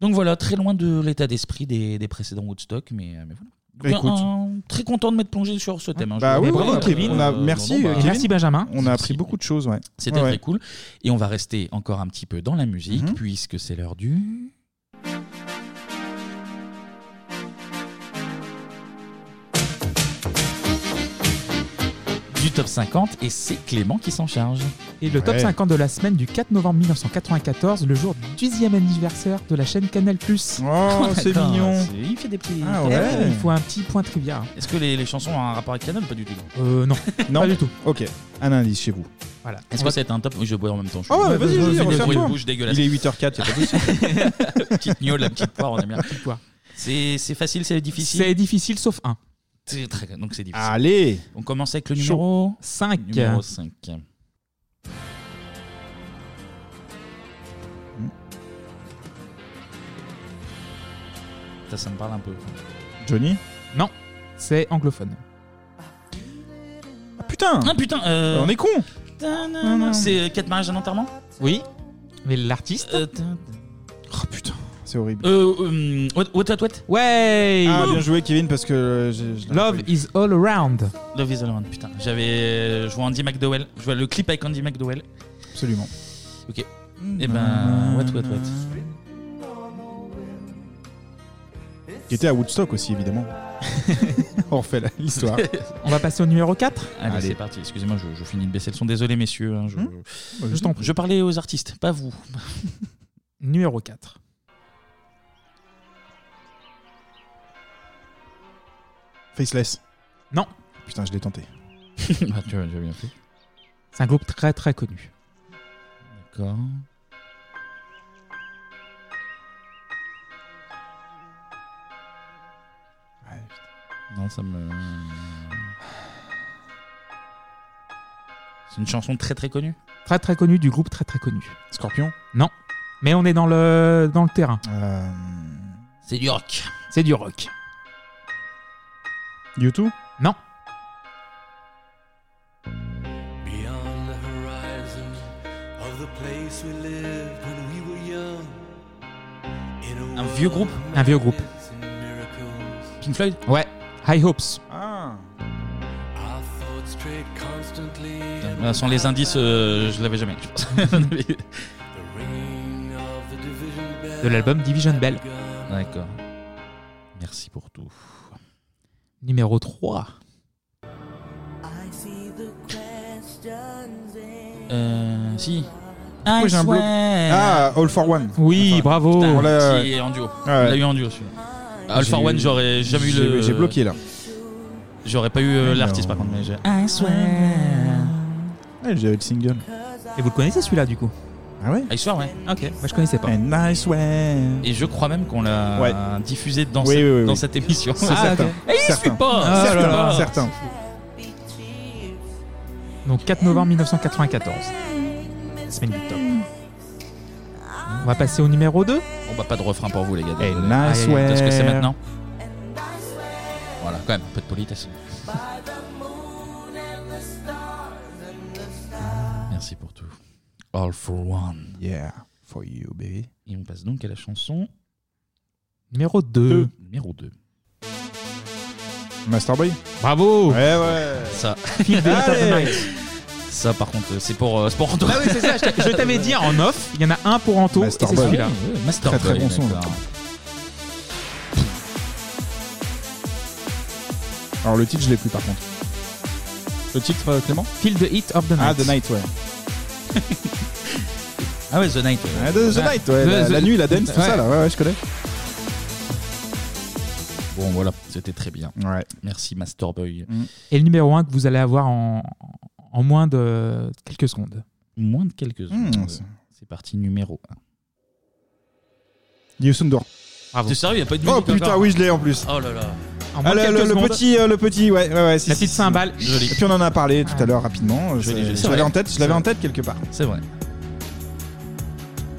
Donc voilà, très loin de l'état d'esprit des, des précédents Woodstock, mais, mais voilà. hein, Donc,
Bah, Écoute.
un- très content de m'être plongé sur ce thème. hein, je
Bah
dois
oui,
avouer.
bravo,
Euh,
Kevin. On a- merci, euh,
bon, bah,
Kevin. Merci, Benjamin. On a
Merci.
appris beaucoup de choses, ouais.
C'était
Ouais, ouais.
très cool. Et on va rester encore un petit peu dans la musique,
Mhm.
puisque c'est l'heure du. Du top 50, et c'est Clément qui s'en charge.
Et le top
Ouais.
50 de la semaine du 4 novembre 1994, le jour du 10e anniversaire de la chaîne Canal+.
Oh, c'est
Attends,
mignon.
c'est- Il fait des petits.
Ah ouais. Il faut un petit point trivia.
Est-ce que les, les chansons ont un rapport avec Canon Pas du tout.
Euh, non.
Non.
Pas du tout.
Ok, un indice chez vous.
Voilà.
Est-ce que c'est un top Oui, je bois en même temps. je
Ah ouais,
suis-
vas-y,
je
vas-y,
fais des
refais-toi.
bruits de bouche dégueulasses.
Il est 8h04, il a pas de souci.
petite gnôle, la petite poire, on aime bien.
poire.
C'est c'est facile, c'est difficile.
C'est difficile sauf un.
C'est très- Donc c'est difficile.
Allez
On commence avec le numéro
5.
Numéro 5.
Hmm.
Ça, ça me parle un peu.
Johnny
Non, c'est anglophone.
Putain
Ah putain euh,
On est con
C'est euh, Quatre mariages à enterrement
Oui. Mais l'artiste
Oh putain, c'est horrible.
Euh, euh, what, what, what, what
Ouais
Ah, bien joué, Kevin, parce que. euh, j'ai- je l'ai
Love
pas eu.
is all around.
Love is all around, putain. J'avais. Je vois Andy McDowell. Je vois le clip avec Andy McDowell.
Absolument.
Ok. Et ben. What, what, what
Qui était à Woodstock aussi, évidemment. On refait la- l'histoire.
On va passer au numéro Ah, 4
Allez,
Allez.
Ah, bah,
Hmm
c'est parti. Excusez-moi, je, je finis de baisser le son. Désolé, messieurs. hein, je,
oh,
Bah,
Je t'en prie.
je parlais aux artistes, pas vous.
Numéro 4.
Faceless.
Non,
Putain, je l'ai tenté.
Ah, tu as bien fait.
c'est un groupe très très connu.
D'accord. Non, ça me. C'est une chanson très très connue.
Très très connu du groupe très très connu.
Scorpion
Non. Mais on est dans le, dans le terrain.
euh...
C'est du rock.
C'est du rock.
U2
Non.
Beyond the horizon of the place we lived when we were young. In a
Un vieux groupe
Un vieux groupe.
world and miracles,
Pink Floyd
Ouais. High Hopes.
Ah
our thoughts strayed constantly.
Ah, Sans les indices, euh, je l'avais jamais. je pense.
The ringing of the division bell.
De l'album Division Bell.
D'accord. Merci pour tout.
Numéro 3.
Euh. Si.
j'ai un bloc Ah, All for One.
Oui,
Enfin,
bravo. Ah,
Putain,
on l'a-
qui est en duo.
Ah Oh, ouais.
On l'a eu en duo celui-là. All for
J'ai-
One, j'aurais jamais Ah, eu
J'ai-
le.
J'ai bloqué là.
J'aurais pas eu euh,
Mais
l'artiste
non.
par contre, mais j'ai.
Ouais, J'avais le single.
Et vous le connaissez celui-là du coup
Ah ouais
I swear, ouais.
Ok. Moi je connaissais pas.
A nice way.
Et je crois même qu'on l'a
Ouais.
Euh, diffusé dans,
Oui,
cette,
oui, oui,
dans
oui.
cette émission.
C'est certain.
Ah, ok.
Et il
Certain.
suit pas
Ah
certain.
là là.
Certain.
Donc 4 novembre 1994. Semaine du top. On va passer au numéro 2.
Bon bah pas de refrain pour vous les gars.
A
désolé.
nice
Aïe, aïe,
way.
Parce que c'est maintenant. Voilà, quand même, un peu de politesse. Merci pour tout. All for one.
Yeah, for you, baby.
Et on passe donc à la chanson
Numéro 2.
numéro 2.
Masterboy
Bravo
Ouais, ouais.
Ça,
Feel the heat of the
Allez.
night.
ça par contre, euh, c'est pour, euh, c'est pour Antoine.
Ah oui, c'est ça, je t'a- je t'avais dit en off, il y en a un pour Anto, et c'est
Master Boy.
celui-là.
Ouais, Master
Très, très
Boy,
bon son,
d'accord.
là. Alors le titre, je l'ai plus par contre. Le titre, euh, Clément
Feel the heat of the night.
Ah, The Night, ouais.
Ah ouais, The Night. ouais.
Ah, the, the Night, ouais.
The-
la,
the-
la nuit, la dance, tout
Ouais.
ça, là. Ouais, ouais, je connais.
Bon voilà, c'était très bien.
Ouais.
Merci Master Boy.
Et le numéro 1 que vous allez avoir en, en moins de quelques secondes.
Moins de quelques
Mmh,
secondes.
c'est-
c'est parti numéro 1.
Yusundur.
Bravo.
T'es sérieux, y a pas eu de
Oh
musique
putain,
encore
oui, je l'ai en plus.
Oh là là.
En moins
Ah,
de
le,
quelques
le- le
secondes,
petit, euh, le petit, ouais, ouais, ouais. si,
la
si,
petite
si.
cymbale.
Joli.
Et puis on en a parlé tout à l'heure rapidement. euh,
Joli,
c'est-
joli.
Je
C'est
l'avais
vrai.
en tête, je l'avais en tête quelque part.
C'est vrai.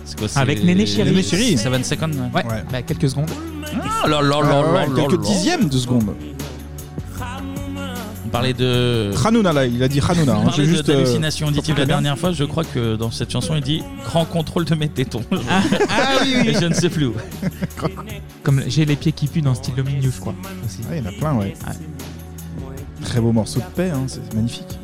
C'est quoi c'est-
Avec Néné Chéri.
Néné Chéri.
Seven Seconds ouais.
Ouais,
Ouais.
bah, quelques secondes.
Oh là là là
Ouais,
là
ouais,
là
quelques
là.
dixièmes de seconde.
On parlait de.
Hanouna là, il a dit Hanouna.
Euh. On
hein,
parlait de-
j'ai juste. euh,
d'hallucination auditive la
très bien.
dernière fois. Je crois que dans cette chanson, il dit grand contrôle de mes tétons.
Ah oui,
Et je ne sais plus où.
Comme j'ai les pieds qui puent dans style Dominion, je crois. aussi.
Ouais, Ah, il y en a plein, ouais. Très beau morceau de paix, hein, c'est magnifique.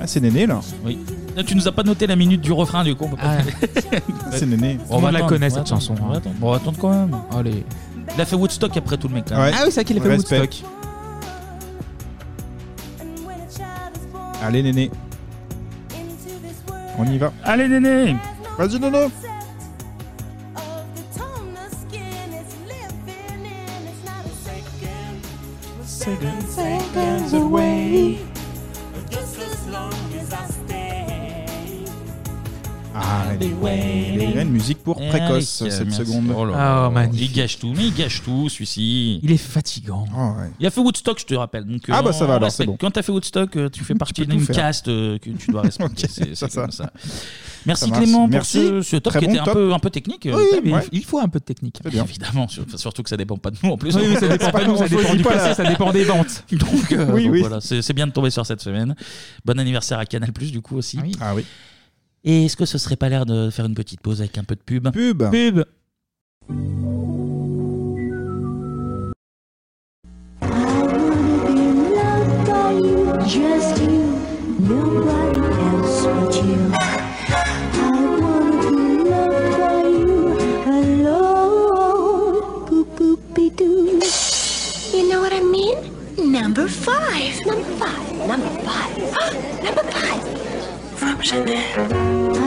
Ah, c'est Néné là.
Oui. Là, tu nous as pas noté la minute du refrain du coup. On, peut pas-
Ah,
Ah, c'est Néné.
Tout le monde la
attendre,
connaît,
on va
cette
attendre,
chanson,
On va
hein.
attendre, on va attendre quand même.
allez.
Il a fait Woodstock après tout le mec. quand même.
Ouais.
Ah oui, c'est vrai qu'il a fait
Respect.
Woodstock.
Allez Néné, on y va.
Allez Néné
Vas-y Néné. Ah, elle est- il y a une musique pour précoce
Eric,
cette
merci.
seconde.
Oh là là.
Oh, magnifique.
Il gâche tout, mais il gâche tout, celui-ci.
Il est fatigant.
Oh, ouais.
Il a fait Woodstock, je te rappelle. Donc, euh,
Ah bah,
on
ça va alors, c'est
respecte.
bon.
Quand t'as fait Woodstock, euh, tu fais partie
peux tout
d'une
faire.
caste euh, que tu dois respecter.
Ok,
c'est c'est
ça,
comme ça. Merci
Ça marche.
Clément pour
Merci.
ce, ce top
Très
qui
bon
était un
top.
peu, un peu technique.
Oui,
Euh,
mais ouais.
il faut un peu de technique.
bien.
Évidemment, sur- surtout que ça dépend pas de nous en plus.
Oui, oui, ça dépend pas de nous, ça
On
dépend
choisit
du
pas
passé,
la-
ça dépend des ventes.
Donc, euh,
Oui,
donc
oui.
voilà, c'est c'est bien de tomber sur cette semaine. Bon anniversaire à Canal Plus du coup aussi.
Ah oui.
Et est-ce que ce serait pas l'air de faire une petite pause avec un peu de pub
Pub.
Pub.
Just you, nobody else but you. I want to love for you alone. Boop boop be doo. You know what I mean? Number five. Number five. Number five. Ah, Number five. From Jeanette.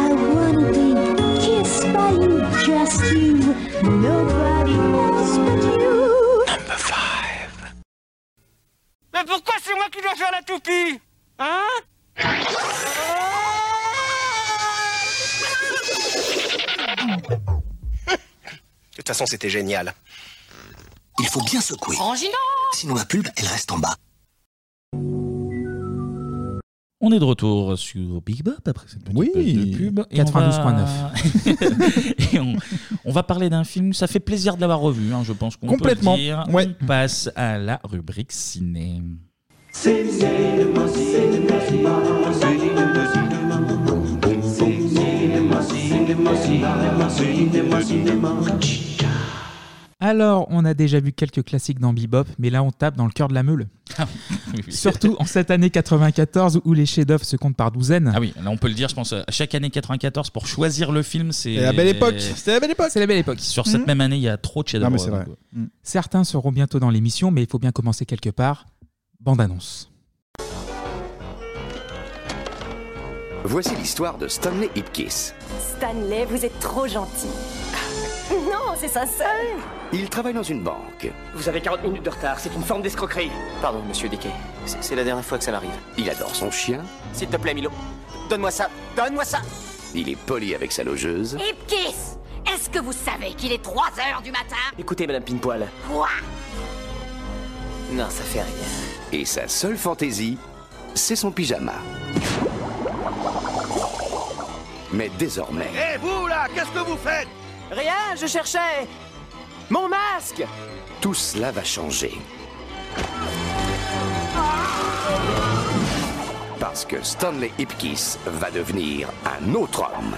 I want to be kissed by you, just you, nobody else but you. Number five.
Mais pourquoi c'est moi qui dois faire la toupie Hein
De toute façon, c'était génial. Il faut bien secouer. Sinon, la pulpe, elle reste en bas.
On est de retour sur Big Bob après cette petite
Oui.
pause de pub. Et on va-
92.9.
Et on, on va parler d'un film, ça fait plaisir de l'avoir revu, hein, je pense qu'on
Complètement,
peut le dire.
ouais.
On passe à la rubrique ciné.
Alors, on a déjà vu quelques classiques dans Bebop, mais là on tape dans le cœur de la meule.
Ah
Surtout en cette année 94 où les chefs-d'œuvre se comptent par douzaines.
Ah oui, là on peut le dire, je pense, à chaque année 94, pour choisir le film, c'est.
C'est la belle époque,
C'était
la belle époque
C'est la belle époque.
Sur cette
Mhm.
même année, il y a trop de chefs-d'œuvre. euh, donc, ouais.
Mm.
Certains seront bientôt dans l'émission, mais il faut bien commencer quelque part. Bande annonce.
Voici l'histoire de Stanley Ipkiss.
Stanley, vous êtes trop gentil. Non, c'est sa sœur.
Il travaille dans une banque.
Vous avez 40 minutes de retard, c'est une forme d'escroquerie.
Pardon, monsieur Dickey. C'est la dernière fois que ça m'arrive. Il adore son chien.
S'il te plaît, Milo. Donne-moi ça. Donne-moi ça.
Il est poli avec sa logeuse.
Ipkiss, est-ce que vous savez qu'il est 3 heures du matin
Écoutez, Madame Pinpoil.
Quoi
Non, ça fait rien. Et sa seule fantaisie, c'est son pyjama. Mais désormais,
Hé, Eh, vous là, qu'est-ce que vous faites
Rien, je cherchais. Mon masque
tout cela va changer. Parce que Stanley Ipkiss va devenir un autre homme.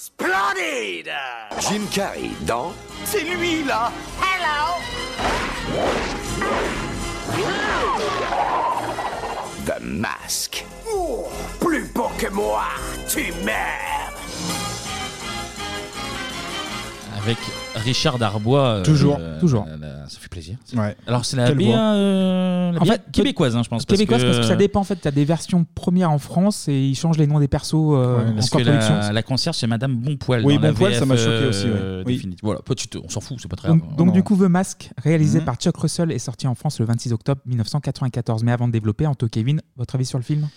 Splendide
Jim Carrey dans
C'est lui là Hello
The Mask.
Oh, Plus beau que moi, tu m'aimes
euh, Avec Richard Darbois. euh,
Toujours,
euh,
toujours.
euh, ça fait plaisir.
Ouais.
Alors c'est la
Quelle voix.
BA, euh, la
En
BA
fait,
québécoise, hein, je pense.
Québécoise, parce que ça
dépend
dépend en fait. T'as des versions premières en France et ils changent les noms des persos euh, en
Parce que
production.
la, la concierge, c'est Madame Bonpoil.
Oui,
dans la
Bonpoil,
VF,
ça m'a choqué
euh,
aussi, oui. Oui.
définitive. Voilà, toi, tu te- on s'en fout, c'est pas très grave.
Donc, donc,
Non.
du coup, The Mask, réalisé
Mhm.
par Chuck Russell, est sorti en France le 26 octobre 1994. Mais avant de développer, Anto Kevin, votre avis sur le film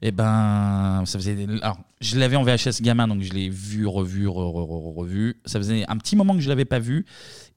Eh ben, ça faisait. Alors, je l'avais en VHS gamin, donc je l'ai vu, revu, re- re- re- revu. Ça faisait un petit moment que je l'avais pas vu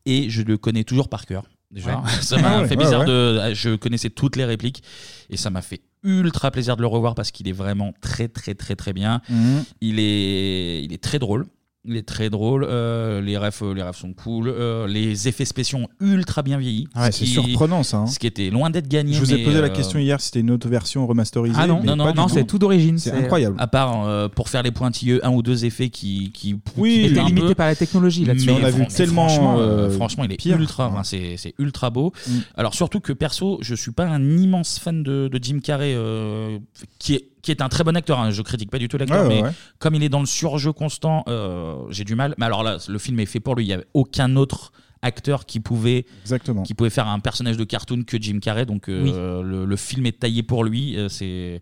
et je le connais toujours par cœur. Déjà,
Ouais.
ça m'a
Ah ouais,
fait
ouais,
bizarre
ouais.
de. Je connaissais toutes les répliques et ça m'a fait ultra plaisir de le revoir parce qu'il est vraiment très très très très bien.
Mhm.
Il est il est très drôle. Il est très drôle. euh, les refs les refs sont cool. euh, les effets spéciaux ont ultra bien vieilli.
Ah Ouais,
ce
c'est
qui-
surprenant, ça, hein.
Ce qui était loin d'être gagné.
Je vous ai
mais,
posé
euh,
la question hier si c'était une autre version remasterisée.
ah non,
mais
non,
pas
non,
du
non, c'est tout d'origine.
C'est incroyable.
À part euh, pour faire les pointilleux, un ou deux effets qui, qui
Oui,
qui
était
pètent un
limité
peu.
par la technologie, là-dessus.
Mais
On a vu
fran- mais
tellement,
Franchement, euh,
euh,
franchement, il est
pire.
ultra. hein, c'est c'est ultra beau.
Mm.
Alors surtout que perso, je suis pas un immense fan de, de Jim Carrey, euh, qui est qui est un très bon acteur. hein, je critique pas du tout l'acteur,
Ouais, ouais,
mais
ouais.
comme il est dans le surjeu constant, euh, j'ai du mal. Mais alors là, le film est fait pour lui. Il y avait aucun autre acteur qui pouvait qui pouvait faire un personnage de cartoon que Jim Carrey donc euh,
Oui.
le, le film est taillé pour lui euh, c'est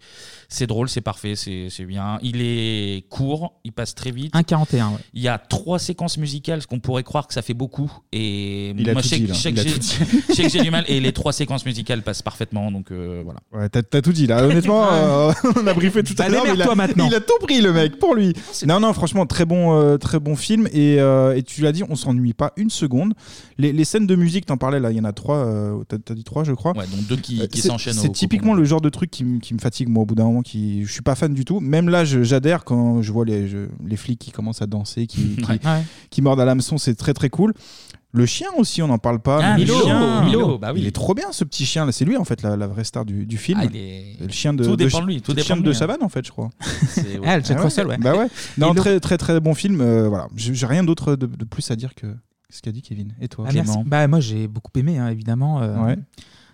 c'est drôle c'est parfait c'est c'est bien il est court il passe très vite
1,41. ouais.
il y a trois séquences musicales, ce qu'on pourrait croire que ça fait beaucoup. Et
Il a
moi,
tout
je sais
dit,
que-
là.
je sais
Il
que
a
j'ai-
tout dit.
je sais que j'ai du mal. Et les trois séquences musicales passent parfaitement. Donc euh, voilà.
Ouais, t'as, t'as tout dit là. Honnêtement, euh, on a briefé tout à
Bah,
l'heure. mais il,
démerde-toi
a-
maintenant.
il a tout pris le mec pour lui. Non, non, franchement, très bon, euh, très bon film. Et, euh, et tu l'as dit, on s'ennuie pas une seconde. Les, les scènes de musique, t'en parlais là, il y en a trois, euh, t'as t'as dit trois, je crois.
Ouais, donc deux qui-
Euh,
qui
c'est-
s'enchaînent au
C'est
Coco
typiquement le genre de truc qui, m- qui me fatigue, moi, au bout d'un moment. Qui, je suis pas fan du tout. Même là, je- j'adhère quand je vois les, je- les flics qui commencent à danser, qui, qui,
Ouais. Ouais.
qui mordent à l'hameçon, c'est très très cool. Le chien aussi, on n'en parle pas.
Ah,
mais
Milo,
le chien,
Milo, bah oui.
Il est trop bien ce petit chien là. C'est lui en fait la, la vraie star du, du film.
Ah, il est-
Le chien de,
Tout
de-
dépend de lui, tout
le
dépend
chien
de
de
lui, hein.
Savane en fait, je crois.
C'est- ouais. Ah, le Jack Russell, ouais.
Bah ouais. Non,
Et donc-
très très très bon film. euh, voilà, j'ai j'ai rien d'autre de, de plus à dire que que ce qu'a dit Kevin. Et toi,
Ah, merci. Bah, moi, j'ai beaucoup aimé, hein, évidemment. euh,
Ouais.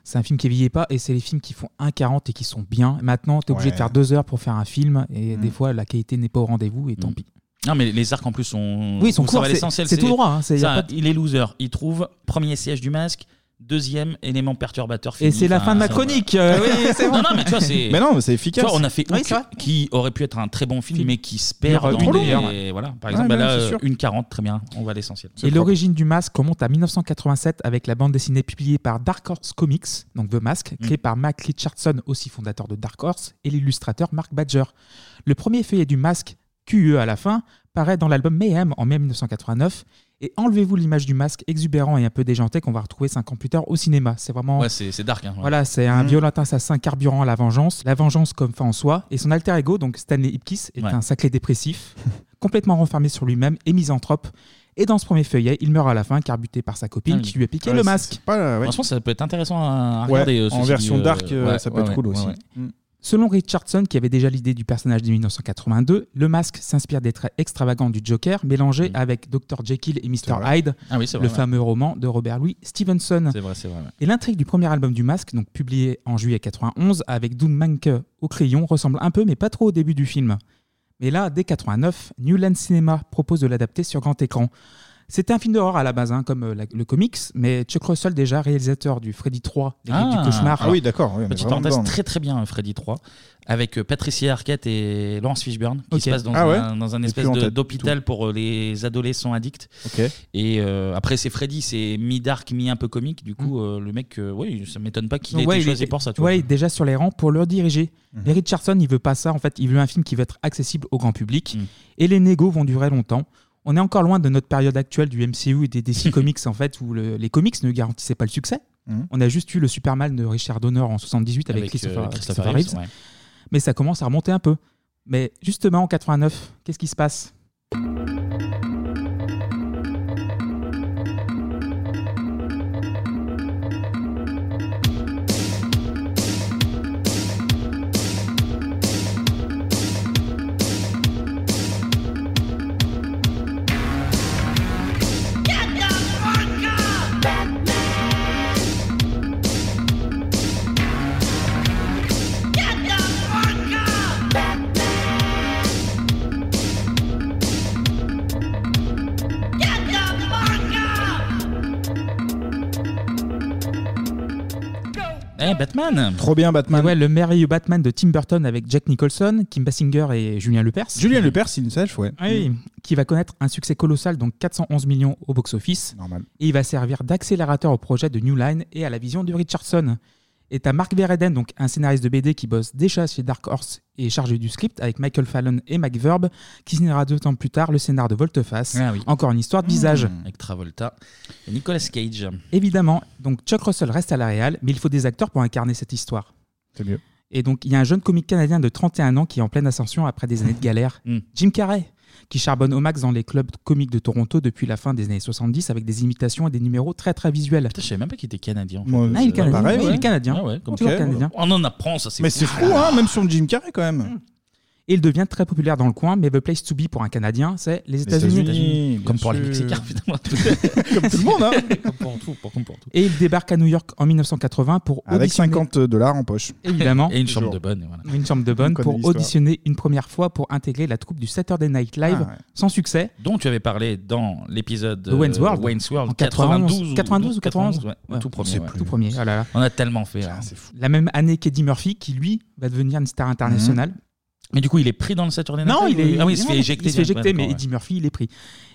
C'est un film qui vieillit pas et c'est les films qui font 1,40 et qui sont bien. Maintenant, tu es obligé
Ouais. Mm.
de faire deux heures pour faire un film et des fois, la qualité n'est pas au rendez-vous et tant pis.
Non, mais les arcs en plus sont.
Oui, ils sont
ça va
courts,
à
c'est-
l'essentiel,
c'est tout droit, hein, c'est- y a
ça,
pas de-
Il est loser. Il trouve premier siège du masque, deuxième élément perturbateur. fini.
Et c'est la
Enfin,
fin de ma
ça,
chronique,
voilà.
euh, oui, c'est
Non,
vrai.
non, mais tu vois, c'est.
Mais non, mais c'est efficace.
Tu vois, on a fait
Oui,
Hook,
c'est vrai.
qui aurait pu être un très bon film, mais qui se
Trop
perd dans
long,
des-
d'ailleurs.
et Voilà. Par
Ouais,
exemple,
non,
là,
c'est
euh,
sûr.
1,40, très bien. On va à l'essentiel.
Et l'origine du masque remonte à 1987 avec la bande dessinée publiée par Dark Horse Comics, donc The Mask,
Mm.
créée par Mac Richardson, aussi fondateur de Dark Horse, et l'illustrateur Mark Badger. Le premier feuillet du masque, QE à la fin, paraît dans l'album Mayhem en mai 1989. Et enlevez-vous l'image du masque exubérant et un peu déjanté qu'on va retrouver 5 ans plus tard au cinéma. C'est vraiment.
Ouais, c'est c'est dark. hein, ouais.
Voilà, c'est un
Mhm.
violent assassin carburant à la vengeance, la vengeance comme fin en soi, et son alter ego, donc Stanley Ipkiss, est
Ouais.
un sacré dépressif, complètement renfermé sur lui-même et misanthrope. Et dans ce premier feuillet, il meurt à la fin, car buté par sa copine
Ah,
qui
mais-
lui a piqué
Ouais,
le
c'est-
masque.
c'est Franchement, ça peut être intéressant à à
Ouais,
regarder. euh,
en
ceci dit,
version
euh,
dark, euh,
ouais,
ça peut
ouais,
être
ouais,
cool
ouais,
aussi.
ouais.
Mm. Selon Richardson, qui avait déjà l'idée du personnage de 1982, le masque s'inspire des traits extravagants du Joker, mélangés avec Dr. Jekyll et Mr. Hyde,
Ah oui, Mm. c'est vrai,
le
ouais.
fameux roman de Robert Louis Stevenson.
C'est vrai, c'est vrai. ouais.
Et l'intrigue du premier album du Masque, donc publié en juillet 91 avec Doom Manke au crayon, ressemble un peu mais pas trop au début du film. Mais là, dès 89, New Line Cinema propose de l'adapter sur grand écran. C'était un film d'horreur à la base, hein, comme euh, la- le comics, mais Chuck Russell, déjà réalisateur du Freddy 3, Les Griffes du Cauchemar.
Petite parenthèse très très bien, hein, Freddy 3, avec euh, Patricia Arquette et Laurence Fishburne, qui
Ok.
se passe dans
Ah ouais
un, dans un
J'ai
espèce
plus en
de-
tête,
d'hôpital pour euh, les adolescents addicts.
Ok.
Et euh, après, c'est Freddy, c'est mi-dark, mi-un peu comique. Du coup,
Mm.
euh, le mec, euh, ouais, ça m'étonne pas qu'il ait
Ouais,
été
il
choisi
était-
pour ça. Tu
ouais, déjà sur les rangs pour le diriger.
Mhm.
Mais Richardson, il veut pas ça. En fait, il veut un film qui va être accessible au grand public.
Mhm.
Et les négos vont durer longtemps. On est encore loin de notre période actuelle du MCU et des DC Comics, en fait, où le- les comics ne garantissaient pas le succès.
Mhm.
On a juste eu le Superman de Richard Donner en 78 avec,
Avec,
Christopher,
euh, Christopher
Christopher
Reeves,
Reeves.
ouais.
Mais ça commence à remonter un peu. Mais justement, en 89, qu'est-ce qui se passe
Eh, Batman
Trop bien, Batman.
Ouais, le merveilleux Batman de Tim Burton avec Jack Nicholson, Kim Basinger et Julien Lepers.
Julien Lepers, il sèche, ouais.
Oui, qui va connaître un succès colossal, donc 411 millions au box-office. Et il va servir d'accélérateur au projet de New Line et à la vision de Richardson. Et t'as Mark Vereden, donc un scénariste de BD qui bosse déjà chez Dark Horse et est chargé du script avec Michael Fallon et Mike Verb, qui signera deux temps plus tard le scénar de Volteface.
Ah oui.
Encore une histoire de visage.
Mmh.
mm, Avec Travolta et Nicolas Cage.
Évidemment, donc Chuck Russell reste à la réal, mais il faut des acteurs pour incarner cette histoire.
C'est mieux.
Et donc, il y a un jeune comique canadien de 31 ans qui est en pleine ascension après des années de galère,
Mm.
Jim Carrey, qui charbonne au max dans les clubs comiques de Toronto depuis la fin des années 70 avec des imitations et des numéros très très visuels.
Putain, je savais même pas qu'il était canadien. en
Ah, il est canadien.
bah, Pareil,
Oui,
ouais.
il est canadien.
Ah ouais, comme
Toujours
ça.
canadien.
On en apprend, ça c'est
Mais c'est
Ah
fou,
là là.
hein, même sur Jim Carrey quand même.
Et il devient très populaire dans le coin, mais The Place to Be pour un Canadien, c'est les États-Unis.
États-Unis,
Comme
bien
pour les
sûr.
Mexicains, putain. moi, tout-
Comme tout le monde, hein.
Comme pour tout, pour- comme pour tout.
Et il débarque à New York en 1980 pour
Avec
auditionner-
50 dollars en poche.
Évidemment.
Et une chambre de bonne. voilà.
hein. Une chambre de
On
bonne
connaît
pour
l'histoire.
auditionner une première fois pour intégrer la troupe du Saturday Night Live
Ah ouais.
sans succès.
dont tu avais parlé dans l'épisode
De Wayne's
euh,
World.
Wayne's World
En
92,
92 ou 91
ouais,
Ouais.
tout premier.
On sait
ouais.
plus. Tout premier, oh là là.
On a tellement fait. hein.
La même année qu'Eddie Murphy, qui lui va devenir une star internationale.
Mhm.
Mais du coup, il est pris dans le Saturday Night
Non,
Live
il est.
ou- Ah oui, il se
non,
fait éjecter.
Il se fait éjecter,
directement,
mais
ouais.
Eddie Murphy, il est pris.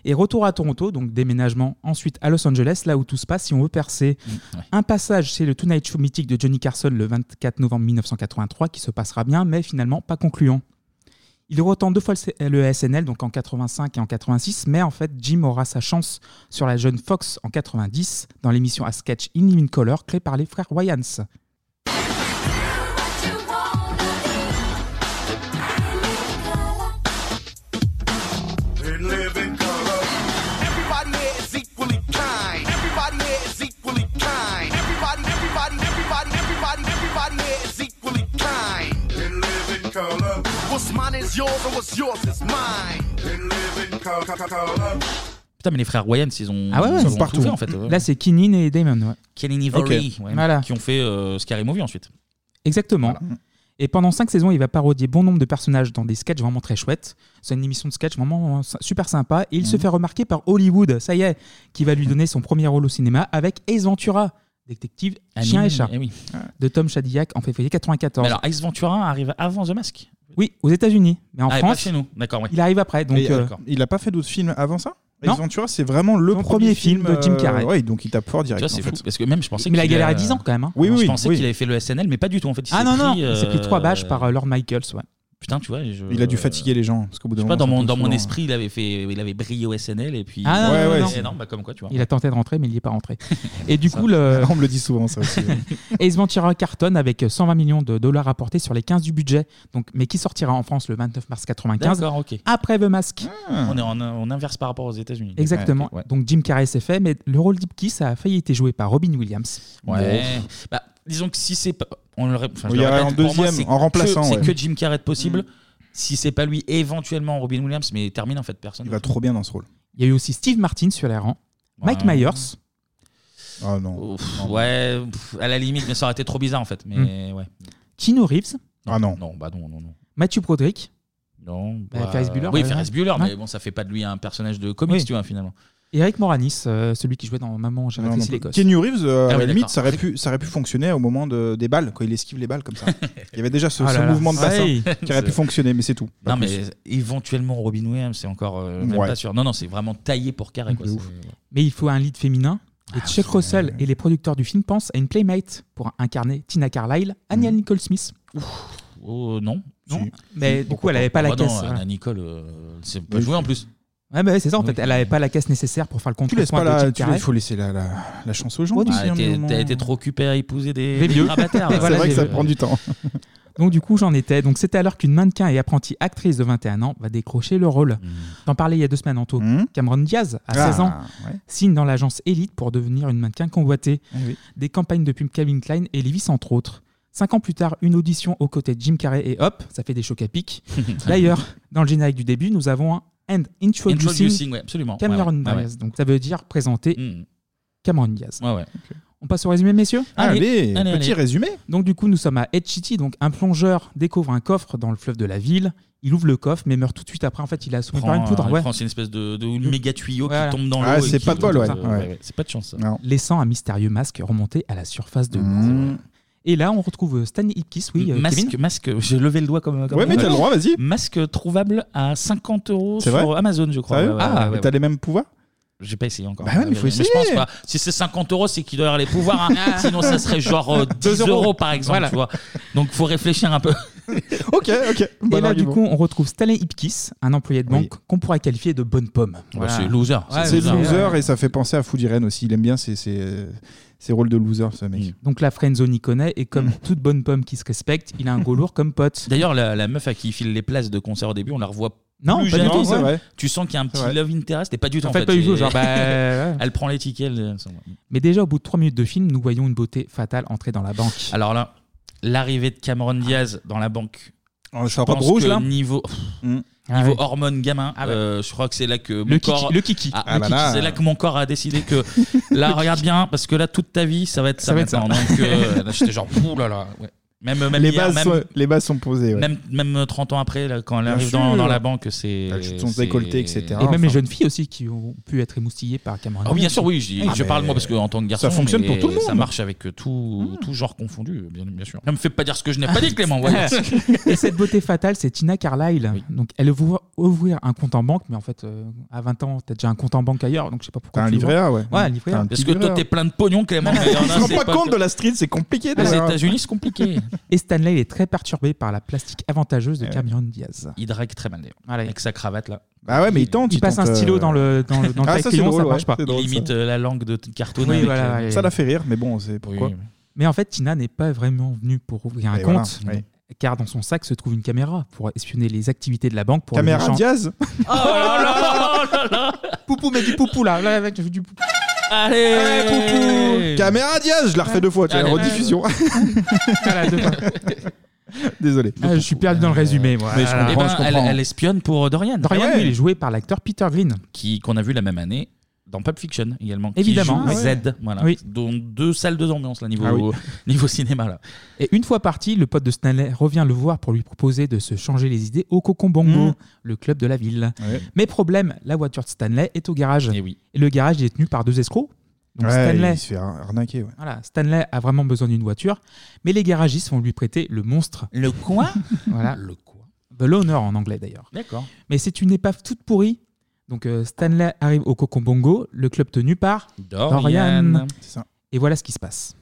Et retour à Toronto, donc déménagement ensuite à Los Angeles, là où tout se passe si on veut percer.
Mm,
Un passage, c'est le Tonight Show mythique de Johnny Carson le 24 novembre 1983 qui se passera bien, mais finalement pas concluant. Il retente deux fois le le SNL, donc en 85 et en 86, mais en fait, Jim aura sa chance sur la jeune Fox en 90 dans l'émission à sketch In Living Color créée par les frères
Mm,
Wayans.
In living color. Everybody here is equally kind. Everybody here is equally kind. Everybody, everybody, everybody, everybody, everybody here is equally kind. In living color. What's mine is yours, and what's yours is mine. In living co- co- co- color.
Putain, mais les frères Wayans, ils ont,
Ah ouais, ouais,
ils
ils
ont
sont
tout
partout.
fait, en fait. ouais.
Là, c'est Ah Keenan et Damon. Ouais.
Kenny Ivory, ouais,
Voilà.
qui ont fait euh, Scary Movie ensuite.
Exactement. Et pendant cinq saisons, il va parodier bon nombre de personnages dans des sketchs vraiment très chouettes. C'est une émission de sketch vraiment euh, super sympa. Et il
Mhm.
se fait remarquer par Hollywood, ça y est, qui va lui donner son premier rôle au cinéma avec Ace Ventura, détective
Animé,
chien et chat,
eh oui.
de Tom Shadyac en février 94.
Mais alors, Ace Ventura arrive avant The Mask
Oui, aux États-Unis, mais en
Ah, et
France,
pas chez nous. D'accord, ouais.
il arrive après. Donc,
Mais,
euh,
d'accord. il a pas fait d'autres films avant ça
Non.
Ace Ventura, c'est vraiment le premier film
film de Jim
euh,
Carrey.
ouais, donc il tape fort direct.
Tu vois, c'est
en
fou,
fait.
parce que même je pensais
Mais il a
qu'il euh,
galéré 10 ans, quand même, hein.
Oui,
je
oui,
pensais
oui.
qu'il avait fait le SNL, mais pas du tout en fait. Il
Ah
s'est
non, non,
pris,
il s'est pris
euh,
trois bâches par euh, Lord Michaels. Ouais.
Putain, hein, tu vois, je- euh,
Il a dû fatiguer les gens. Parce qu'au bout
Je
d'un
sais pas, dans
moment,
mon,
ça
dans
tombe
mon
souvent. hein.
esprit, il avait, fait, il avait brillé au SNL et puis.
Ah non, non, non, non.
Et non, bah, comme quoi, tu vois.
Il a tenté de rentrer, mais il n'y est pas rentré. Et du coup, le...
On me le dit souvent, ça aussi.
Ace Ventura cartonne avec 120 millions de dollars rapportés sur les 15 du budget, donc, mais qui sortira en France le 29 mars 95.
D'accord, ok. Ah.
Après The Mask.
On est en, en inverse par rapport aux États-Unis.
Exactement.
Ouais.
Donc Jim Carrey s'est fait, mais le rôle d'Ipkiss a failli été joué par Robin Williams.
Ouais. Bah, disons que si c'est pas. On le, ré- enfin, je
Oui,
le
il y a
répète,
un
pour moi,
deuxième,
c'est
en remplaçant,
que- C'est
ouais.
que Jim Carrey de
Mm.
possible. Si c'est pas lui, éventuellement Robin Williams, mais termine en fait personne.
Il va trop bien dans ce rôle.
Il y a eu aussi Steve Martin sur les rangs, Mike
Ouais.
Myers.
Ah non.
Pff, ouais, pff, à la limite, mais ça aurait été trop bizarre en fait.
Mm.
Mais ouais.
Keanu Reeves.
Ah non.
Non, bah non, non, non.
Matthew Broderick.
Non.
Bah,
bah,
Ferris Bueller,
Oui,
par
Ferris
exemple.
Bueller, mais
Ouais.
bon, ça fait pas de lui un personnage de comics,
Oui.
tu vois, finalement.
Et Eric Moranis, euh, celui qui jouait dans Maman, j'ai
Non, non.
rétréci l'Écosse.
Kenny Reeves, euh,
Ah
à
oui,
la limite,
d'accord.
ça aurait, pu, ça aurait pu fonctionner au moment de- des balles, quand il esquive les balles comme ça. Il y avait déjà ce,
Ah
ce
là là.
mouvement de bassin
Ouais.
qui aurait pu fonctionner, mais c'est tout. Pas
Non,
plus.
mais éventuellement Robin Williams, c'est encore. euh, même
Ouais.
pas sûr. Non, non, c'est vraiment taillé pour carré. Quoi. C'est-
Mais il faut un lead féminin. Et
Ah,
Chuck Russell et les producteurs du film pensent à une playmate pour incarner Tina Carlyle,
Mhm.
Anya Nicole Smith.
Oh, non.
Non.
Si.
Mais
Si.
du coup, elle avait pas
Ah
la
bah non,
caisse,
Anna
voilà.
Nicole, euh, c'est pas joué en plus.
Ouais, bah ouais, c'est ça en fait. Elle avait pas la caisse nécessaire pour faire le
Tu
contre
laisses pas
de
la,
Jim
tu
Carrey.
il faut laisser la, la, la chance aux gens.
Oh,
tu
Ah,
sais, à un
t'es-
moment.
T'as été trop occupé à épouser des,
Des
des
vieux.
grabataires.
C'est
voilà.
vrai que ça
j'ai-
prend du
temps.
Donc du coup, j'en étais. Donc c'était alors qu'une mannequin et apprentie actrice de 21 ans va décrocher le rôle. T'en parlais il y a deux semaines, Anto. Cameron Diaz, à
Mhm. Ah,
16 ans,
ouais.
signe dans l'agence Elite pour devenir une mannequin convoitée.
Eh
Ah oui.
Des campagnes de pub Calvin Klein et Levi's entre autres. Cinq ans plus tard, une audition aux côtés de Jim Carrey et hop, ça fait des chocs à pic. D'ailleurs, dans le générique du début, nous avons un And Introducing,
Introducing, ouais, absolument.
Cameron
Ouais, ouais.
Diaz.
Ouais, ouais.
Donc ça veut dire présenter Cameron Diaz.
Ouais, Ah, ouais.
On passe au résumé, messieurs
Allez, Allez, petit allez. résumé.
Donc du coup, nous sommes à Etchiti, donc un plongeur découvre un coffre dans le fleuve de la ville. Il ouvre le coffre, mais meurt tout de suite après. En fait, il a assommé par
Prend,
une poudre.
euh,
ouais. Mm.
prend, c'est une espèce de, de méga tuyau
Voilà.
qui tombe
Ah,
dans l'eau. et qui- euh, C'est pas de chance. ça.
Laissant un mystérieux masque remonter à la surface de l'eau.
Mmh.
Et là, on retrouve Stan Hipkiss, oui, euh,
Masque,
Kevin.
masque, j'ai levé le doigt comme. comme
Ouais, mais t'as le droit, vas-y.
Masque trouvable à 50 euros
C'est
sur
vrai
Amazon, je crois.
Sérieux
Ouais, ouais,
Ah,
ouais,
mais t'as
ouais.
les mêmes pouvoirs
J'ai pas essayé encore.
Bah ouais, mais faut
Je pense
essayer.
pas. Si c'est 50 euros, c'est qu'il doit y avoir les pouvoirs. hein. Sinon, ça serait genre euh, 10
Deux euros.
euros par exemple.
Voilà.
Tu vois. Donc, faut réfléchir un peu.
ok, ok.
et là, du coup, on retrouve Stanley Hipkiss, un employé de banque qu'on pourrait qualifier de bonne pomme. Voilà.
c'est loser.
Ouais,
c'est loser, et ça fait penser à Food Irene aussi. Il aime bien ses, ses- ses rôles de loser, ce
Mm.
mec.
Donc la friendzone y connaît, et
Mmh.
comme toute bonne pomme qui se respecte, il a un gros lourd comme pote.
D'ailleurs, la, la meuf à qui il file les places de concert au début, on la revoit.
Non,
plus
pas du
jamais.
tout, c'est vrai.
Tu sens qu'il y a un petit
C'est vrai.
love interest et pas du tout.
En fait, pas du tout,
Et-
genre, bah, ouais.
Elle prend les tickets. elle-
Mais déjà, au bout de 3 minutes de film, nous voyons une beauté fatale entrer dans la banque.
Alors là, l'arrivée de Cameron Diaz dans la banque.
Oh,
je
sa robe
pense
rouge,
que
là
niveau, niveau
Ah ouais.
hormones gamin, euh, je crois que c'est là que mon
Le kiki-
corps.
le kiki.
Ah,
Ah
le
bah
kiki,
là.
c'est là que mon corps a décidé que là, regarde bien, parce que là, toute ta vie, ça va être ça,
Ça va être
maintenant.
ça.
Donc euh, là, j'étais genre, ouh là là. ouais. Même, même,
les,
hier,
bases
même,
sont, les bases sont posées. ouais.
même, même 30 ans après, là, quand elle
Bien
arrive dans,
sûr.
dans la banque, c'est.
Avec son
c'est-
décolleté, etc.
Et même les jeunes filles aussi qui ont pu être émoustillées par Cameron.
Oh, bien
Diaz.
sûr, oui, je,
Ah,
je
mais-
parle moi parce qu'en tant que garçon,
ça fonctionne
mais
pour tout le
Ça
monde.
marche avec euh, tout, tout genre confondu, bien, bien sûr. Ne me fais pas dire ce que je n'ai pas dit, Clément. voyons.
Et cette beauté fatale, c'est Tina Carlyle. Donc, elle veut ouvrir un compte en banque, mais en fait, euh, à 20 ans, t'as déjà un compte en banque ailleurs, donc je sais pas pourquoi.
T'as un
tu
livret
l'ouvres.
A, ouais. Mmh.
Ouais, un
T'as
livret
un
A.
petit
Parce que toi,
livret A.
t'es plein de pognon, Clément. mais il y en a,
On se rend
c'est
pas compte
que-
de la street, c'est compliqué.
Les
d'ailleurs.
États-Unis, c'est compliqué.
Et Stanley est très perturbé par la plastique avantageuse
Eh.
de Cameron Diaz.
Il drague très mal d'ailleurs. Avec sa cravate là.
Ah ouais, mais il tente.
Il passe un stylo dans le dans le, dans le
Ah,
cahier
ça,
de
c'est
clients,
drôle,
ça
ouais,
marche pas.
c'est drôle,
Limite euh, la langue de t- cartoon.
Oui,
avec,
voilà,
euh,
et-
Ça l'a fait rire, mais bon, c'est pourquoi.
Oui,
Mais en fait, Tina n'est pas vraiment venue pour ouvrir un
Et
compte,
voilà, oui.
car dans son sac se trouve une caméra pour espionner les activités de la banque. Pour
Caméra
le méchant.
Diaz
Oh là là là là Poupou, mais du poupou là. Là, mec, j'ai vu du poupou.
Allez,
Poupou Caméra Diaz, je la refais deux fois, tu vois,
Allez.
rediffusion.
Voilà, deux fois.
Désolé.
Ah, je suis perdu dans le résumé. moi.
Euh, Mais je
Voilà.
comprends, Eh ben, je comprends. elle- elle espionne pour euh, Dorian.
Dorian,
Ouais.
lui, il est joué par l'acteur Peter Green.
qui qu'on a vu la même année dans Pulp Fiction également. qui
Évidemment.
joue
Ah ouais.
Z, voilà.
Oui.
Donc deux salles de ambiance là niveau
Ah oui.
niveau cinéma là.
Et une fois parti, le pote de Stanley revient le voir pour lui proposer de se changer les idées au Cocon Bongo,
Mm.
le club de la ville.
Ouais. Eh
Mais problème, la voiture de Stanley est au garage. Et,
oui.
le garage est détenu par deux escrocs. Donc
Ouais,
Stanley,
il se fait ar- arnaquer. Ouais.
voilà, Stanley a vraiment besoin d'une voiture, mais les garagistes vont lui prêter le monstre.
Le quoi
Voilà.
Le quoi
The Loner en anglais d'ailleurs.
D'accord.
Mais c'est une épave toute pourrie. Donc euh, Stanley arrive au Cocon Bongo, le club tenu par
Dorian. C'est ça.
Et voilà ce qui se passe.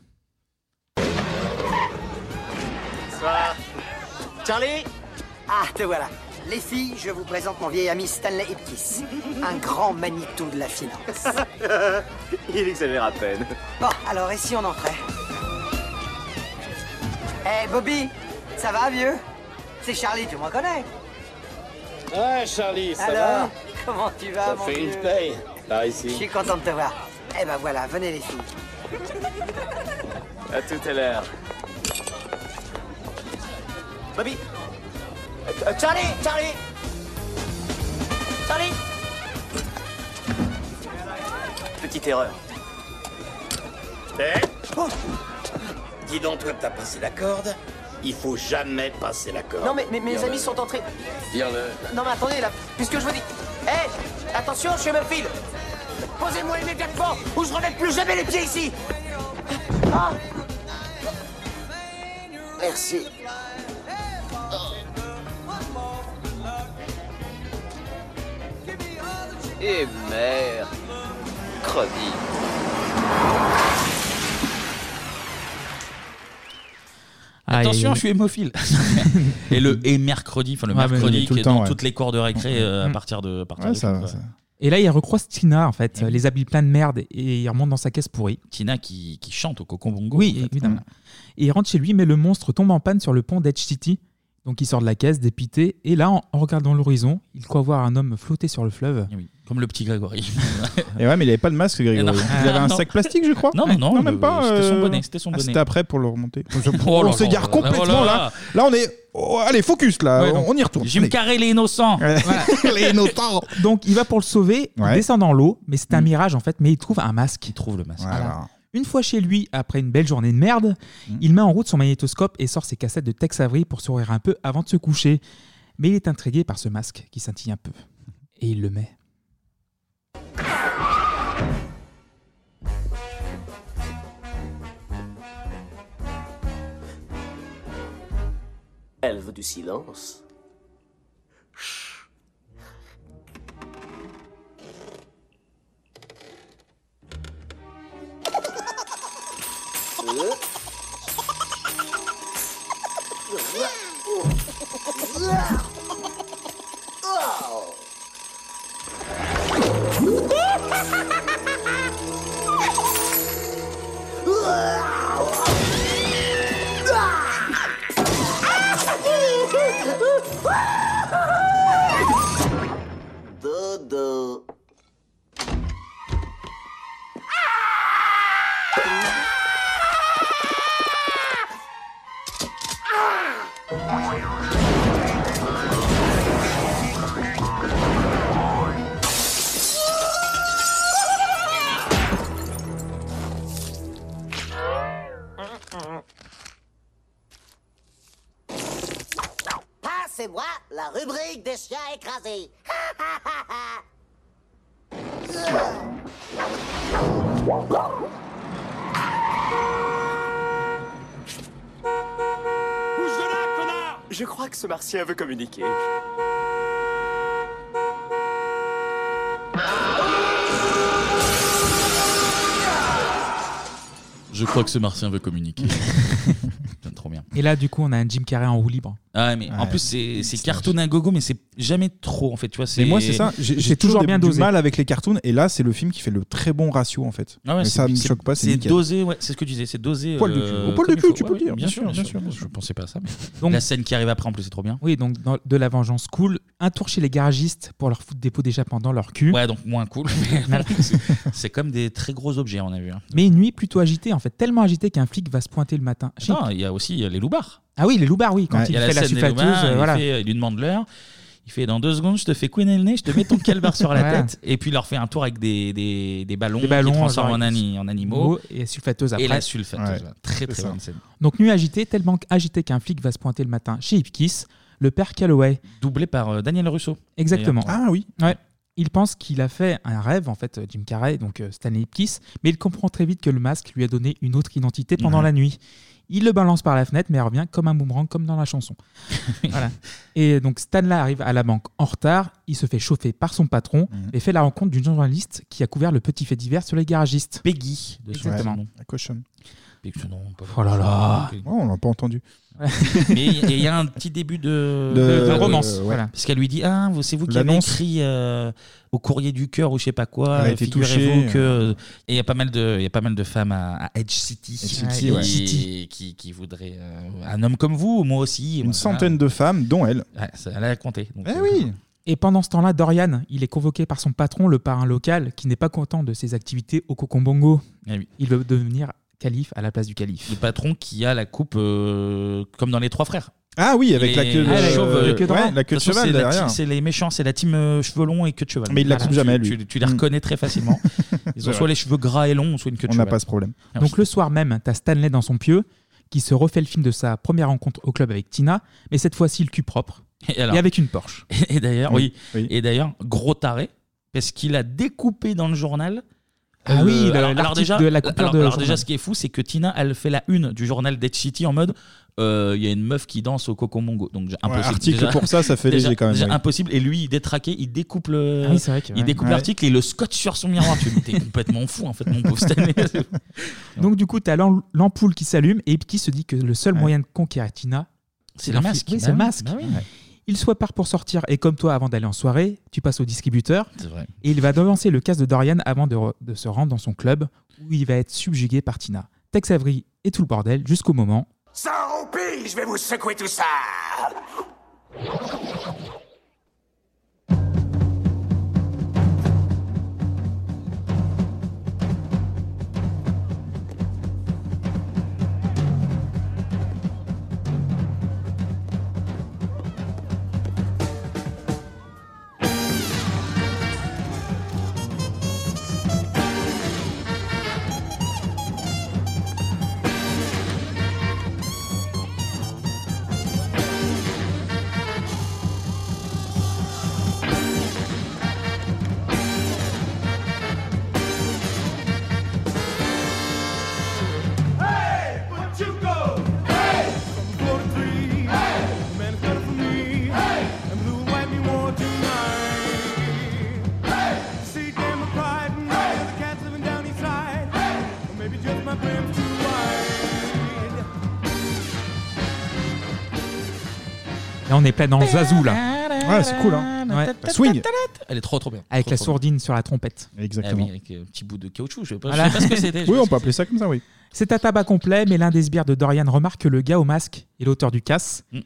Bonsoir. Charlie Ah, te voilà. Les filles, je vous présente mon vieil ami Stanley Ipkiss, un grand Manitou de la finance.
Il exagère à peine.
Bon, alors et si on entrait Hey Bobby, ça va vieux C'est Charlie, tu me reconnais
Ouais, Charlie, ça
Alors,
va
comment tu vas
Ça
mon
fait
vieux
une paye, par
Je suis
ici.
content de te voir. Eh ben voilà, venez les filles.
À tout à l'heure.
Bobby Euh, Charlie Charlie Charlie
Petite erreur. Eh Oh Dis donc, toi, t'as passé la corde Il faut jamais passer la corde.
Non mais, mais mes
Dis-le.
amis sont entrés.
Dis-le.
Non mais attendez là, puisque je vous dis. Hé Attention, je me file Posez-moi immédiatement ou je remets plus jamais les pieds ici Ah Merci.
Et merde Crevis.
Attention,
Aïe, aïe, aïe.
je suis hémophile. et le et mercredi, enfin le
Ouais, mais
mercredi
il est tout
qui
le
est
temps,
dans
ouais.
toutes les cours de récré euh, à
Mm.
partir de à partir
Ouais,
de
ça
tout,
va,
quoi.
ça Et là, il recroise Tina, en fait, les habits pleins de merde, et il remonte dans sa caisse pourrie.
Eh Tina qui, qui chante au cocon bongo.
Oui, évidemment. Et il rentre chez lui, mais le monstre tombe en panne sur le pont d'Edge City. Donc il sort de la caisse, dépité, et là, en, en regardant l'horizon, il croit voir un homme flotter sur le fleuve.
Eh Comme le petit Grégory.
Et ouais, mais il avait pas de masque, Grégory.
non.
Il avait un
Non.
sac plastique, je crois.
Non, non, non,
même
le-
pas.
c'était son
euh,
bonnet, c'était son
ah, C'était
bonnet.
après pour le remonter.
Oh là
on
là
s'égare
là là
complètement
là
là. Là, on est. oh, allez, focus là.
Ouais,
on,
donc,
on y retourne.
Jim
Allez.
Carrey, les innocents.
les innocents.
Donc il va pour le sauver, il
Ouais.
descend dans l'eau, mais c'est un mirage en fait, mais il trouve un masque. Il
trouve le masque.
Une fois chez lui, après une belle journée de merde, il met en route son magnétoscope et sort ses cassettes de Tex Avery pour sourire un peu avant de se coucher. Mais il est intrigué par ce masque qui scintille un peu. Et il le met.
Elle veut du silence.
Dodo. Ah, c'est moi, la rubrique des chiens écrasés.
Je crois que ce martien veut communiquer.
Je crois que ce martien veut communiquer. Putain, trop bien.
Et là, du coup, on a un Jim Carrey en roue libre.
Ah, mais en plus, c'est c'est cartoon à gogo, mais c'est jamais trop, en fait. Tu vois,
Mais moi, c'est ça. J'ai j'ai toujours bien du mal avec les cartoons. Et là, c'est le film qui fait le très bon ratio, en fait.
Ah ouais,
mais
c'est-
ça me
c'est-
choque pas.
C'est
nickel.
dosé, ouais, c'est ce que tu disais, c'est dosé.
Poil de cul. Au poil
comme il
de cul,
faut.
tu peux le
Ouais,
dire,
Bien
bien
sûr,
sûr,
bien
bien
sûr. Je pensais pas à ça. mais-
Donc-
la scène qui arrive après, en plus, c'est trop bien.
Oui, donc dans- de la vengeance cool. Un tour chez les garagistes pour leur foutre des pots d'échappement dans leur cul.
Ouais, donc moins cool. mais c'est- c'est comme des très gros objets, on a vu. hein.
Mais une nuit plutôt agitée, en fait, tellement agitée qu'un flic va se pointer le matin. Chez-
Non, il y a aussi euh, les loupards.
Ah oui, les loupards, oui, quand
Ouais,
il,
y a
fait la,
scène des
sulfateuse,
loupards,
euh,
il
voilà.
fait- il lui demande l'heure. Il fait dans deux secondes, je te fais couiner le nez, je te mets ton calbar sur la
Voilà.
tête. Et puis il leur fait un tour avec des, des, des ballons,
Des ballons,
qui transforment
genre,
en, ani- en animaux.
et sulfateuse
Et
après.
la sulfateuse.
Ouais,
voilà. Très
c'est
très
ça.
bonne scène.
Donc nuit agitée, tellement agitée qu'un flic va se pointer le matin chez Ipkiss, le père Calloway.
Doublé par euh, Daniel Russo.
Exactement.
D'ailleurs.
oui. Ouais. Il pense qu'il a fait un rêve, en fait, euh, Jim Carrey, donc euh, Stanley Ipkiss, mais il comprend très vite que le masque lui a donné une autre identité pendant
Ouais.
la nuit. Il le balance par la fenêtre, mais il revient comme un boomerang, comme dans la chanson. voilà. Et donc Stanley arrive à la banque en retard, il se fait chauffer par son patron et fait la rencontre d'une journaliste qui a couvert le petit fait divers sur les garagistes.
Peggy,
de son
Exactement.
nom. La cochonne.
Oh là là.
Oh, on l'a pas entendu.
Mais et il y a un petit début de,
De- De- de romance, euh, ouais. voilà.
Parce qu'elle lui dit Ah, vous- c'est vous qui avez
L'annonce.
écrit euh, au courrier du cœur ou je sais pas quoi.
Elle a
euh,
été
Figurez-vous
touchée. euh,
que. Et il y a pas mal de, il y a pas mal de femmes à, à Edge City,
Edge
qui,
City, ouais.
qui, qui voudraient euh, un homme comme vous, moi aussi.
Une centaine de femmes, dont elle.
elle a compté. donc,
Eh
euh,
Et pendant ce temps-là, Dorian, il est convoqué par son patron, le parrain local, qui n'est pas content de ses activités au Cocobongo.
Eh oui.
Il veut devenir calife à la place du calife.
euh, Le patron qui a la coupe euh, comme dans Les Trois Frères.
Ah oui, avec la
Les
queue de-
chauves,
euh,
euh,
ouais,
droite.
la queue de
toute façon,
cheval
c'est la
derrière.
team- C'est les méchants, c'est la team euh, cheveux longs et queue de cheval.
Mais il la coupe jamais,
tu-
lui.
Tu, tu les reconnais très facilement. Ils
C'est
ont soit
vrai.
les cheveux gras et longs, soit une queue de
On
cheval. Ah
n'a pas ce problème.
Donc le soir même, t'as Stanley dans son pieu, qui se refait le film de sa première rencontre au club avec Tina, mais cette fois-ci le cul propre,
Et
et,
alors
avec une Porsche.
Et d'ailleurs, oui.
Oui,
Et d'ailleurs, gros taré, parce qu'il a découpé dans le journal.
Ah oui, le- l'article
déjà,
de la coupure
alors-
de
alors
journal.
déjà, ce qui est fou, c'est que Tina, elle fait la une du journal Dead City en mode euh, il y a une meuf qui danse au Coco Mongo. Donc, déjà,
Ouais,
impossible.
article
Déjà-
pour ça, ça fait
déjà-
léger quand même,
déjà
oui.
impossible. Et lui, il détraqué, il découpe le-
Ah oui, c'est vrai que-
euh, il
ouais.
découpe
Ouais.
l'article et le scotche sur son miroir. Tu dis, t'es complètement fou, en fait, mon pauvre Stanley.
Donc du coup, t'as l'am- l'ampoule qui s'allume, et Ipki se dit que le seul moyen de conquérir Tina,
C'est le
flic.
masque.
Oui,
Bah
c'est le
oui,
masque.
bah oui.
Il se prépare pour sortir et comme toi, avant d'aller en soirée, tu passes au distributeur.
C'est vrai.
Et il va devancer le casse de Dorian avant de, re- de se rendre dans son club où il va être subjugué par Tina. Tex Avery et tout le bordel jusqu'au moment.
Ça roupi, je vais vous secouer tout ça Hey, where'd you go? Hey, from four to three. Hey, man, it's better for me. Hey, and blue and white me more tonight. Hey, see damn pride and hey, the cats living down east side. Hey, or maybe just my brim's too wide.
Là, on est plein dans Zazou là.
Ouais, c'est cool. Hein.
Ouais.
La swing.
Elle est trop trop bien.
Avec
Trop,
la
trop
sourdine sur la trompette.
bien. Ah oui, avec un petit bout de caoutchouc, je sais pas, je
Voilà.
sais pas ce que c'était. je
Oui,
sais
on
pas
peut
ce que
appeler ça comme ça, oui.
C'est à tabac complet, mais l'un des sbires de Dorian remarque que le gars au masque est l'auteur du casse.
Mm,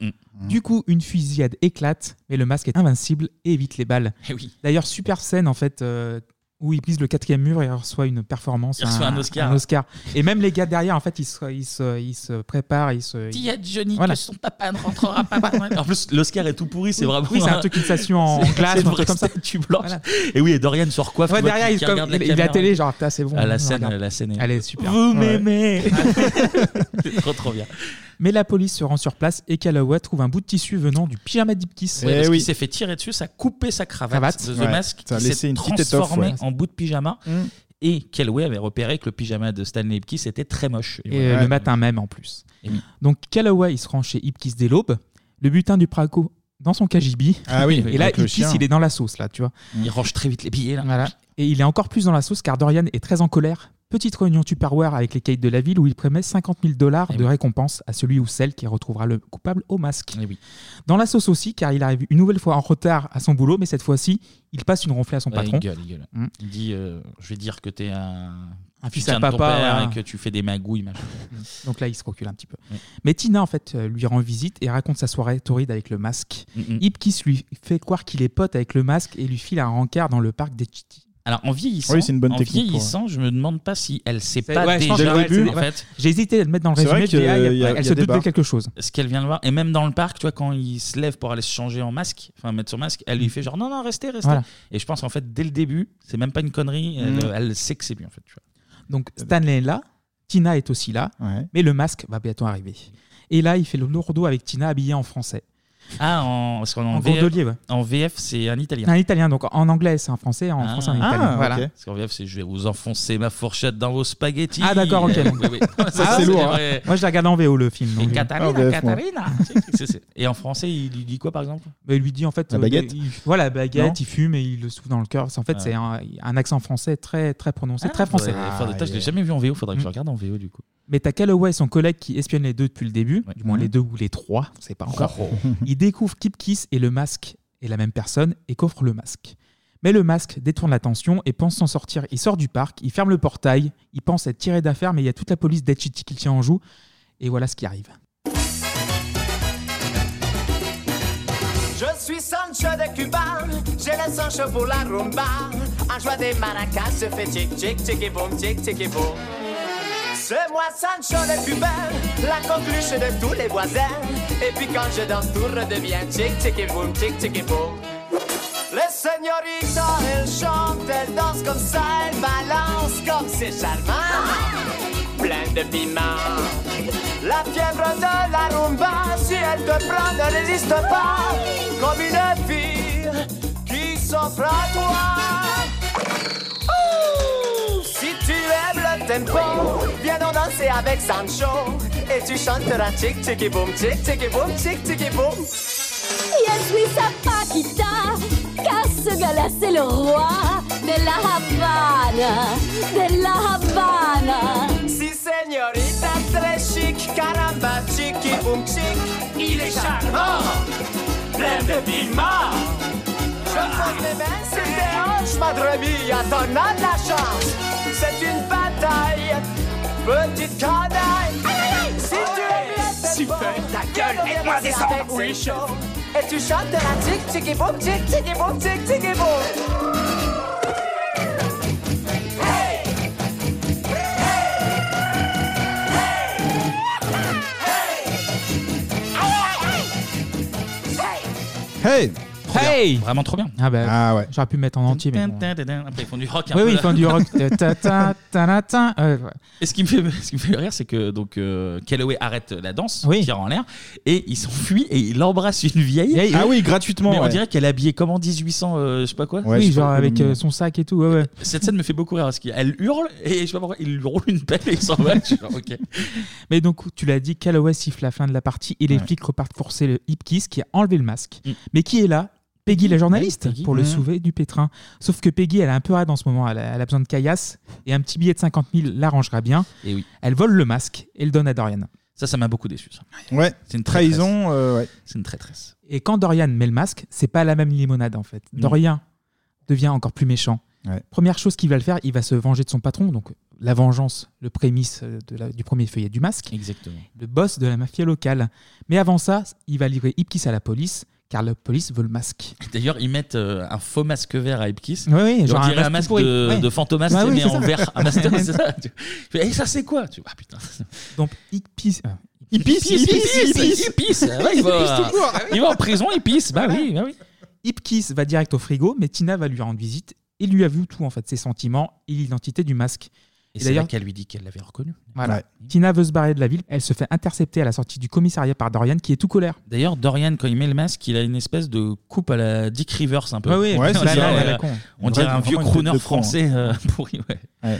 Mm.
Du coup, une fusillade éclate, mais le masque est invincible et évite les balles.
Eh oui.
D'ailleurs, super scène en fait. euh, où il brise le quatrième mur et reçoit une performance.
Il reçoit un Oscar.
Et même les gars derrière, en fait, ils se, ils se, ils se préparent. Ils se,
c'est. Dis à Johnny
Voilà.
que son papa ne rentrera pas. en plus, l'Oscar est tout pourri, c'est vraiment.
oui, c'est un truc, une station en
c'est-
glace,
c'est
ou un
une
truc comme
vraie
ça.
statue blanche. Et oui, et Dorian se recoiffe.
Ouais,
tu vois,
derrière,
qui-
il,
qui
comme-
regarde la
il- il est à
caméra.
télé, genre, putain, c'est bon.
Ah, la
on
scène,
regarde.
la scène est-
Elle est super.
Vous
Ouais.
m'aimez C'est trop trop bien.
Mais la police se rend sur place et Calloway trouve un bout de tissu venant du pyjama d'Ipkiss.
Ouais, parce qu'il s'est fait tirer dessus, ça a coupé sa cravate,
Eh Cravate.
de The
Ouais.
Mask,
Ça a
qui
laissé
s'est
une petite étoffe,
transformé
ouais.
en bout de pyjama.
Mm.
Et Calloway avait repéré que le pyjama de Stanley Ipkiss était très moche.
Et
voilà.
le matin même en plus.
Et oui.
Donc Calloway, il se rend chez Ipkiss dès l'aube. Le butin du Praco dans son cagibi.
Ah oui,
et là,
avec le
Ipkiss,
chien.
il est dans la sauce, là, tu vois.
Il range très vite les billets. Là.
Voilà. Et il est encore plus dans la sauce car Dorian est très en colère Petite réunion Tupperware avec les caïds de la ville où il promet 50 000 dollars
Eh
de récompense à celui ou celle qui retrouvera le coupable au masque.
Eh
Dans la sauce aussi, car il arrive une nouvelle fois en retard à son boulot, mais cette fois-ci, il passe une ronflée à son
Ouais,
patron.
Bah, Il gueule, il gueule.
Mm.
Il dit euh, Je vais dire que t'es un,
Un
tu
fils
tiens
à
de ton
papa, Mm.
père
ouais.
et que tu fais des magouilles. Machin.
Donc là, il se recule un petit peu.
Mm.
Mais Tina, en fait, euh, lui rend visite et raconte sa soirée torride avec le masque. Ipkiss lui fait croire qu'il est pote avec le masque et lui file un rencard dans le parc des Ch'tis.
Alors en vieillissant,
Oui, c'est une bonne
en
technique,
vieillissant je me demande pas si elle sait
C'est-
pas
ouais, je
déjà
pense que ouais, c'est-
en
ouais.
fait.
J'ai hésité à le mettre dans le C'est résumé, vrai que, puis, ah, il y a- euh, il y a- elle il y a se doute débat. de quelque chose.
Ce qu'elle vient de voir, et même dans le parc, tu vois, quand il se lève pour aller se changer en masque, enfin mettre son masque, elle lui fait genre non, non, restez, restez.
Voilà.
Et je pense en fait, dès le début, c'est même pas une connerie, elle,
Mhm.
elle sait que c'est lui en fait. Tu vois.
Donc Stanley est là, Tina est aussi là, mais le masque va bientôt arriver. Et là, il fait le lourdeau avec Tina habillée en français.
Ah, en, parce qu'en
En
VF,
gondolier, ouais.
en VF, c'est un italien.
Un italien, donc en anglais c'est un français,
Ah.
en français un italien. voilà.
Parce qu'en VF, c'est je vais vous enfoncer ma fourchette dans vos spaghettis.
Ah d'accord, ok.
Eh,
donc.
oui, oui. Ça,
Ah,
c'est
lourd,
les
hein.
vrais-
Moi je la regarde en VO le film. donc,
Et
euh,
Katarina, Katarina. C'est- c'est- Et en français, il lui dit quoi par exemple
Bah, il lui dit en fait.
La
euh,
Ah, baguette
de- il- Voilà, la
Non.
baguette, il fume et il le souffle dans le cœur. C'est- En fait,
Ah.
c'est un, un accent français très, très prononcé,
Ah,
très français.
faudrait- faudrait- putain, je l'ai jamais vu en VO, faudrait que je
Mm.
regarde en VO du coup.
Mais t'as Calloway et son collègue qui espionnent les deux depuis le début, du moins
Mhm.
les deux ou les trois, on sait pas encore.
Oh.
Ils découvrent qu'Ipkiss et le masque est la même personne et qu'offre le masque. Mais le masque détourne l'attention et pense s'en sortir. Il sort du parc, il ferme le portail, il pense être tiré d'affaire, mais il y a toute la police d'Etchiti qui le tient en joue. Et voilà ce qui arrive.
Je suis Sancho de Cuba, j'ai le Sancho pour la rumba. Un joie des maracas se fait tic tic tic et boum tic tic et boum. C'est moi Sancho de Cuba, la coqueluche de tous les voisins. Et puis quand je danse tout redevient tic tic et boum tic tic et boum. Les señoritas, elles chantent, elles dansent comme ça, elles balancent comme c'est charmant. Plein de piment. La fièvre de la rumba, si elle te prend, ne résiste pas. Comme une fille qui s'offre à toi. Ouh, Oh, si tu aimes le tempo, viens donc danser avec Sancho. Et tu chanteras tic tic et boum, tic tic et boum, tic tic et boum.
Je suis sa paquita, car ce gars-là c'est le roi de la Havane, de la Havane.
Si señorita très chic, caramba chiqui boum chic, il est charmant, plein de piment. Je pose mes mains sur tes hanches, madre mia, t'en as de la chance. C'est une bataille, petite canaille. Si tu es super, ta gueule, aide-moi à descendre. Oui, chaud. Et tu chantes la tic tic et boum, tic tic et boum, tic tic et boum.
Hey
Hey
Vraiment trop bien.
Ah, bah,
ah ouais.
J'aurais pu mettre en entier, mais. bon.
Après, ils font du rock un
Oui,
peu,
oui,
là.
ils font du rock. Ta, ta, ta, ta, euh, ouais.
Et ce qui me fait, ce qui me fait rire, c'est que donc euh, Calloway arrête la danse, tire en l'air, et il s'enfuit et il embrasse une vieille.
Vieille, Ah oui. oui, gratuitement,
Mais on
ouais.
dirait qu'elle est habillée comme en 1800, euh, je sais pas quoi.
oui, genre avec euh, son sac et tout. ouais, ouais.
Cette scène me fait beaucoup rire parce qu'elle hurle et je sais pas pourquoi il lui roule une pelle et il s'en va. Je suis genre, ok.
Mais donc, tu l'as dit, Calloway siffle la fin de la partie et les
Ouais.
flics repartent forcer le Hipkiss qui a enlevé le masque.
Mm.
Mais qui est là Peggy, la journaliste, pour le
Mhm.
sauver du pétrin. Sauf que Peggy, elle a un peu raide en ce moment. Elle a, elle a besoin de caillasse et un petit billet de 50 000 l'arrangera bien.
Et oui.
Elle vole le masque et le donne à Dorian.
Ça, ça m'a beaucoup déçu. Ça.
Ouais.
C'est une traîtresse.
Trahison, euh, ouais.
C'est une traîtresse.
Et quand Dorian met le masque, c'est pas la même limonade en fait. Dorian devient encore plus méchant.
Ouais.
Première chose qu'il va le faire, il va se venger de son patron. Donc la vengeance, le prémisse euh, de la- du premier feuillet du masque.
Exactement.
Le boss de la mafia locale. Mais avant ça, il va livrer Ipkiss à la police, car la police veut le masque.
D'ailleurs, ils mettent euh, un faux masque vert à Ipkiss.
Ouais, ouais,
Et on
genre un
dirait un
masque
masque
pourri.
de,
Ouais.
de fantomas,
Ouais, oui,
mais
c'est
en
ça.
vert. Un masque, c'est ça. Tu fais, Et ça, c'est quoi Tu- Ah putain.
Donc Ipkiss. euh,
Il pisse, il pisse, il pisse, il pisse. Ah ouais, il va-
Il pisse tout court.
il va en prison, il pisse. Bah oui, bah oui.
Ipkiss va direct au frigo, mais Tina va lui rendre visite et lui avoue tout en fait, ses sentiments et l'identité du masque.
Et, c'est là qu'elle lui dit qu'elle l'avait reconnu.
Voilà. Tina veut se barrer de la ville, elle se fait intercepter à la sortie du commissariat par Dorian qui est tout colère.
D'ailleurs, Dorian, quand il met le masque, il a une espèce de coupe à la Dick Rivers un peu.
Ouais, ouais, Ouais,
on
c'est
dirait,
ça, à la
euh,
con.
on dirait
Vraiment
un
une
vieux
tête de
crooner
con, hein.
français euh, pourri. Ouais.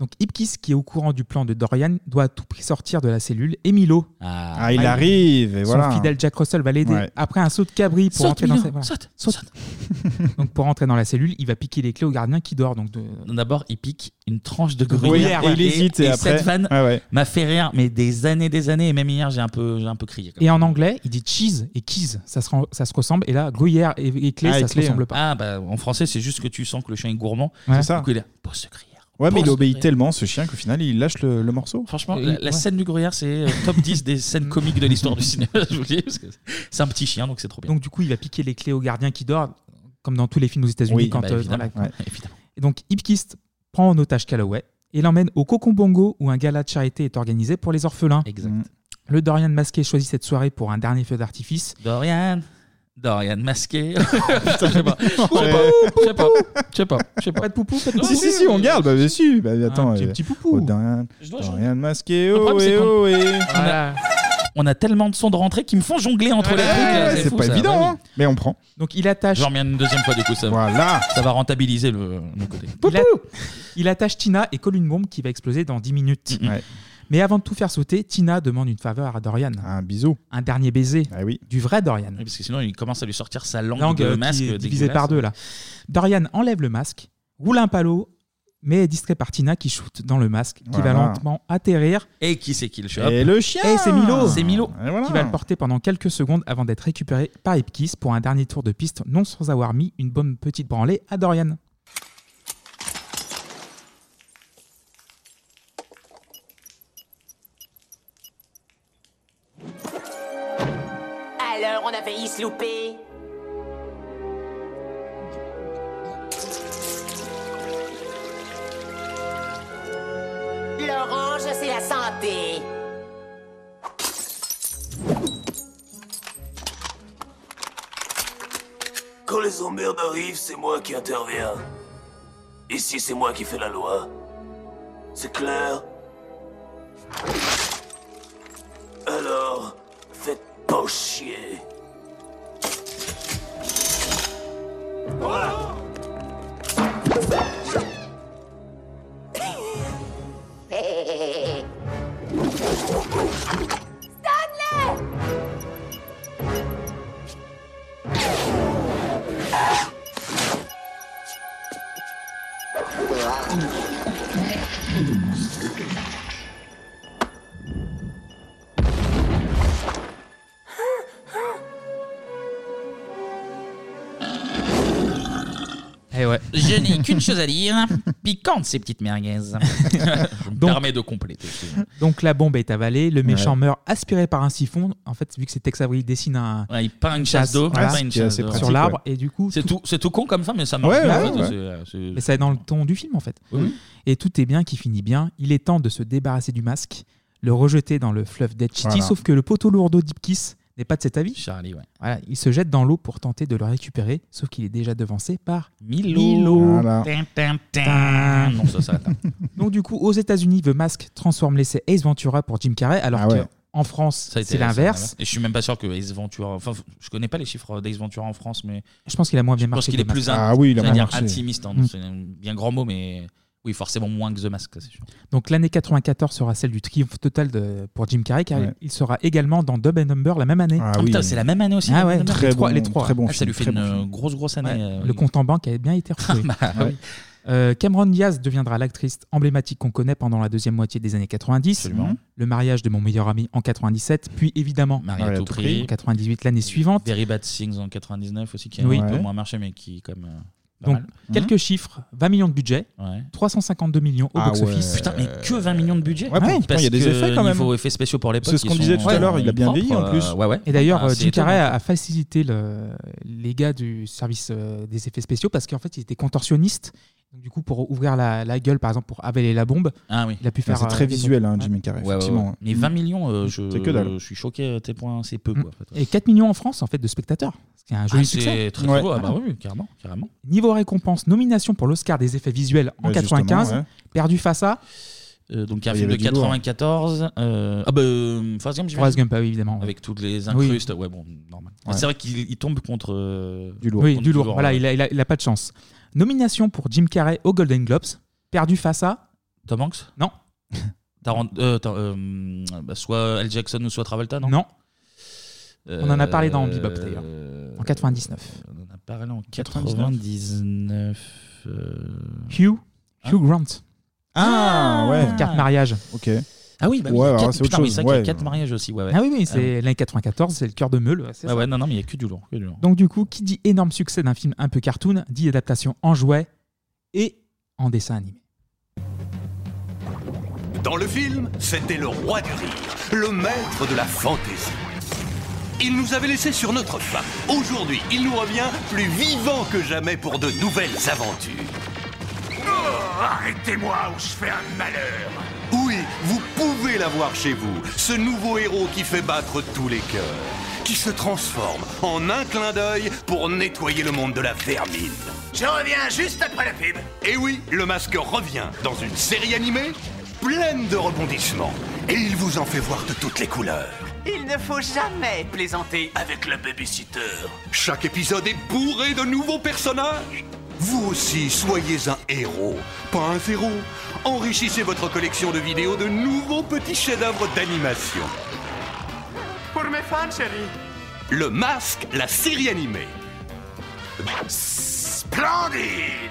Donc Ipkiss, qui est au courant du plan de Dorian, doit à tout prix sortir de la cellule. Et Milo,
Ah,
Ah, il arrive, et
son
voilà.
fidèle Jack Russell va l'aider.
Ouais.
Après un saut de cabri pour
Saute,
entrer
Milo,
dans sa... voilà.
saute,
Donc pour entrer dans la cellule, il va piquer les clés au gardien qui dort. Donc de...
D'abord, il pique une tranche de
Oui,
gruyère.
et il hésite, et après-
cette vanne
Ah ouais.
m'a fait rire, mais des années, des années. Et même hier, j'ai un peu, j'ai un peu crié.
Et en anglais, il dit cheese et keys, ça se, ren- ça se ressemble. Et là, gruyère et, et clé, ça se ressemble pas.
Ah, bah, en français, c'est juste que tu sens que le chien est gourmand.
Ouais.
C'est ça.
Du coup, il est pose ce gruyère.
Ouais, mais
Pose
il
ce
obéit
gruyère.
tellement ce chien qu'au final il lâche le, le morceau.
Franchement, la, la scène du gruyère, c'est euh, top 10 des scènes comiques de l'histoire du cinéma, je vous le dis. parce que C'est un petit chien, donc c'est trop bien.
Donc du coup, il va piquer les clés au gardien qui dort, comme dans tous les films aux États-Unis.
Oui,
quand,
bah,
euh,
évidemment.
voilà.
Ouais, évidemment.
Et donc Ipkist prend en otage Calloway et l'emmène au Cocon Bongo où un gala de charité est organisé pour les orphelins.
Exact.
Le Dorian masqué choisit cette soirée pour un dernier feu d'artifice.
Dorian Dorian masqué. Putain, je sais pas. Je sais pas. Je sais pas. Je sais pas. Je sais pas.
de poupou,
pas de
Si, si, si, on garde, bah, bien sûr. Bah, attends,
petit-
euh,
petit poupou.
oh, Dorian,
Je dois
Dorian
chanter.
masqué,
Le
oh,
problème, c'est
et
qu'on-
oh, et.
On a, on a tellement de sons de rentrée qui me font jongler entre les trucs. là,
C'est
fou,
pas
ça.
évident,
Bah oui.
hein. mais on prend.
Donc il attache.
J'en reviens une deuxième fois du coup ça.
Voilà.
Ça va rentabiliser le, le côté.
Il, a- il attache Tina et colle une bombe qui va exploser dans 10 minutes.
Mm,
Mais avant de tout faire sauter, Tina demande une faveur à Dorian.
Ah, Un bisou. Ah
Un dernier baiser. Du vrai Dorian.
Parce que sinon il commence à lui sortir sa langue,
langue
de
euh,
masque
qui est divisée
dégueulasse.
par deux là. Dorian enlève le masque, roule un palo, mais est distrait par Tina qui shoot dans le masque, qui
Voilà.
va lentement atterrir.
Et qui c'est qui le chope
Et Eh, c'est Milo
C'est Milo
qui va le porter pendant quelques secondes avant d'être récupéré par Ipkiss pour un dernier tour de piste, non sans avoir mis une bonne petite branlée à Dorian.
Alors, on a failli se louper. L'orange, c'est la santé.
Quand les emmerdes arrivent, c'est moi qui interviens. Ici, c'est moi qui fais la loi. C'est clair Alors, faites pas chier.
Eh ouais. Je n'ai qu'une chose à dire. Piquante ces petites merguez. Je me
Donc-
permets de compléter. excusez-moi.
Donc la bombe est avalée, le méchant
Ouais.
meurt aspiré par un siphon. En fait, vu que c'est Tex Avery, il dessine un.
Ouais, il peint une chasse d'eau,
voilà,
il peint une chasse d'eau.
sur l'arbre et du coup.
C'est tout, c'est tout con comme ça, Ah, mais ça marche. bien, en fait, c'est- euh, c'est-
Mais ça est dans le ton du film en fait.
Oui, oui.
Et tout est bien qui finit bien. Il est temps de se débarrasser du masque, le rejeter dans le fleuve d'Etchiti,
Voilà.
sauf que le poteau lourdeau d'Ipkiss n'est pas de cet avis.
Charlie, ouais.
Voilà, il se jette dans l'eau pour tenter de le récupérer, sauf qu'il est déjà devancé par
Milo. Tin, tin, tin. Non, ça, ça atteint.
Donc du coup, aux États-Unis, The Mask transforme l'essai Ace Ventura pour Jim Carrey, alors
Ah ouais.
qu'en France,
Ça a été-
c'est
ça,
l'inverse.
voilà. Et je suis même pas sûr que Ace Ventura. Enfin, je connais pas les chiffres d'Ace Ventura en France, mais.
Je pense qu'il a moins bien
Je pense
marché
qu'il est
que The
plus
Mask.
in-
Ah oui, il a
j'allais
moins
dire
marché.
intimiste, hein,
Mm.
c'est un bien grand mot, mais oui, forcément moins que The Mask, c'est sûr.
Donc l'année 94 sera celle du triomphe total de, pour Jim Carrey, car
Ouais.
il sera également dans Dub and Number la même année.
Ah oui. putain, c'est la même année aussi,
Ah
Dumb and
ouais,
Dumber
les
Très
trois.
bon-
les trois.
très bon Ah, ça film, lui fait très une, bon film. grosse, grosse année, euh,
le
oui.
compte en banque avait bien été retrouvé.
Ah bah oui.
Euh, Cameron Diaz deviendra l'actrice emblématique qu'on connaît pendant la deuxième moitié des années 90.
Absolument.
Le mariage de mon meilleur ami en 97, puis évidemment
Marie à tout prix.
en 98 l'année suivante.
Very Bad Things en 99 aussi, qui a
Oui.
un peu
Ouais.
moins marché, mais qui, comme. euh, pas
Donc
mal.
quelques chiffres 20 millions de budget, 352 millions au
Ah
box-office.
ouais. Putain, mais que 20 millions de budget
Ouais, pourtant,
Parce
il y a des
que
effets quand même.
Niveau effets spéciaux pour l'époque.
C'est ce
ils
qu'on
sont-
disait tout à
ouais,
l'heure, il a bien
propres,
vieilli en plus.
euh, ouais, ouais.
Et d'ailleurs,
Ah,
euh,
c'est
Jim Carrey
étonnant.
a a facilité le- les gars du service euh, des effets spéciaux parce qu'en fait, ils étaient contorsionnistes. Donc, du coup, pour ouvrir la, la gueule, par exemple, pour avaler la bombe,
Ah oui.
il a pu
Ah,
faire.
c'est très
euh, des
visuel,
bombes.
hein, Jim Carrey,
Ouais, ouais,
effectivement.
ouais. Mais 20 millions, euh,
C'est
je,
que dalle.
je suis choqué, à tel point c'est peu. Quoi, en fait.
Et 4 millions en France, en fait, de spectateurs. Ce qui est un joli
Ah,
succès.
c'est très
Ouais.
beau, ah bah
Voilà.
oui, carrément, carrément.
Niveau récompense, nomination pour l'Oscar des effets visuels en
Bah, justement,
95,
ouais.
perdu face à.
Euh, donc un
Il y
film de
avait du lourd.
94. euh, ah bah, euh, Forrest Gump,
Forrest
j'imagine.
Gump, ah oui, évidemment. ouais.
Avec toutes les
Oui.
incrustes, ouais, bon, normal.
Ouais.
C'est vrai qu'il il tombe contre. euh,
Oui,
contre
du lourd. Voilà,
ouais.
il, a, il a- il a pas de chance. Nomination pour Jim Carrey aux Golden Globes, perdu face à.
Tom Hanks
Non.
Tarant- euh, tar- euh, bah, soit Al Jackson ou soit Travolta, non Euh,
Non. On en a parlé dans Bebop, d'ailleurs. En 99.
On en a parlé en
99.
99.
euh. Hugh Hugh Grant.
Ah, ouais.
Carte mariage.
Ok.
Ah oui, bah oui, il y
Ouais,
a
alors
quatre-
c'est autre
putain, mais
chose,
c'est vrai qu'il y a
ouais.
4 mariages aussi. Ouais, ouais.
Ah oui, oui,
Ah
c'est l'année 94, c'est le cœur de meule. c'est
Ouais,
ça.
ouais, non, non, mais il n'y a que du lourd. que du lourd.
Donc du coup, qui dit énorme succès d'un film un peu cartoon, dit adaptation en jouet et en dessin animé.
Dans le film, c'était le roi du rire, le maître de la fantaisie. Il nous avait laissé sur notre faim. Aujourd'hui, il nous revient plus vivant que jamais pour de nouvelles aventures.
Arrêtez-moi ou je fais un malheur
Oui, vous pouvez l'avoir chez vous, ce nouveau héros qui fait battre tous les cœurs, qui se transforme en un clin d'œil pour nettoyer le monde de la vermine.
Je reviens juste après la pub.
Et oui, le masque revient dans une série animée pleine de rebondissements. Et il vous en fait voir de toutes les couleurs.
Il ne faut jamais plaisanter
Avec la babysitter. Chaque épisode est bourré de nouveaux personnages. Vous aussi, soyez un héros, pas un féro. Enrichissez votre collection de vidéos de nouveaux petits chefs-d'œuvre d'animation.
Pour mes fans, chérie
Le Masque, la série animée. Splendide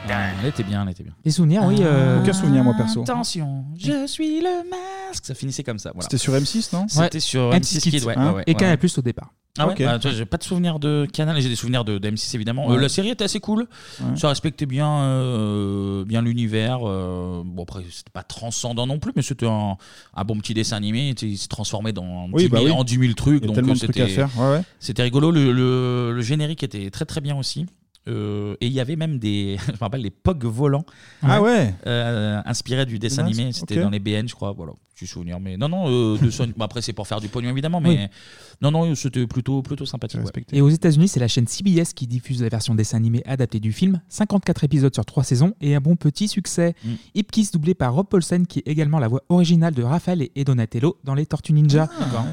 Ah, elle était bien, elle était bien.
Les souvenirs, oui. euh,
Aucun souvenir, moi, perso.
Ah Attention, je suis le masque. Ça finissait comme ça. Voilà.
C'était sur M6, non
C'était sur M6 Kids, ouais, ouais, ouais,
hein. et
ouais.
Canal Plus au départ.
Ah ouais, bah, tu vois, j'ai pas de souvenirs de Canal, j'ai des souvenirs de, de M6 évidemment. Euh,
Ouais.
la série était assez cool, ça respectait bien, euh, bien l'univers. euh, bon après c'était pas transcendant non plus, mais c'était un, un bon petit dessin animé. tu sais, Il se transformait dans
Oui,
10
bah
000
oui.
en 10 000 trucs,
Il y a
donc
tellement
euh,
de trucs à
c'était
faire, ouais, ouais.
c'était rigolo. Le, le- le générique était très très bien aussi. Euh, et il y avait même des, je me rappelle, les Pog volants.
Ah ouais.
Euh, Inspirés du dessin
Mince,
animé. C'était
ok.
dans les BN, je crois. Voilà, petit souvenir. Mais non, non, euh, dessin- bah, après, c'est pour faire du pognon, évidemment. Mais
Oui.
non, non, c'était plutôt, plutôt sympathique. ouais.
Et aux États-Unis, c'est la chaîne CBS qui diffuse la version dessin animé adaptée du film, 54 épisodes sur 3 saisons et un bon petit succès.
Mm.
Ipkiss doublé par Rob Paulsen qui est également la voix originale de Raphaël et- et Donatello dans les Tortues Ninja.
Ah, D'accord.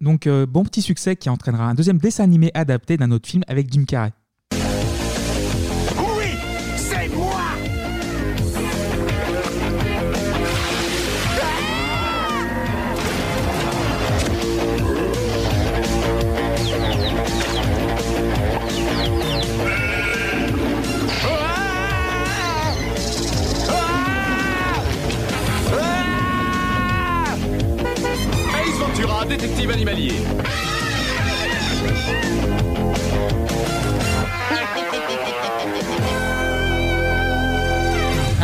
Donc euh, bon petit succès qui entraînera un deuxième dessin animé adapté d'un autre film avec Jim Carrey.
Oui, c'est moi
Ace Ventura, détective animalier.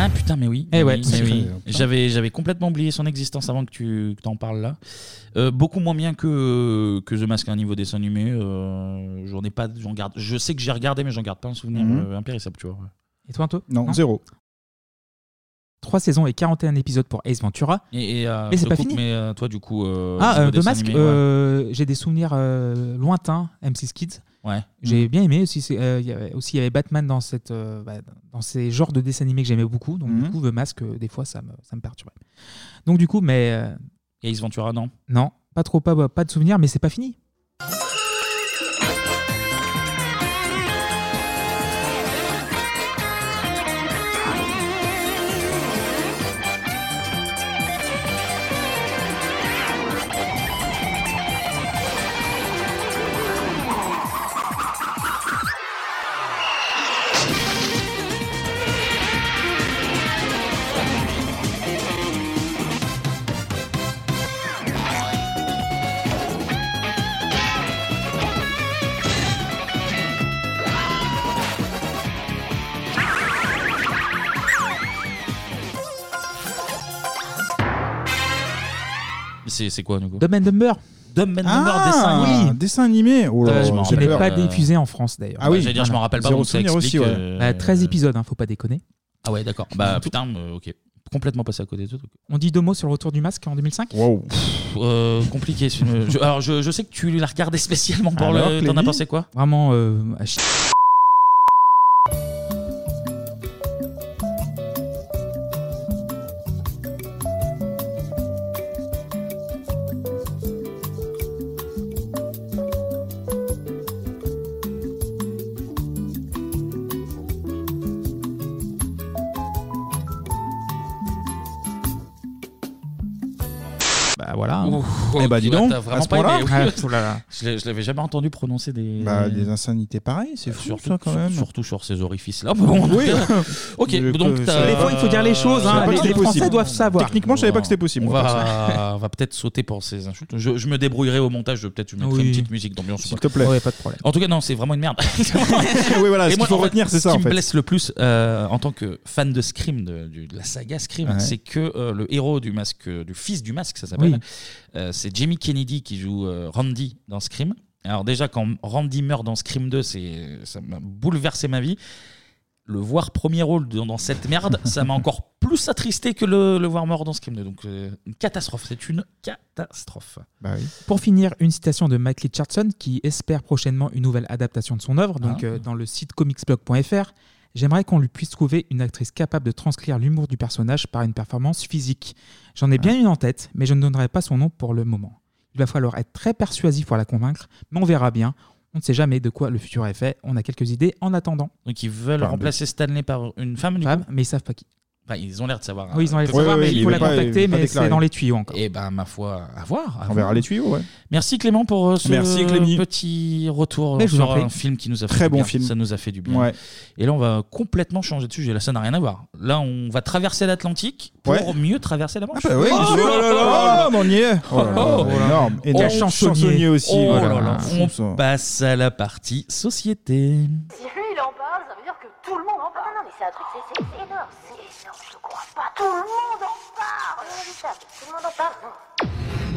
Ah putain, mais oui.
Eh
mais
ouais,
oui,
c'est
mais
vrai.
oui. J'avais, j'avais complètement oublié son existence avant que tu que t'en parles là. Euh, beaucoup moins bien que, que The Mask à un niveau dessin animé. euh, j'en ai pas, j'en garde. Je sais que j'ai regardé, mais j'en garde pas un souvenir
Mhm.
euh, impérissable, tu vois. ouais.
Et toi, Anto
Non, zéro.
3 saisons et 41 épisodes pour Ace Ventura.
Et, et, euh,
Mais c'est
je
pas
coupe,
fini.
Mais euh, toi, du coup, euh,
ah,
niveau
euh, The
dessin
Mask,
animé, ouais.
euh, j'ai des souvenirs euh, lointains, M6 Kids.
Ouais.
J'ai bien aimé aussi. c'est, euh, il y avait, aussi, il y avait Batman dans, cette, euh, bah, dans ces genres de dessins animés que j'aimais beaucoup. Donc, du
Mhm.
coup, The Mask, euh, des fois, ça me, ça me perturbait. Donc, du coup, mais. euh,
Et Ace Ventura, non.
non, pas trop, pas, pas de souvenirs, mais c'est pas fini.
C'est, c'est quoi, du coup
Dumb and Dumber.
Dumb and
Ah, dessin animé. Oh là,
Ouais, je m'en
j'ai
rappelle
peur.
Pas diffusé en France d'ailleurs.
Ah oui.
J'allais dire, je m'en rappelle pas,
Zéro
donc ça
souvenir
explique,
aussi, ouais.
euh,
Bah, 13 épisodes, hein, faut pas déconner.
Ah ouais, d'accord. Bah putain, euh, ok. Complètement passé à côté de ce truc.
On dit deux mots sur le retour du masque en 2005
Pff, euh, compliqué. ce- je- alors, je, je sais que tu l'as regardé spécialement pour
Alors,
le. T'en as
Clémy
pensé quoi
Vraiment, euh, à chier. Bah voilà.
Eh bah, dis donc,
t'as vraiment
à ce
pas
point-là.
aimé, oui.
Ah, oulala.
Je l'ai- je l'avais jamais entendu prononcer des.
Bah, des insanités pareilles, c'est fou
surtout,
ça quand
sur-
même.
Surtout sur ces orifices-là. Bon, en tout
Oui.
cas, ok,
Je-
donc
je-
t'as-
Des fois, il faut dire les choses,
Je
hein,
savais pas
les-
que c'était
les Français
possible.
doivent savoir. Techniquement, je savais pas que c'était possible,
On
moi,
va, on va peut-être sauter pour ces insultes. Je, je me débrouillerai au montage, je- peut-être je mettrai
Oui.
une petite musique d'ambiance.
S'il te plaît. Ouais, pas de problème.
En tout cas, non, c'est vraiment une merde.
oui, voilà,
Et
ce
moi,
qu'il faut
en fait,
retenir, c'est ça
Ce
en
qui me
fait.
blesse le plus euh, en tant que fan de Scream, de, du- de la saga Scream,
Ouais.
c'est que euh, le héros du masque, euh, du fils du masque, ça s'appelle,
Oui.
euh, c'est Jamie Kennedy qui joue euh, Randy dans Scream. Alors déjà, quand Randy meurt dans Scream 2, c'est, ça m'a bouleversé ma vie. Le voir premier rôle dans, dans cette merde, ça m'a encore plus attristé que le, le voir mort dans Scream 2. Donc euh, une catastrophe, c'est une catastrophe.
Pour finir, une citation de Mike Richardson qui espère prochainement une nouvelle adaptation de son œuvre, donc
Ah.
euh, dans le site comicsblog.fr. J'aimerais qu'on lui puisse trouver une actrice capable de transcrire l'humour du personnage par une performance physique. J'en ai bien une en tête, mais je ne donnerai pas son nom pour le moment. Il va falloir être très persuasif pour la convaincre, mais on verra bien. On ne sait jamais de quoi le futur est fait. On a quelques idées en attendant.
Donc ils veulent
Femme.
remplacer Bah, Stanley par une femme, du coup
mais ils savent pas qui.
Enfin, ils ont l'air de savoir.
Oui, ils ont l'air de savoir, mais il faut la contacter, mais c'est dans les tuyaux encore.
Et ben, ma foi, à voir. à
On verra
voir.
les tuyaux, ouais.
Ah Merci Clément pour euh, ce
Merci, Clémy.
petit retour
Mais je vous en
sur
prie.
un film qui nous a fait
Très
du
bon
bien.
film.
Ça nous a fait du bien.
Ouais.
Et là, on va complètement changer de sujet. Là, ça n'a rien à voir. Là, on va traverser l'Atlantique pour
Ouais.
mieux traverser la Manche.
Ah bah oui, bien sûr. Oh là là, mais on y est. Oh là là, énorme. Et quel chansonnier. chansonnier aussi,
Oh
voilà. Ah,
là là.
Fou,
On
ça.
passe à la partie société.
Si lui il en parle, ça veut dire que tout le monde en parle. non, non, mais c'est un truc, c'est c'est énorme. C'est énorme, je te crois pas. Tout le monde en parle. Tout le monde en parle.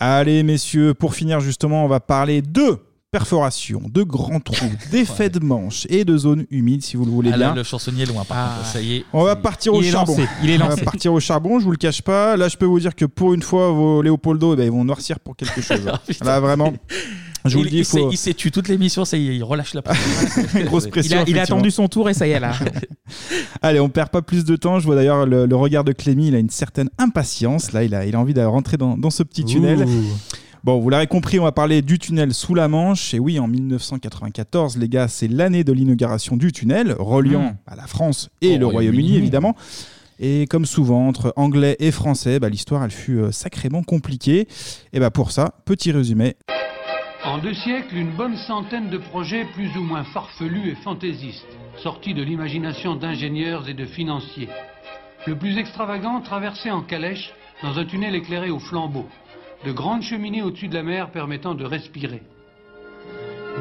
Allez, messieurs, pour finir, justement, on va parler de perforations, de grands trous, d'effets de manche et de zones humides, si vous le voulez
Ah là,
bien. Ah.
le chansonnier est loin, par contre. Ça y est.
On va partir au
Il est
charbon.
lancé, il est
On
lancé.
va partir au charbon, je vous le cache pas. Là, je peux vous dire que pour une fois, vos Léopoldo, eh ben, ils vont noircir pour quelque chose. hein. Là, vraiment. Je vous
Ah, il,
le dis,
il s'est-
faut...
il s'est tué toute l'émission, ça y est, il relâche la pression.
Grosse
Il
pression,
a, il a
effectivement.
attendu son tour et ça y est là.
Allez, on perd pas plus de temps. Je vois d'ailleurs le, le regard de Clémy, il a une certaine impatience. Là, il a, il a envie de rentrer dans, dans ce petit tunnel.
Ouh.
Bon, vous l'avez compris, on va parler du tunnel sous la Manche. Et oui, en 1994, les gars, c'est l'année de l'inauguration du tunnel, reliant
Mm.
Mmh.
à la France et
Au
le Royaume-Uni,
Oh, Royaume-Uni.
évidemment. Et comme souvent, entre anglais et français, bah, l'histoire, elle fut euh, sacrément compliquée. Et bah, pour ça, petit résumé.
En deux siècles, une bonne centaine de projets plus ou moins farfelus et fantaisistes, sortis de l'imagination d'ingénieurs et de financiers. Le plus extravagant, traversé en calèche dans un tunnel éclairé au flambeau, de grandes cheminées au-dessus de la mer permettant de respirer.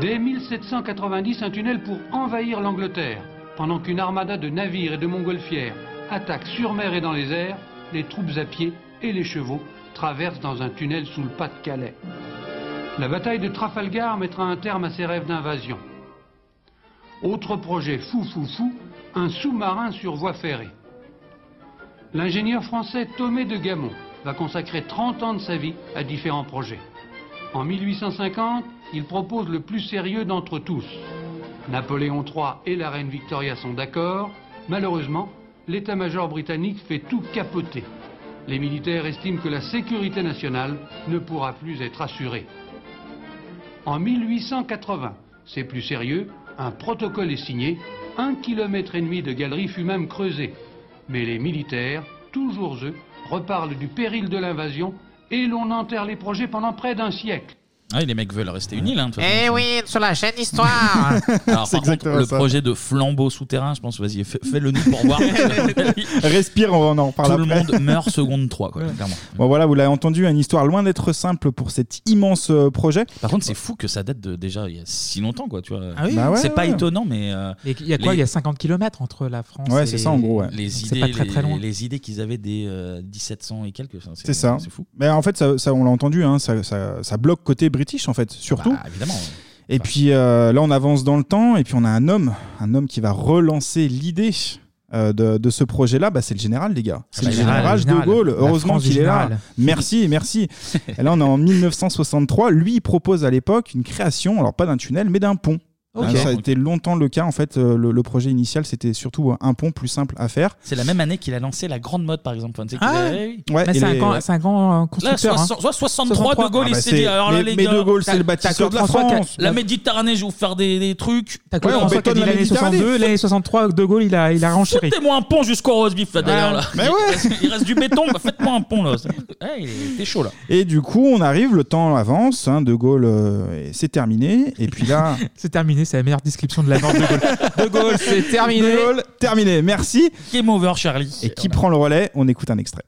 Dès 1790, un tunnel pour envahir l'Angleterre, pendant qu'une armada de navires et de montgolfières attaque sur mer et dans les airs, les troupes à pied et les chevaux traversent dans un tunnel sous le Pas-de-Calais. La bataille de Trafalgar mettra un terme à ces rêves d'invasion. Autre projet fou fou fou, un sous-marin sur voie ferrée. L'ingénieur français Thomé de Gamon va consacrer 30 ans de sa vie à différents projets. En 1850, il propose le plus sérieux d'entre tous. Napoléon III et la reine Victoria sont d'accord. Malheureusement, l'état-major britannique fait tout capoter. Les militaires estiment que la sécurité nationale ne pourra plus être assurée. En 1880, c'est plus sérieux, un protocole est signé, un kilomètre et demi de galerie fut même creusé. Mais les militaires, toujours eux, reparlent du péril de l'invasion et l'on enterre les projets pendant près d'un siècle.
Ah, les mecs veulent rester unis, là. hein, de toute façon.
Eh oui, sur la chaîne Histoire
Ah. Alors,
C'est
par contre,
exactement
le
ça.
projet de flambeau souterrain, je pense, vas-y, fais- fais-le nous pour voir.
Respire, on en parle
Tout le
après.
monde meurt seconde 3, quoi, clairement.
Bon, voilà, vous l'avez entendu, une histoire loin d'être simple pour cet immense euh, projet.
Par contre, c'est fou que ça date de déjà il y a si longtemps, quoi, tu vois.
Ah oui,
Bah ouais,
c'est pas
ouais.
étonnant, mais. euh,
Et il y a quoi
les-
Il y a 50 km entre la France et les-
Les
Donc c'est
idées,
pas très,
les,
très loin.
les idées qu'ils avaient des euh, 1700 et quelques. enfin,
C'est ça.
C'est fou.
Mais en fait, ça, ça, on l'a entendu, hein, ça, ça- ça bloque côté british, en fait, surtout.
Bah,
évidemment.
Et puis euh, là, on avance dans le temps, et puis on a un homme, un homme qui va relancer l'idée. euh, de, de ce projet-là, bah, c'est le général, les gars. C'est
bah,
le
le général,
général
le
de
général.
Gaulle.
La
Heureusement
France du
qu'il est là.
général.
Merci, merci. Et là, on est en 1963. Lui, il propose à l'époque une création, alors pas d'un tunnel, mais d'un pont. Hein, ça a été longtemps le cas. En fait, euh, le, le projet initial, c'était surtout un pont plus simple à faire.
C'est la même année qu'il a lancé la grande mode, par exemple. Tu sais qu'il
Ah,
a- oui, oui.
Ouais,
Mais
et
c'est un
les-
grand- c'est un grand euh, constructeur.
Là, soix-
hein.
soix- 63, De Gaulle,
Ah
il
bah
s'est
c'est-
dit alors là,
mais-
les
mais
gars,
De Gaulle, c'est
t'as-
le
t'as
bâtisseur de la
Claude François
France.
qui a- La Méditerranée, je vais vous faire des, des trucs.
T'as Claude François qui a dit l'année 62, l'année 63, De Gaulle, il a, il a renchéri.
Foutez-moi un pont jusqu'au roast-beef, là, d'ailleurs.
Ouais.
là.
Mais
Il reste- Il reste du béton, bah, faites-moi un pont, là. Ouais, il était chaud, là.
Et du coup, on arrive, le temps avance, hein, De Gaulle, euh, c'est terminé. Et puis là.
C'est terminé, c'est la meilleure description de la mort de Gaulle. De Gaulle, c'est terminé.
De Gaulle, terminé, merci.
Game over, Charlie.
Et qui prend le relais On écoute un extrait.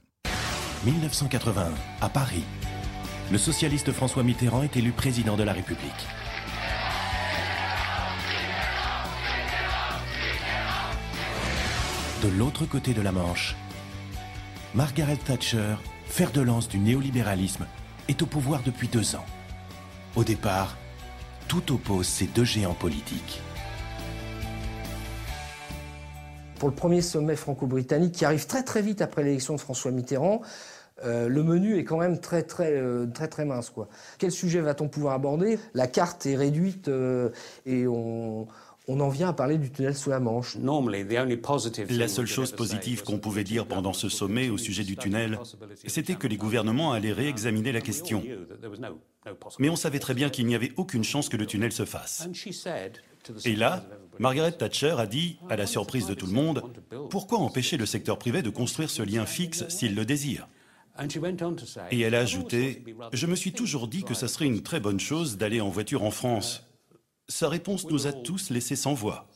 1981, à Paris, le socialiste François Mitterrand est élu président de la République. De l'autre côté de la Manche, Margaret Thatcher, fer de lance du néolibéralisme, est au pouvoir depuis deux ans. Au départ, tout oppose ces deux géants politiques.
Pour le premier sommet franco-britannique qui arrive très très vite après l'élection de François Mitterrand, euh, le menu est quand même très très euh, très très mince quoi. Quel sujet va-t-on pouvoir aborder La carte est réduite euh, et on, on en vient à parler du tunnel sous la Manche.
La seule chose positive qu'on pouvait dire pendant ce sommet au sujet du tunnel, c'était que les gouvernements allaient réexaminer la question. Mais on savait très bien qu'il n'y avait aucune chance que le tunnel se fasse. Et là, Margaret Thatcher a dit, à la surprise de tout le monde, pourquoi empêcher le secteur privé de construire ce lien fixe s'il le désire Et elle a ajouté, je me suis toujours dit que ça serait une très bonne chose d'aller en voiture en France. Sa réponse nous a tous laissés sans voix.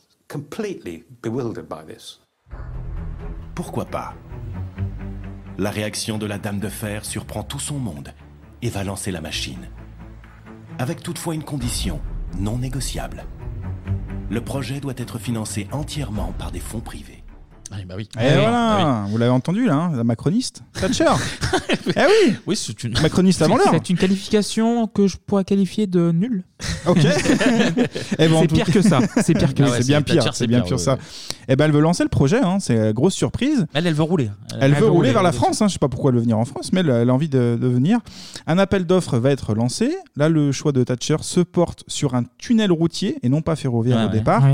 Pourquoi pas La réaction de la Dame de Fer surprend tout son monde et va lancer la machine. Avec toutefois une condition non négociable. Le projet doit être financé entièrement par des fonds privés.
bah oui.
Eh
Et Eh voilà, vous l'avez entendu là, hein, la macroniste Thatcher. eh oui.
Oui, c'est une
macroniste avant l'heure.
C'est une qualification que je pourrais qualifier de nulle.
Ok. Eh ben, en
c'est
tout
pire
cas-
que ça. C'est pire que
Ah
ça.
ouais, c'est bien pire, c'est bien pire ça. Eh ben elle veut lancer le projet, hein, c'est euh, grosse surprise.
Elle, elle veut rouler.
Elle, veut rouler vers la France, hein, je sais pas pourquoi elle veut venir en France, mais elle, elle a envie de, de venir. Un appel d'offres va être lancé. Là, le choix de Thatcher se porte sur un tunnel routier et non pas ferroviaire
Ouais,
au
ouais.
départ.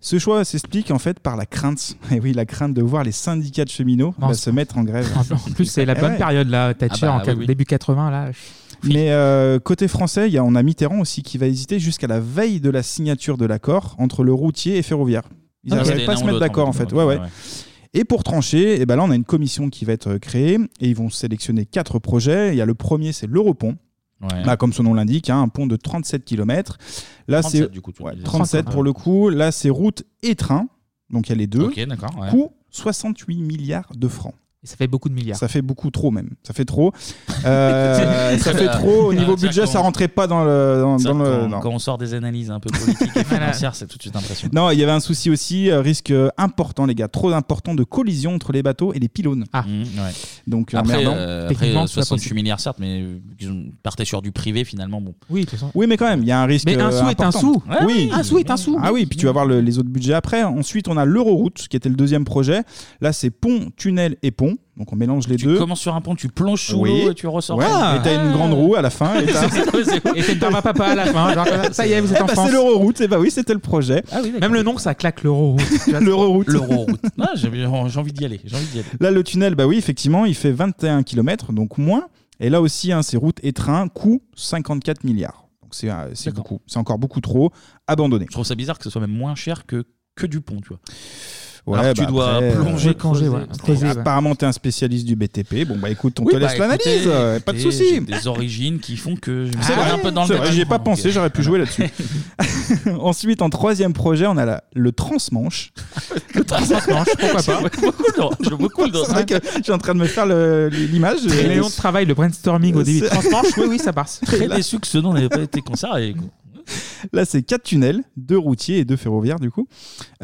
Ce choix s'explique en fait par la crainte, et oui, la crainte de voir les syndicats de cheminots
Non,
bah,
c'est-
se mettre en grève.
En plus, c'est la
Eh
bonne
ouais.
période là, Thatcher,
Ah bah,
en quatre-
oui, oui.
début 80 là.
Mais euh, côté français, il y a, on a Mitterrand aussi qui va hésiter jusqu'à la veille de la signature de l'accord entre le routier et ferroviaire. Ils
Ah, mais
n'arrivaient
c'était
pas à
l'un
se
ou
mettre
l'autre,
d'accord
en
en
fait.
fait. Ouais, ouais.
Ouais.
Et pour trancher, et ben là, on a une commission qui va être euh, créée et ils vont sélectionner quatre projets. Il y a le premier, c'est l'Europont.
Ouais.
Bah, comme son nom l'indique, hein, un pont de 37 km. Là,
37
c'est
du coup, tu
ouais,
disais.
37 pour le coup. Là, c'est route et train. Donc il y a les deux.
Ok, d'accord, ouais.
Coût 68 milliards de francs.
ça fait beaucoup de milliards.
Ça fait beaucoup trop même. Ça fait trop. Euh,
C'est-
ça
c'est-
fait trop. Au
euh,
niveau
c'est-à-dire
budget,
qu'on-
ça rentrait pas dans le. Dans,
Ça,
dans le-
quand,
non.
quand on sort des analyses un peu politiques et financières, c'est tout de suite impressionnant.
Non, il y avait un souci aussi, euh, risque euh, important, les gars, trop important de collision entre les bateaux et les pylônes. Donc, euh,
Après,
emmerdant.
euh, après, euh, 68 milliards, certes, mais euh, ils ont- partaient sur du privé finalement. Bon.
Oui,
Oui, mais quand même, il y a un risque.
Mais un
euh,
sou est un
important.
sou. Ouais,
oui.
un sou est un sou.
Ah oui, puis tu vas voir le- les autres budgets après. Ensuite, on a l'Euroroute, qui était le deuxième projet. Là, c'est pont, tunnel et pont. Donc, on mélange les
Tu
deux.
commences sur un pont, tu plonges sous
Oui.
l'eau et tu ressors. Ah.
Ouais, et t'as une grande roue à la fin. Et t'as- Ah,
Et t'es dans ma papa à la fin. genre, ça y est, vous êtes
Eh
en
bah,
France.
C'est l'Euroroute. Et bah oui, c'était le projet.
Même le nom, ça claque l'euro.
L'Euroroute.
Non, j'ai j'ai envie d'y aller. J'ai envie d'y aller.
Là, le tunnel, bah oui, effectivement, il fait 21 km, donc moins. Et là aussi, hein, c'est route et train, coût 54 milliards. Donc c'est euh, c'est beaucoup, c'est encore beaucoup trop abandonné.
Je trouve ça bizarre que ce soit même moins cher que, que du pont, tu vois.
Ouais,
Alors que tu
bah,
dois
après,
plonger,
euh,
creuser, ouais, creuser, ouais.
Apparemment, t'es un spécialiste du BTP. Bon, bah écoute, on
Oui,
te
bah,
laisse l'analyse,
écoutez,
euh, pas de
écoutez,
souci.
j'ai Des origines qui font que je me
C'est
pose
vrai,
un peu dans le
c'est vrai,
débat.
j'y ai pas
Ok.
pensé, j'aurais pu jouer là-dessus. Ensuite, en troisième projet, on a la- le Transmanche. le
Transmanche, pourquoi pas
Je vois beaucoup
C'est vrai que je suis en train de me faire le- l'image.
Et Léon travaille le brainstorming au début.
C'est-
Transmanche, oui, oui, ça passe.
Euh, Très déçu que ce nom n'avait pas été conservé. quoi.
Là, c'est quatre tunnels, deux routiers et deux ferroviaires, du coup.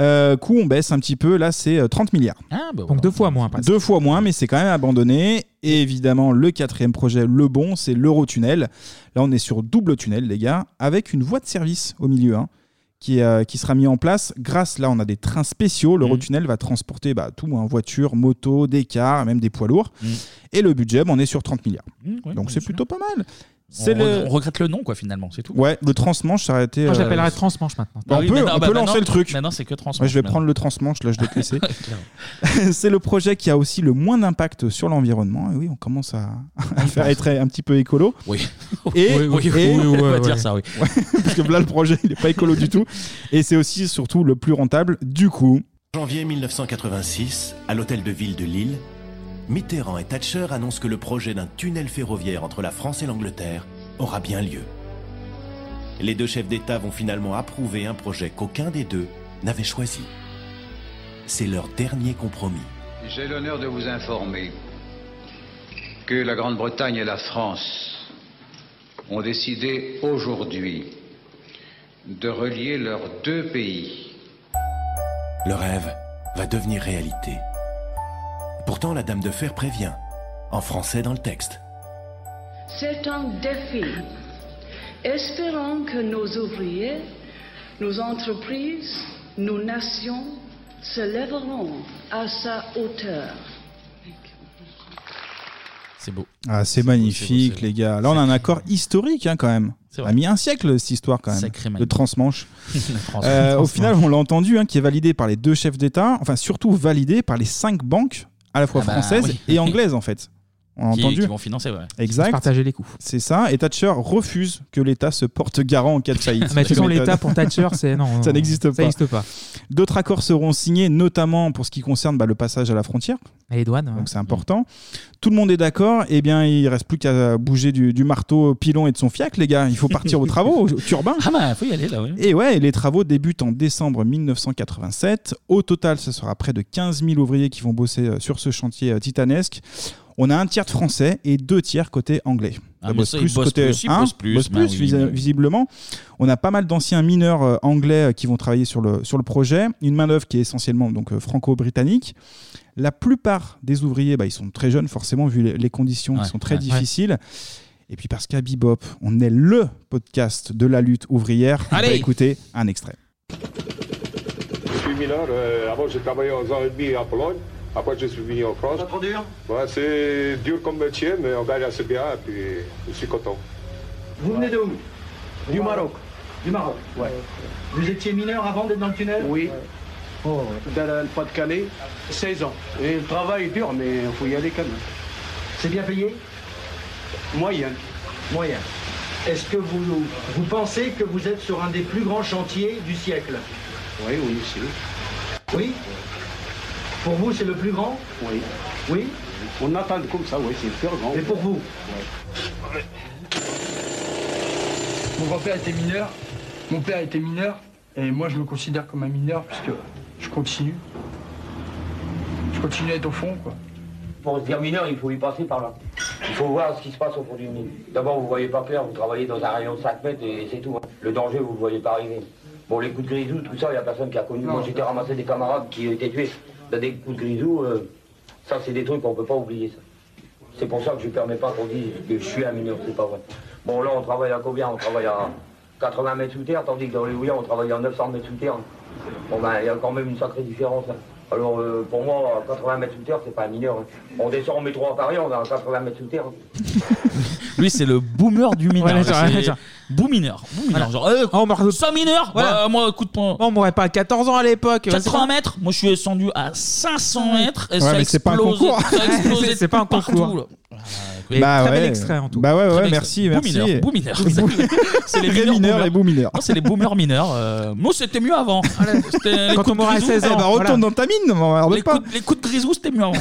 Euh, coût, on baisse un petit peu. Là, c'est euh, 30 milliards.
Ah, bah
Donc deux fois moins.
Deux fois moins, mais c'est quand même abandonné. Et évidemment, le quatrième projet, le bon, c'est l'Eurotunnel. Là, on est sur double tunnel, les gars, avec une voie de service au milieu. hein, Qui, est, euh, qui sera mis en place grâce, là on a des trains
Mm.
spéciaux, l'Eurotunnel va transporter bah, tout, hein, voitures, motos, des cars, même des poids lourds. Et le budget, bah, on est sur 30 milliards.
Mm. ouais,
Donc c'est plutôt pas mal.
C'est
C'est
on,
le-
re- on regrette le nom, quoi, finalement, c'est tout.
Ouais, le transmanche, ça aurait été.
Moi, je
euh,
l'appellerais
transmanche maintenant.
Bah,
Ah
on
oui,
peut,
maintenant,
on
bah
peut
maintenant-
lancer le truc.
maintenant, c'est que transmanche,
Ouais, je vais
maintenant.
prendre le transmanche, là, je dois te laisser. c'est le projet qui a aussi le moins d'impact sur l'environnement. Et oui, on commence à, à faire être un petit peu écolo.
Oui.
Et,
Oui, oui,
et-
oui, oui, on va dire ça, oui.
Ouais, parce que là, le projet, il n'est pas écolo du tout. Et c'est aussi, surtout, le plus rentable. Du coup,
Janvier 1986, à l'hôtel de ville de Lille, Mitterrand et Thatcher annoncent que le projet d'un tunnel ferroviaire entre la France et l'Angleterre aura bien lieu. Les deux chefs d'État vont finalement approuver un projet qu'aucun des deux n'avait choisi. C'est leur dernier compromis.
J'ai l'honneur de vous informer que la Grande-Bretagne et la France ont décidé aujourd'hui de relier leurs deux pays.
Le rêve va devenir réalité. Pourtant, la Dame de Fer prévient, en français dans le texte.
C'est un défi. Espérons que nos ouvriers, nos entreprises, nos nations se lèveront à sa hauteur.
C'est beau.
Ah, c'est magnifique, les gars. Là, on a un accord historique, hein, quand même.
C'est
Ça
vrai.
a mis un siècle, cette histoire, quand même.
Sacré
de
magnifique.
transmanche.
Le transmanche.
Euh, au
Transmanche.
final, on l'a entendu, hein, qui est validé par les deux chefs d'État, enfin, surtout validé par les cinq banques, à la fois
Ah bah,
françaises
oui.
et anglaises, en fait. On l'a
Qui-
entendu.
qui vont financer, ouais.
Exact.
Partager les coûts.
C'est ça. Et Thatcher refuse que l'État se porte garant en cas de faillite.
Mais Ah bah, de toute façon,
Tu m'étonnes.
l'État pour Thatcher, c'est- non,
ça
non,
n'existe pas.
ça n'existe pas.
D'autres accords seront signés, notamment pour ce qui concerne bah, le passage à la frontière.
Et les douanes.
Donc c'est important. Tout le monde est d'accord. Eh bien, il reste plus qu'à bouger du, du marteau au pilon et de son fiac, les gars. Il faut partir aux travaux, au turbin.
Ah bah, faut y aller, là, oui.
Et ouais, les travaux débutent en décembre 1987. Au total, ce sera près de 15 000 ouvriers qui vont bosser euh, sur ce chantier euh, titanesque. On a un tiers de français et deux tiers côté anglais.
Ah,
Ça
mais ça, ils bossent plus, ils
hein,
bossent plus,
bossent
bah oui,
visi-
bah oui.
visiblement. On a pas mal d'anciens mineurs euh, anglais euh, qui vont travailler sur le, sur le projet. Une main-d'œuvre qui est essentiellement donc euh, franco-britannique. La plupart des ouvriers, bah, ils sont très jeunes, forcément, vu les, les conditions
Ouais,
qui sont très
ouais.
difficiles. Et puis parce qu'à Bebop, on est le podcast de la lutte ouvrière. On va
Allez.
écouter un extrait.
Je suis mineur. euh, avant, j'ai travaillé 11 ans et demi en Pologne. Après, je suis venu en France. C'est trop dur Ouais, c'est dur comme métier, mais on gagne assez bien. Et puis, je suis content.
Vous venez de où Du Maroc. Du Maroc Ouais. Vous étiez mineur avant d'être dans le tunnel Oh, Oui. Dans le Pas-de-Calais, 16 ans. Et le travail est dur, mais il faut y aller quand même. C'est bien payé Moyen. Moyen. Est-ce que vous, vous pensez que vous êtes sur un des plus grands chantiers du siècle Oui, oui, si. Oui Pour vous, c'est le plus grand Oui. Oui On attend comme ça, oui, c'est le plus grand. Et pour vous
Mon grand-père était mineur, mon père était mineur, et moi je me considère comme un mineur puisque je continue. Je continue à être au fond, quoi.
Pour se dire mineur, il faut y passer par là. Il faut voir ce qui se passe au fond du mine. D'abord, vous voyez pas clair, vous travaillez dans un rayon de 5 mètres et c'est tout. hein. Le danger, vous ne voyez pas arriver. Bon, les coups de grisou, tout ça, il n'y a personne qui a connu. Moi, j'étais ramassé des camarades qui étaient tués. Dans des coups de grisou, euh, ça, c'est des trucs qu'on ne peut pas oublier, ça. C'est pour ça que je ne permets pas qu'on dise que je suis un mineur, c'est pas vrai. Bon, là, on travaille à combien On travaille à 80 mètres sous terre, tandis que dans les Houillans, on travaille à 900 mètres sous terre. Bon, ben, il y a quand même une sacrée différence. hein. Alors, euh, pour moi, 80 mètres sous terre, c'est pas un mineur. hein. On descend en métro à Paris, on est à 80 mètres sous terre. hein.
Lui, c'est le boomer du mineur.
Ouais, c'est vrai,
C'est
c'est vrai.
Boo mineur. Boo mineur.
Voilà.
Genre, euh,
Oh, on m'a-
mineur
Voilà.
Bah, Moi, coup de poing.
On m'aurait pas à 14 ans à l'époque. euh,
80 mètres, moi je suis descendu à 500 mètres. et
Ouais,
ça
mais c'est pas un
explosait-
concours.
ça explosait
C'est- c'est pas un
partout,
concours.
là.
Et Bah très bel ouais. extrait, en tout. Bah ouais,
Très
ouais,
bel
merci,
extrait.
merci.
Boo mineur, boo
Boo-
mineur. C'est les
Vrais
mineurs,
mineurs et boo mineurs.
Non, c'est les boomers mineurs. euh, Moi, c'était mieux avant. C'était les
Quand
coups
on
de
aura
grisou.
16 ans, Eh ben, retourne voilà. dans ta mine, ne m'emmerde
les
pas.
coups, les coups de grisou, c'était mieux avant.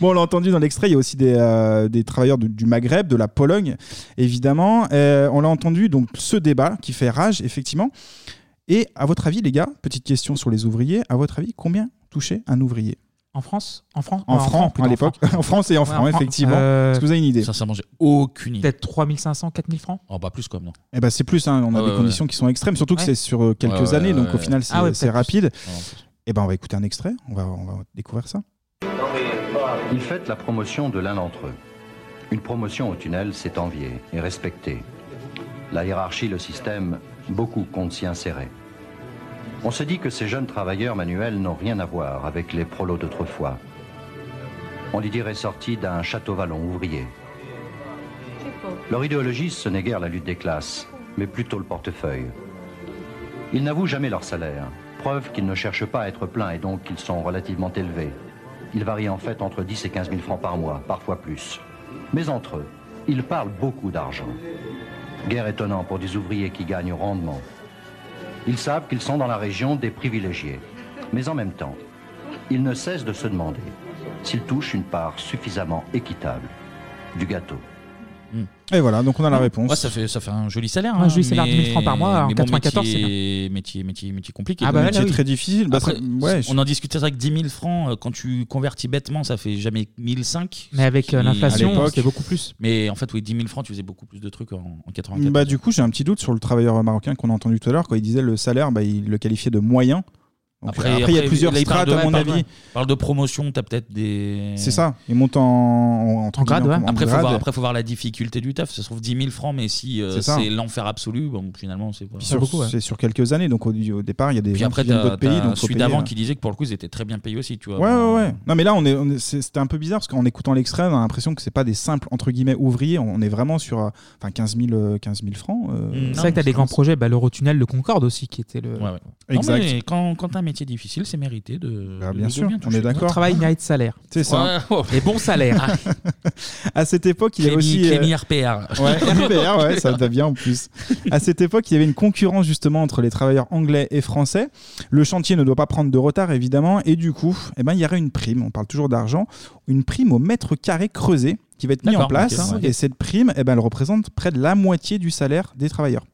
Bon, on l'a entendu dans l'extrait, il y a aussi des, euh, des travailleurs du, du Maghreb, de la Pologne, évidemment. Euh, on l'a entendu, donc ce débat qui fait rage, effectivement. Et à votre avis, les gars, petite question sur les ouvriers, à votre avis, combien touchait un ouvrier
En France En France
En francs,
plutôt,
à l'époque. En France et en francs, effectivement. Est-ce que vous avez une idée
Euh, Sincèrement, j'ai aucune idée.
Peut-être 3500, 4000 francs
Oh, bah plus quand même, non.
Eh ben, c'est plus, hein, on a
Ouais,
des
ouais,
conditions
ouais.
qui sont extrêmes, surtout que
Ouais.
c'est sur euh, quelques
Ouais, ouais,
années, donc
ouais,
au
ouais.
final, c'est
Ah ouais,
c'est
peut-être
rapide.
plus. Ouais, en plus.
Eh ben, on va écouter un extrait, on va, on va découvrir ça.
Ils fêtent la promotion de l'un d'entre eux. Une promotion au tunnel, c'est envié et respecté. La hiérarchie, le système, beaucoup comptent s'y insérer. On se dit que ces jeunes travailleurs manuels n'ont rien à voir avec les prolos d'autrefois. On les dirait sortis d'un château vallon ouvrier. Leur idéologie, ce n'est guère la lutte des classes, mais plutôt le portefeuille. Ils n'avouent jamais leur salaire, preuve qu'ils ne cherchent pas à être pleins et donc qu'ils sont relativement élevés. Ils varient en fait entre 10 et 15 000 francs par mois, parfois plus. Mais entre eux, ils parlent beaucoup d'argent. Guerre étonnant pour des ouvriers qui gagnent au rendement. Ils savent qu'ils sont dans la région des privilégiés, mais en même temps, ils ne cessent de se demander s'ils touchent une part suffisamment équitable du gâteau.
Et voilà, donc on a la réponse.
Hmm. Ouais, ça, fait, ça fait un joli salaire.
Un
hein,
joli salaire de
mais-
1000 francs par mois, en
mais bon,
94,
métier, métier, métier, métier compliqué.
Ah bah, Métier là, oui. très difficile. Bah,
Après,
ça- ouais,
on en discutait avec 10 000 francs. euh, Quand tu convertis bêtement, ça fait jamais 1005.
Mais avec, euh, l'inflation, c'était
beaucoup plus. Mais en fait, oui, 10 000 francs, tu faisais beaucoup plus de trucs en, en 94.
Bah, du coup, j'ai un petit doute sur le travailleur marocain qu'on a entendu tout à l'heure. Quand il disait le salaire, bah, il le qualifiait de moyen. Donc, après, il y a plusieurs
là, il parle
strates,
de-
à mon
parle de-
avis.
parle de promotion, t'as peut-être des.
C'est ça. Il monte en, en, entre guillemets, en- en
Après, faut
grade.
voir, après, faut voir la difficulté du taf. Ça se trouve 10 000 francs, mais si euh,
C'est ça.
c'est l'enfer absolu, bon, finalement, c'est pas.
Puis sur- C'est sur quelques années. Donc, au, au départ, il y a des
Puis
gens
après,
qui viennent
t'as
d'autres pays.
t'as
Donc, faut
celui
payer,
d'avant
euh,
qui disait que pour le coup, ils étaient très bien payés aussi, tu vois.
Ouais, ouais, ouais. Non, mais là, on est, on est- c'est- c'était un peu bizarre parce qu'en écoutant l'extrait, on a l'impression que c'est pas des simples entre guillemets ouvriers. On est vraiment sur, euh, enfin, 15 000, euh, 15 000 francs. euh,
Hmm. C'est vrai que t'as des grands projets, bah, l'Eurotunnel, le Concorde aussi, qui était le.
Ouais, ouais.
Exact. Bah,
Non, mais quand, quand t'as un métier difficile, c'est mérité de. de-
bien
de
sûr, on
toucher.
est d'accord.
Travail mérite salaire.
C'est ça.
Ouais. oh, bah. Ah.
Et bon salaire.
à cette époque, il y avait
Clémy-
aussi. euh,
Clémy RPR.
Ouais, RPR, ouais, ça va bien en plus. À cette époque, il y avait une concurrence justement entre les travailleurs anglais et français. Le chantier ne doit pas prendre de retard, évidemment, et du coup, eh ben, il y aurait une prime, on parle toujours d'argent, une prime au mètre carré creusé qui va être mise en
D'accord,
place.
ok, ouais.
Et cette prime, eh ben, elle représente près de la moitié du salaire des travailleurs.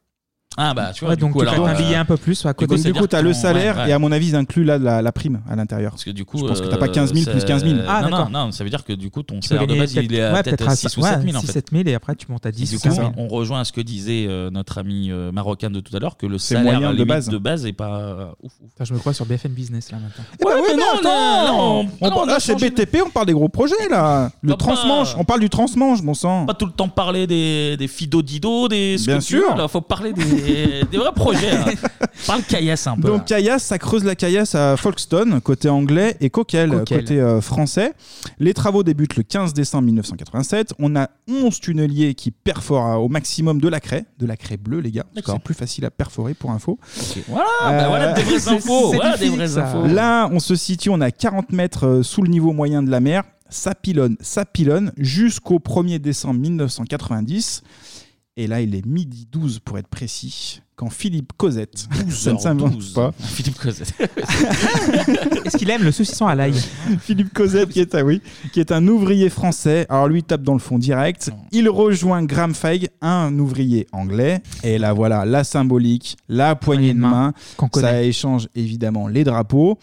Ah, bah, tu vois.
Ouais,
du
donc
coup,
tu
alors,
peux t'habiller
euh,
un peu plus à
du coup,
côté.
du
c'est-à-dire
coup, tu as
que
le
ton-
salaire,
ouais, ouais.
et à mon avis, ils incluent là la, la prime à l'intérieur.
Parce que du coup,
Je pense que t'as pas
euh,
15 000 plus
c'est-
15 000.
Ah,
non,
d'accord.
non, non, ça veut dire que du coup, ton
Tu
salaire
peux
de
gagner
base, il est à
ouais,
peut-être à 6 ou 7 000 en fait.
7 000 et après tu montes à 10
du
ou
coup,
15 000.
on rejoint à ce que disait euh, notre ami euh, marocain de tout à l'heure, que le
C'est
salaire
moyen de
limite,
base.
de base est pas euh, ouf.
Putain, je me crois sur BFM Business là maintenant.
Eh ben oui, mais non, attends, on parle- là, c'est BTP, on parle des gros projets, là. Le transmanche, on parle du transmanche, bon sang.
Pas tout le temps parler des, des Fido-Dido, des
Bien
sculptures,
sûr.
là, faut parler des, des vrais projets. là. Parle caillasse un peu.
Donc caillasse, ça creuse la caillasse à Folkestone, côté anglais, et Coquel,
Coquel.
côté euh, français. Les travaux débutent le 15 décembre 1987. On a 11 tunneliers qui perforent euh, au maximum de la craie, de la craie bleue, les gars.
D'accord.
C'est plus facile à perforer pour info. Euh,
Voilà, bah voilà des vraies infos. Voilà des vraies infos.
Là, on se situe, on a 40 mètres euh, sous le niveau moyen de la mer. Ça pilonne, ça pilonne jusqu'au 1er décembre 1990. Et là, il est midi 12 pour être précis, quand Philippe Cosette, ça ne s'invente
12.
pas,
Philippe Cosette.
Est-ce qu'il aime le saucisson à l'ail
Philippe Cosette, qui est, un, oui, qui est un ouvrier français. Alors lui, il tape dans le fond direct. Il rejoint Graham Feig, un ouvrier anglais. Et là, voilà, la symbolique, la poignée de main. Ça échange évidemment les drapeaux.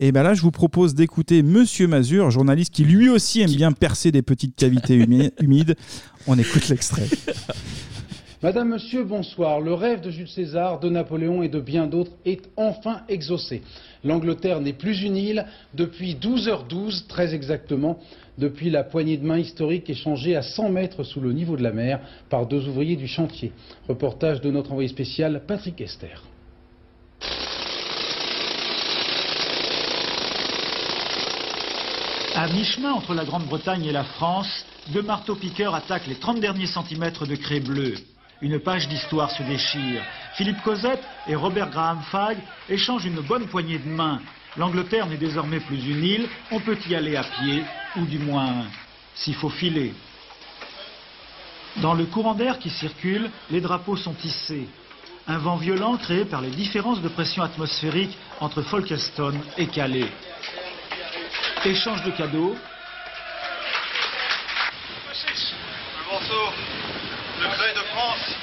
Et ben là, je vous propose d'écouter Monsieur Mazur, journaliste qui lui aussi aime bien percer des petites cavités humi- humides. On écoute l'extrait.
Madame, Monsieur, bonsoir. Le rêve de Jules César, de Napoléon et de bien d'autres est enfin exaucé. L'Angleterre n'est plus une île depuis 12h12, très exactement, depuis la poignée de main historique échangée à 100 mètres sous le niveau de la mer par deux ouvriers du chantier. Reportage de notre envoyé spécial Patrick Esther.
À mi-chemin entre la Grande-Bretagne et la France, deux marteaux-piqueurs attaquent les 30 derniers centimètres de craie bleue. Une page d'histoire se déchire. Philippe Cosette et Robert Graham Fagg échangent une bonne poignée de main. L'Angleterre n'est désormais plus une île, on peut y aller à pied, ou du moins s'il faut filer. Dans le courant d'air qui circule, les drapeaux sont hissés. Un vent violent créé par les différences de pression atmosphérique entre Folkestone et Calais. Échange de cadeaux,
Le morceau de Grès de France.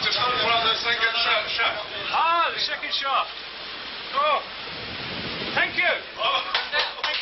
Ce sera pour la second shot. Ah, the second shot. Oh. Thank you.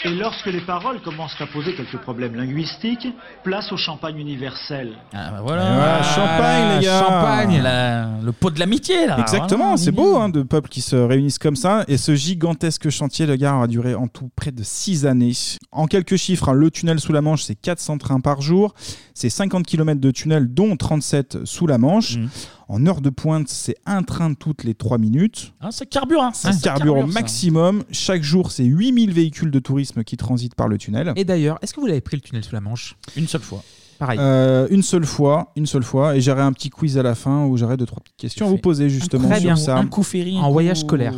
Et lorsque les paroles commencent à poser quelques problèmes linguistiques, place au champagne universel.
Ah bah
Ah, champagne, les gars.
Champagne, la- le pot de l'amitié, là.
Exactement,
Voilà,
c'est beau, hein, de peuples qui se réunissent comme ça. Et ce gigantesque chantier, le gars, a duré en tout près de 6 années. En quelques chiffres, hein, le tunnel sous la Manche, c'est 400 trains par jour. C'est 50 km de tunnel, dont 37 sous la Manche.
Mm.
En heure de pointe, c'est un train toutes les 3 minutes.
Ah, c'est carburant.
Ça carbure au maximum. Chaque jour, c'est 8000 véhicules de tourisme qui transitent par le tunnel.
Et d'ailleurs, est-ce que vous l'avez pris le tunnel sous la Manche
Une seule fois.
Pareil.
Euh, une seule fois, une seule fois, et j'aurai un petit quiz à la fin où j'aurai deux trois petites questions à vous poser justement
Très
sur
bien.
ça.
Un coup ferry, un En coup- voyage scolaire.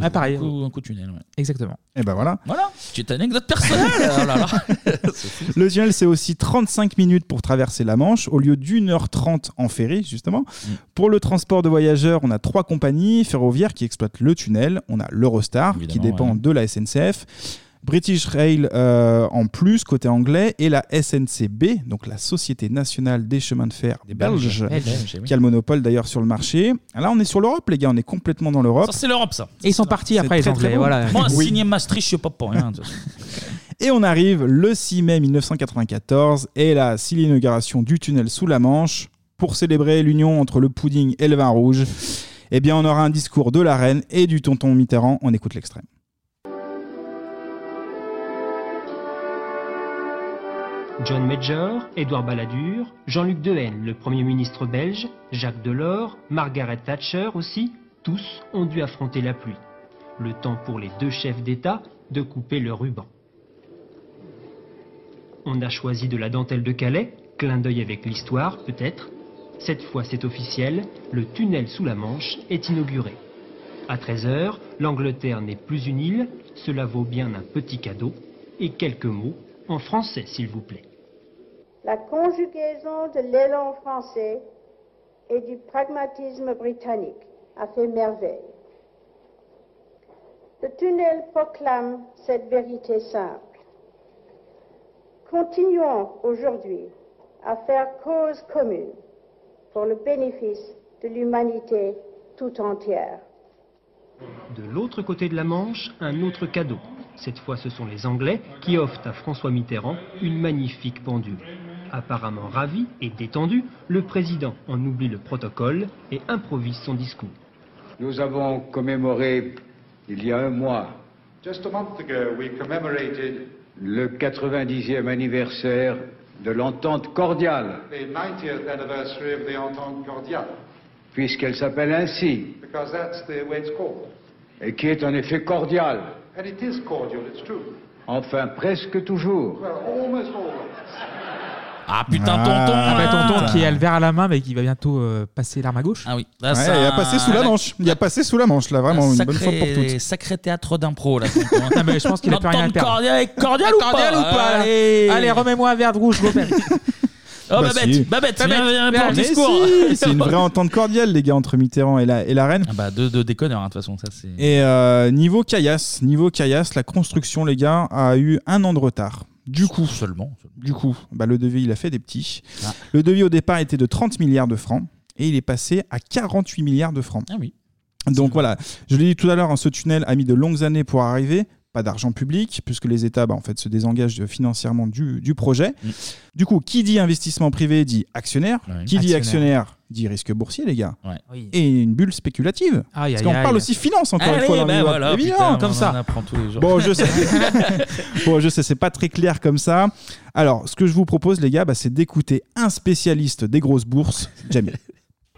Ah, pareil.
Un coup, un coup tunnel, ouais.
Exactement.
Et ben voilà.
Voilà, petite anecdote personnelle. oh là là.
Le tunnel, c'est aussi 35 minutes pour traverser la Manche, au lieu d'une heure 30 en ferry, justement.
Mm.
Pour le transport de voyageurs, on a trois compagnies ferroviaires qui exploitent le tunnel. On a l'Eurostar, qui
Évidemment,
dépend
ouais.
de la SNCF. British Rail euh, en plus, côté anglais, et la SNCB, donc la Société nationale des chemins de fer des
Belges.
Belges,
Belges, oui.
qui a le monopole d'ailleurs sur le marché. Là, on est sur l'Europe, les gars, on est complètement dans l'Europe.
Ça, c'est l'Europe, ça.
Et ils sont partis
après, les très, Anglais, très bon. voilà.
Moi,
Oui.
signé Maastricht, je suis pas pour rien.
Et on arrive le 6 mai 1994, et là, c'est l'inauguration du tunnel sous la Manche. Pour célébrer l'union entre le pudding et le vin rouge, eh bien, on aura un discours de la reine et du tonton Mitterrand. On écoute l'extrême.
John Major, Édouard Balladur, Jean-Luc Dehaene, le Premier ministre belge, Jacques Delors, Margaret Thatcher aussi, tous ont dû affronter la pluie. Le temps pour les deux chefs d'État de couper le ruban. On a choisi de la dentelle de Calais, clin d'œil avec l'histoire peut-être. Cette fois c'est officiel, le tunnel sous la Manche est inauguré. À 13h, l'Angleterre n'est plus une île, cela vaut bien un petit cadeau, et quelques mots, en français s'il vous plaît.
La conjugaison de l'élan français et du pragmatisme britannique a fait merveille. Le tunnel proclame cette vérité simple. Continuons aujourd'hui à faire cause commune pour le bénéfice de l'humanité tout entière.
De l'autre côté de la Manche, un autre cadeau. Cette fois, ce sont les Anglais qui offrent à François Mitterrand une magnifique pendule. Apparemment ravi et détendu, le président en oublie le protocole et improvise son discours.
Nous avons commémoré il y a un mois
Just a month ago, we commemorated
le 90e anniversaire de l'entente cordiale,
the 90th anniversary of the Entente Cordiale,
puisqu'elle s'appelle ainsi,
because that's the way it's called.
et qui est en effet cordiale,
And it is cordial, it's true.
enfin presque toujours.
Well, almost always.
Ah putain,
Ah,
tonton
bah,
hein.
tonton qui a le verre à la main, mais qui va bientôt euh, passer l'arme à gauche.
Ah oui.
Ah. Ouais, il a passé sous la manche. Il a passé sous la manche, là, vraiment, une bonne fois pour toutes.
Sacré théâtre d'impro, là.
Ah, mais je pense qu'il a plus rien à
Entendre
perdre.
cordial, cordial ou pas
Cordial ou pas
Allez.
Allez, remets-moi un verre de rouge, Robert.
Oh,
Bah,
Babette, Babette, viens, viens, pour le
Mais
discours.
si, c'est une vraie entente cordiale, les gars, entre Mitterrand et la, et la reine.
Bah, deux, deux déconneurs, hein, de toute façon, ça c'est.
Et euh, niveau caillasse, niveau caillasse, la construction, les gars, a eu un an de retard. Du coup,
seulement, Ah.
Du coup, bah, le devis, il a fait des petits. Le devis au départ était de 30 milliards de francs et il est passé à 48 milliards de francs.
Ah oui.
Donc voilà, je l'ai dit tout à l'heure, hein, ce tunnel a mis de longues années pour arriver. Pas d'argent public, puisque les États bah, en fait, se désengagent financièrement du, du projet. Du coup, qui dit investissement privé dit actionnaire. Qui dit
Actionnaire.
actionnaire dit risque boursier, les gars.
Oui.
Et une bulle spéculative.
Aïe,
Parce
aïe,
qu'on
aïe.
parle aussi finance, encore une
Allez,
fois. dans
bah
le livre.
voilà,
Évidemment,
putain,
comme
on
ça.
en apprend tous les jours.
Bon, je sais. bon, je sais, c'est pas très clair comme ça. Alors, ce que je vous propose, les gars, bah, c'est d'écouter un spécialiste des grosses bourses, Jamil.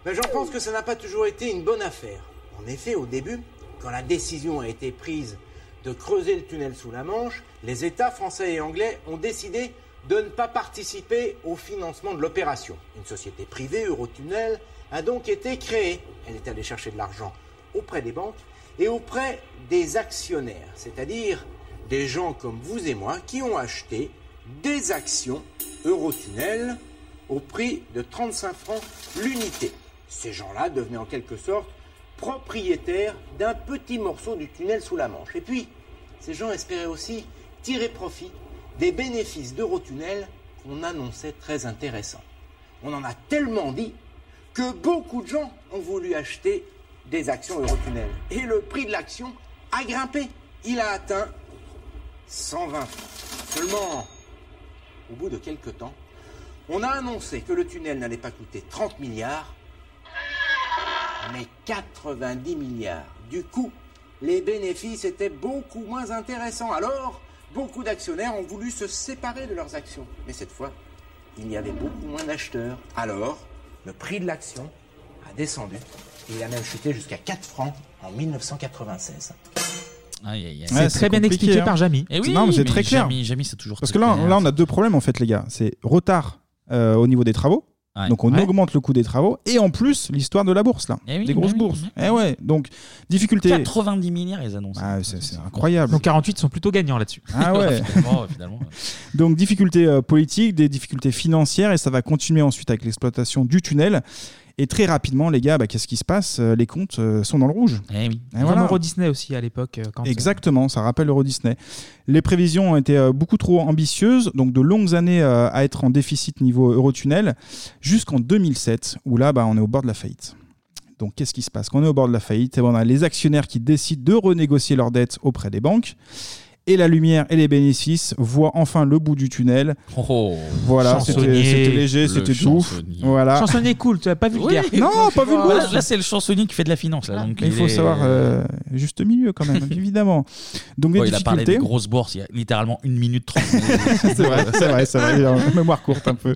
Mais j'en pense que ça n'a pas toujours été une bonne affaire. En effet, au début, quand la décision a été prise de creuser le tunnel sous la Manche, les États français et anglais ont décidé de ne pas participer au financement de l'opération. Une société privée, Eurotunnel, a donc été créée. Elle est allée chercher de l'argent auprès des banques et auprès des actionnaires, c'est-à-dire des gens comme vous et moi qui ont acheté des actions Eurotunnel au prix de 35 francs l'unité. Ces gens-là devenaient en quelque sorte propriétaires d'un petit morceau du tunnel sous la Manche. Et puis, ces gens espéraient aussi tirer profit des bénéfices d'Eurotunnel qu'on annonçait très intéressants. On en a tellement dit que beaucoup de gens ont voulu acheter des actions Eurotunnel. Et le prix de l'action a grimpé. Il a atteint 120 francs. Seulement, au bout de quelques temps, on a annoncé que le tunnel n'allait pas coûter 30 milliards, mais 90 milliards. Du coup, les bénéfices étaient beaucoup moins intéressants. Alors, beaucoup d'actionnaires ont voulu se séparer de leurs actions. Mais cette fois, il y avait beaucoup moins d'acheteurs. Alors, le prix de l'action a descendu. Et il a même chuté jusqu'à 4 francs en 1996.
Ouais, compliqué, hein.
Eh oui,
non, mais c'est
mais
très clair.
Jamy, Jamy, c'est toujours
Parce que
très
là,
clair.
là, on a deux problèmes en fait, les gars. C'est retard euh, au niveau des travaux.
Ouais.
Donc on
Ouais.
augmente le coût des travaux et en plus l'histoire de la bourse là,
Eh oui,
des grosses
eh oui,
bourses. Eh ouais, donc difficulté.
90 milliards, ils annoncent.
Ah, c'est c'est incroyable.
Donc 48 sont plutôt gagnants là-dessus.
Ah ouais.
Finalement, finalement.
Donc difficultés euh, politiques, des difficultés financières, et ça va continuer ensuite avec l'exploitation du tunnel. Et très rapidement, les gars, bah, qu'est-ce qui se passe Euh, Les comptes euh, sont dans le rouge.
Comme Euro Disney aussi à l'époque. euh, quand, euh,
Exactement, ça rappelle Euro Disney. Les prévisions ont été euh, beaucoup trop ambitieuses, donc de longues années euh, à être en déficit niveau Eurotunnel, jusqu'en 2007, où là, bah, on est au bord de la faillite. Donc qu'est-ce qui se passe Quand on est au bord de la faillite, eh ben, on a les actionnaires qui décident de renégocier leurs dettes auprès des banques. Et la lumière et les bénéfices voient enfin le bout du tunnel.
Oh,
voilà, c'était
chansonnier.
c'était léger,
Le
c'était tout.
chansonnier.
Voilà.
Chansonnier cool, tu as pas vu
Oui,
vulgaire.
Non, pas vulgaire. Ah,
Voilà, là, c'est le chansonnier qui fait de la finance. Là, donc
Mais il faut
est-
savoir euh, juste milieu quand même, évidemment. Donc les
Ouais, il a parlé
difficultés.
des grosses bourses il y a littéralement une minute trente.
c'est vrai, c'est vrai, c'est vrai. Il a une mémoire courte un peu.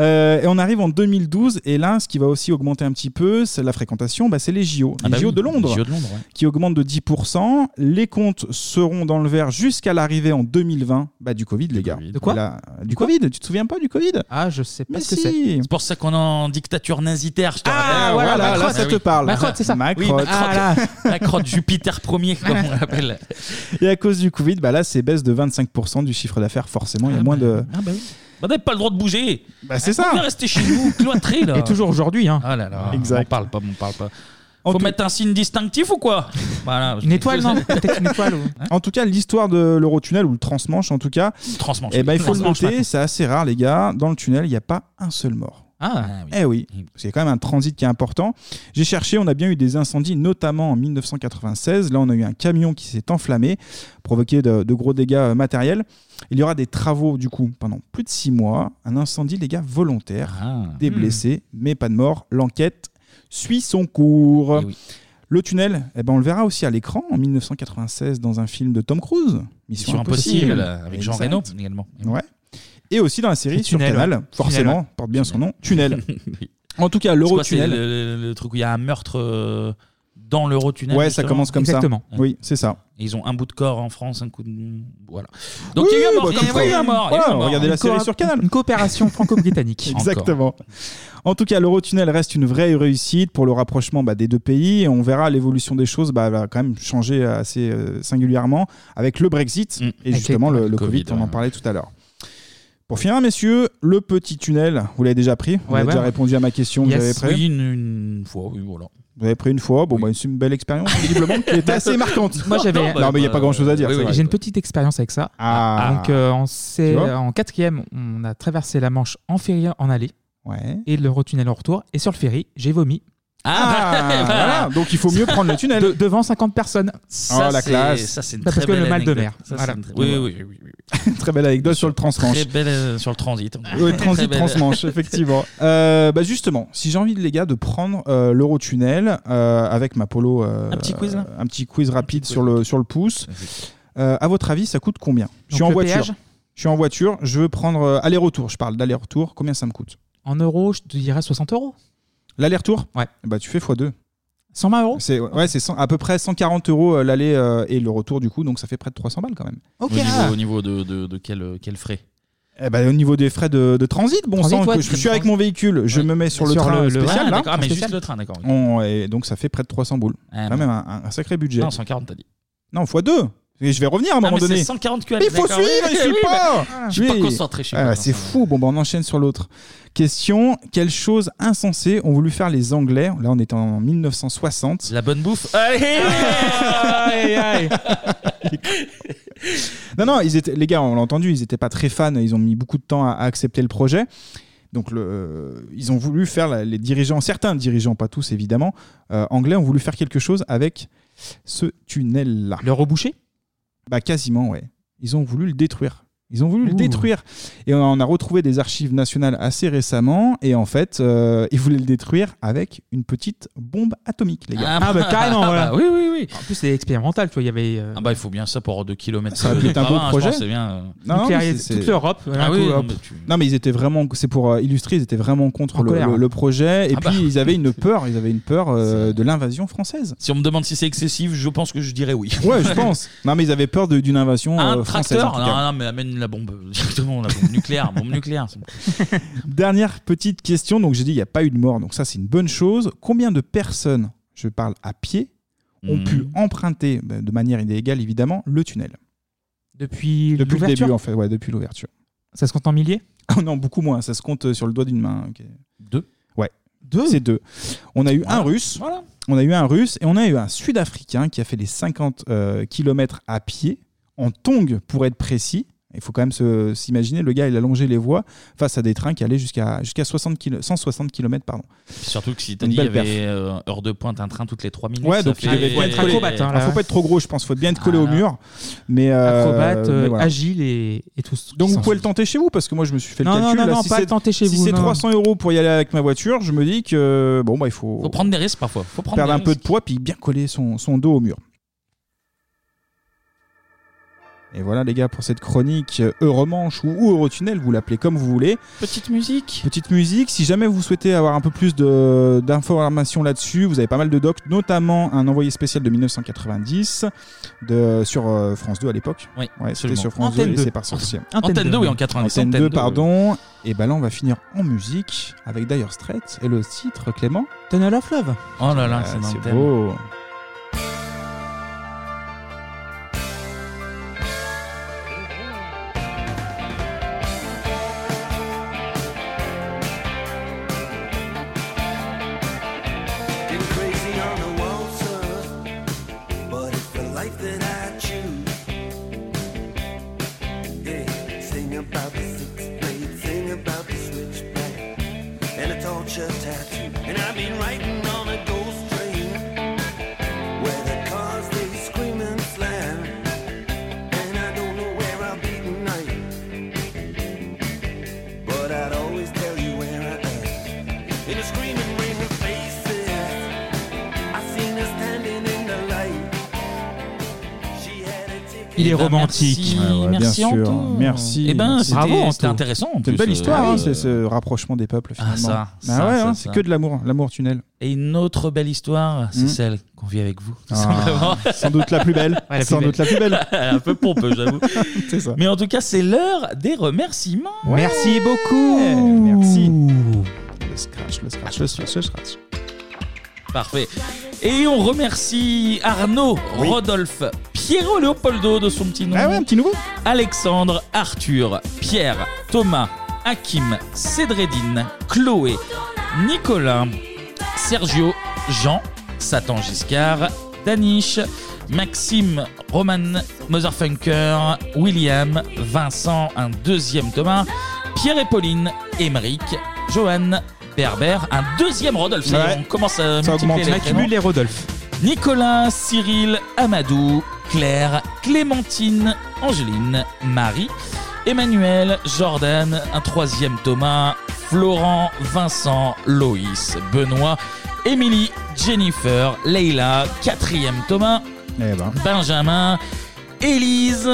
Euh, et on arrive en 2012, et là, ce qui va aussi augmenter un petit peu, c'est la fréquentation, bah, c'est les JO.
Ah
Les
bah
JO
oui,
de Londres.
les JO de Londres, ouais.
Qui augmentent de 10%. Les comptes seront dans le vert jusqu'à l'arrivée en 2020 bah, du Covid, les gars. De
quoi
Du Covid, tu te souviens pas du Covid
Ah, je sais pas
Mais
ce que
si.
c'est.
C'est pour ça qu'on est en dictature nazitaire, je te
Ah,
rappelle.
voilà, là,
Macron,
ça
ah
te
oui.
parle.
Macron,
c'est ça.
Oui,
Macron.
Macron.
Ah,
Macron, Jupiter premier, comme on l'appelle.
Et à cause du Covid, bah, là, c'est baisse de 25% du chiffre d'affaires, forcément. Il y a moins de.
Ah bah oui. Bah, n'avez pas le droit de bouger.
Bah, c'est ça.
On est resté chez nous, cloîtré là.
Et toujours
aujourd'hui. Hein.
Ah là là.
Exact.
On parle pas, on parle pas. Faut mettre un signe distinctif ou quoi Voilà.
Une étoile, non Peut-être une étoile. ou-
En tout cas, l'histoire de l'Eurotunnel, ou le transmanche en tout cas,
Transmanche.
eh ben, il faut le
Transmanche,
noter,
maintenant.
c'est assez rare, les gars. Dans le tunnel, il n'y a pas un seul mort.
Ah, oui.
Eh oui, c'est quand même un transit qui est important. J'ai cherché, on a bien eu des incendies, notamment en 1996. Là, on a eu un camion qui s'est enflammé, provoqué de, de gros dégâts euh, matériels. Il y aura des travaux, du coup, pendant plus de six mois. Un incendie, les gars, volontaire, des
Hmm.
blessés, mais pas de mort. L'enquête suit son cours. Le tunnel, eh ben on le verra aussi à l'écran en 1996 dans un film de Tom Cruise, Mission,
Mission impossible, avec Jean
Exact.
Reno également.
Ouais. Et aussi dans la série sur
Tunnel,
Canal,
ouais.
forcément,
Tunnel, ouais.
porte bien son nom, Tunnel. en tout cas, l'Eurotunnel.
C'est quoi, c'est le, le- le truc où il y a un meurtre euh, dans l'Eurotunnel.
Ouais, ça
justement
commence comme ça.
Ouais.
Oui, c'est ça.
Et ils ont un bout de corps en France, un coup de. Voilà. Donc il y a eu un
Oui,
mort.
bah,
il y
comme
a eu
quoi.
un mort. il y a eu
Voilà,
un mort.
regardez la
Encore
série
un-
sur Canal.
Une coopération franco-britannique.
Exactement. En tout cas, l'Eurotunnel reste une vraie réussite pour le rapprochement bah, des deux pays. Et on verra l'évolution des choses bah, va quand même changer assez euh, singulièrement avec le Brexit
Mm.
et justement le, le Covid, on en parlait tout à l'heure. Pour finir, messieurs, le petit tunnel, vous l'avez déjà pris Vous
Ouais,
avez
ouais.
déjà répondu à ma question
Yes,
Vous avez pris
oui, une, une fois, oui, voilà.
Vous avez pris une fois, bon, bah, c'est une belle expérience, visiblement, qui était assez marquante.
Moi, j'avais-
Non, mais il n'y a pas grand chose à dire. c'est vrai.
J'ai une petite expérience avec ça.
Ah.
Donc, euh, on s'est-
Tu vois
en quatrième, on a traversé la Manche en ferry en allée. Et le retunnel en retour. Et sur le ferry, j'ai vomi.
Ah, bah, voilà. Donc, il faut mieux prendre le tunnel.
De- devant 50 personnes.
Ça, Oh, la c'est- classe. ça, c'est une
Bah, Parce
très
que le
belle
mal de
anecdote.
mer.
Ça, c'est
Voilà.
une très- oui, oui, Très belle anecdote sur le transmanche.
Très belle euh, sur le transit.
Oui,
Très
transit
belle.
transmanche, effectivement. Euh, bah justement, si j'ai envie, les gars, de prendre euh, l'Eurotunnel euh, avec ma polo. euh,
Un petit quiz, là
Un petit quiz rapide sur, le, sur le pouce. Euh, à votre avis, ça coûte combien Je suis
Donc
en
le
voiture.
péage
Je suis en voiture, je veux prendre euh, aller-retour. Je parle d'aller-retour. Combien ça me coûte
En euros, je te dirais 60 euros.
L'aller-retour
Ouais.
Bah, tu fais x2.
120 euros
C'est ouais, c'est cent- à peu près 140 euros euh, l'aller euh, et le retour, du coup, donc ça fait près de 300 balles quand même.
Au niveau, au niveau de, de, de quel, quel frais
Eh ben, au niveau des frais de, de transit, bon
Transit,
sang,
ouais,
que je
tu-
suis avec mon véhicule, je me mets sur le
Sur
train
le- le-
spécial.
Ah,
là,
d'accord, ah, mais
spécial.
juste le train, d'accord, ok.
On- et donc ça fait près de 300 boules.
Ah,
Quand
bon.
même un, un- un sacré budget.
Non, 140, t'as dit.
Non, x 2 et je vais revenir à un
Ah,
moment
mais
donné.
c'est 140 que
Mais Il faut
d'accord,
suivre,
oui,
je suis
oui,
pas.
bah, je suis pas concentré, je suis
Ah,
pas
C'est fou. Bon, bah, on enchaîne sur l'autre. Question quelle chose insensée ont voulu faire les Anglais Là, on est en 1960.
La bonne bouffe. Allez
Ah.
Aïe, aïe.
Non, non, ils étaient, les gars, on l'a entendu, ils n'étaient pas très fans, ils ont mis beaucoup de temps à, à accepter le projet. Donc, le, euh, ils ont voulu faire, la- les dirigeants, certains dirigeants, pas tous évidemment, euh, anglais, ont voulu faire quelque chose avec ce tunnel-là.
Le reboucher
Bah, quasiment, ouais. Ils ont voulu le détruire. Ils ont voulu le détruire. Et on a, on a retrouvé des archives nationales assez récemment. Et en fait, euh, ils voulaient le détruire avec une petite bombe atomique, les gars.
Ah, bah carrément, voilà.
oui, oui, oui.
En plus, c'est expérimental, tu vois. Il y avait. euh,
Ah bah il faut bien ça pour Ah, 2 km.
Ça va être un
bah,
beau projet.
C'est bien. euh.
Non, non,
Nucléaire-
mais c'est-
toute l'Europe,
Ah un oui, coup, non, hop. mais
Non, mais ils étaient vraiment, c'est pour euh, illustrer, ils étaient vraiment contre
En
le,
colère.
le- le projet. Et
Ah
puis
bah.
ils avaient une peur, ils avaient une peur euh, de l'invasion française.
Si on me demande si c'est excessif, je pense que je dirais oui.
Ouais, je pense. Non, mais ils avaient peur de- d'une invasion
Un
euh, française. en
tracteur
tout
Non,
cas.
non, mais amène la bombe, euh, directement la bombe nucléaire, bombe nucléaire.
Dernière petite question. Donc, j'ai dit, il n'y a pas eu de mort. Donc, ça, c'est une bonne chose. Combien de personnes, je parle à pied, ont
Mhm.
pu emprunter, bah, de manière illégale évidemment, le tunnel
Depuis,
Depuis le
l'ouverture
début, en fait. Ouais, depuis l'ouverture.
Ça se compte en milliers
Oh non, beaucoup moins. Ça se compte euh, sur le doigt d'une main. ok.
Deux
Ouais. Deux C'est deux. On a eu un russe. On a eu un russe et on a eu un sud-africain qui a fait les 50 km à pied, en tong pour être précis. Il faut quand même se- s'imaginer, le gars, il a longé les voies face à des trains qui allaient jusqu'à jusqu'à 60 kilo- 160 km. Pardon.
Surtout que si t'as
Une
dit, il y
belle perf.
avait euh, heure de pointe, un train toutes les 3 minutes.
Ouais,
ça
donc il
fait-
devait être collé.
hein,
Alors, faut pas être trop gros, je pense. Faut bien être collé au mur. Mais, euh,
Acrobate, euh,
mais voilà.
agile et, et tout ce qui
Donc vous
s'en
pouvez
suit.
le tenter chez vous parce que moi je me suis fait
Non,
le
non,
calcul.
non,
là,
non,
si
pas
c'est-
le tenter chez
si
vous,
c'est
non.
300 euros pour y aller avec ma voiture, je me dis que bon bah il faut,
Faut prendre des risques parfois. Faut prendre
perdre
des
un peu de
risques.
poids puis bien coller son, son dos au mur. Et voilà les gars pour cette chronique euh, Euromanche ou, ou Eurotunnel, vous l'appelez comme vous voulez.
Petite musique.
Petite musique. Si jamais vous souhaitez avoir un peu plus de- d'informations là-dessus, vous avez pas mal de docs, notamment un envoyé spécial de 1990 de, sur euh, France 2 à l'époque.
Oui,
ouais, c'était
absolument.
sur France
Antenne
2, et
2.
c'est par sorcier.
Antenne Antenne 2, oui, en 90,
Antenne
Antenne
2,
2,
pardon. Et bah là, on va finir en musique avec Dire Straits et le titre, Clément
Tunnel of Love.
Oh là là,
Ah,
c'est dans le
c'est
thème.
beau.
Been crazy on a waltzer, but it's the life that I choose. Yeah, sing about the sixth grade, sing about the switchback, and a torture tattoo. And I've been writing on a ghost train, where the cars they scream and slam, and I don't know where I'll be tonight. But I'd always tell you where I am. In a screaming rain of faces, I seen her standing in the light. She had a ticket.
Il est
Eh ben, merci,
romantique.
Ouais, ouais,
merci
bien sûr.
Anto.
Merci.
Eh ben,
merci.
c'était- Bravo, c'était Anto. intéressant, en
C'est
plus,
une belle histoire,
euh,
hein, c'est ce rapprochement des peuples finalement.
Ah, ça,
Bah
ça,
ouais,
ça,
hein,
ça.
c'est que de l'amour, l'amour tunnel.
Et une autre belle histoire, c'est
Mm.
celle qu'on vit avec vous. tout
Ah,
simplement.
sans doute la plus belle.
Ouais, la
Sans doute la plus belle.
un peu pompeux, j'avoue.
C'est ça.
Mais en tout cas, c'est l'heure des remerciements.
Merci beaucoup. Merci. Le scratch, le scratch, le scratch, le scratch.
Parfait. Et on remercie Arnaud, Rodolphe, Piero Leopoldo de son petit nom.
un petit nouveau.
Alexandre, Arthur, Pierre, Thomas, Hakim, Cédredine, Chloé, Nicolas, Sergio, Jean, Satan Giscard, Danish, Maxime, Roman, Motherfunker, William, Vincent, un deuxième Thomas, Pierre et Pauline, Émeric, Johan, Berber, un deuxième Rodolphe. Ça y est,
Ouais.
On commence à
Ça
multiplier
augmente.
les
On accumule
prénoms.
les Rodolphe.
Nicolas, Cyril, Amadou, Claire, Clémentine, Angéline, Marie, Emmanuel, Jordan, un troisième Thomas, Florent, Vincent, Loïs, Benoît, Émilie, Jennifer, Leila, quatrième Thomas,
Eh ben.
Benjamin, Élise,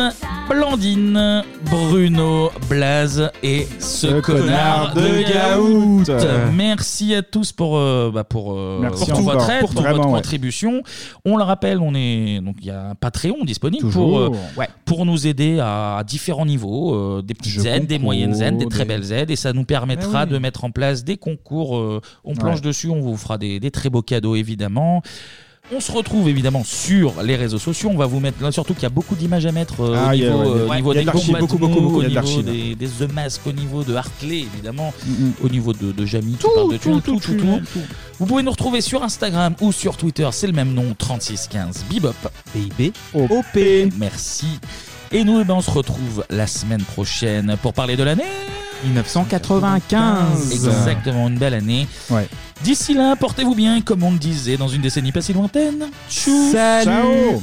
Blandine, Bruno, Blaze et ce connard
connard de
de
Gaout.
Gaout. Merci à tous pour, euh, bah, pour, euh,
Merci
pour
encore,
votre aide,
pour
pour,
vraiment,
votre
ouais.
contribution. On le rappelle, on est donc il y a un Patreon disponible pour,
Toujours.
ouais, pour nous aider à différents niveaux, euh, des petites
Jeux
aides, des
concours,
moyennes aides, des très
des-
belles aides, et ça nous permettra
Eh oui.
de mettre en place des concours. euh, on planche
Ouais.
dessus, on vous fera des, des très beaux cadeaux évidemment. On se retrouve évidemment sur les réseaux sociaux. On va vous mettre là, surtout qu'il y a beaucoup d'images à mettre euh,
Ah,
au
il y a-
niveau,
ouais,
euh,
il y a-
au niveau
il y a de
des
l'archi,
Gombatou,
beaucoup, beaucoup, beaucoup,
au
il y a de
niveau
l'archi, là.
des, des The Mask, au niveau de Hartley, évidemment, au niveau de, de Jamy, Mm-hmm. tout, tout, tout, tout, tout, Vous pouvez nous retrouver sur Instagram ou sur Twitter, c'est le même nom, 3615 Bibop, BIB, OP. Merci. Et nous, eh ben, on se retrouve la semaine prochaine pour parler de l'année
1995.
Exactement, une belle année. D'ici là, portez-vous bien, comme on le disait dans une décennie pas si lointaine. Tchou
Salut. Ciao.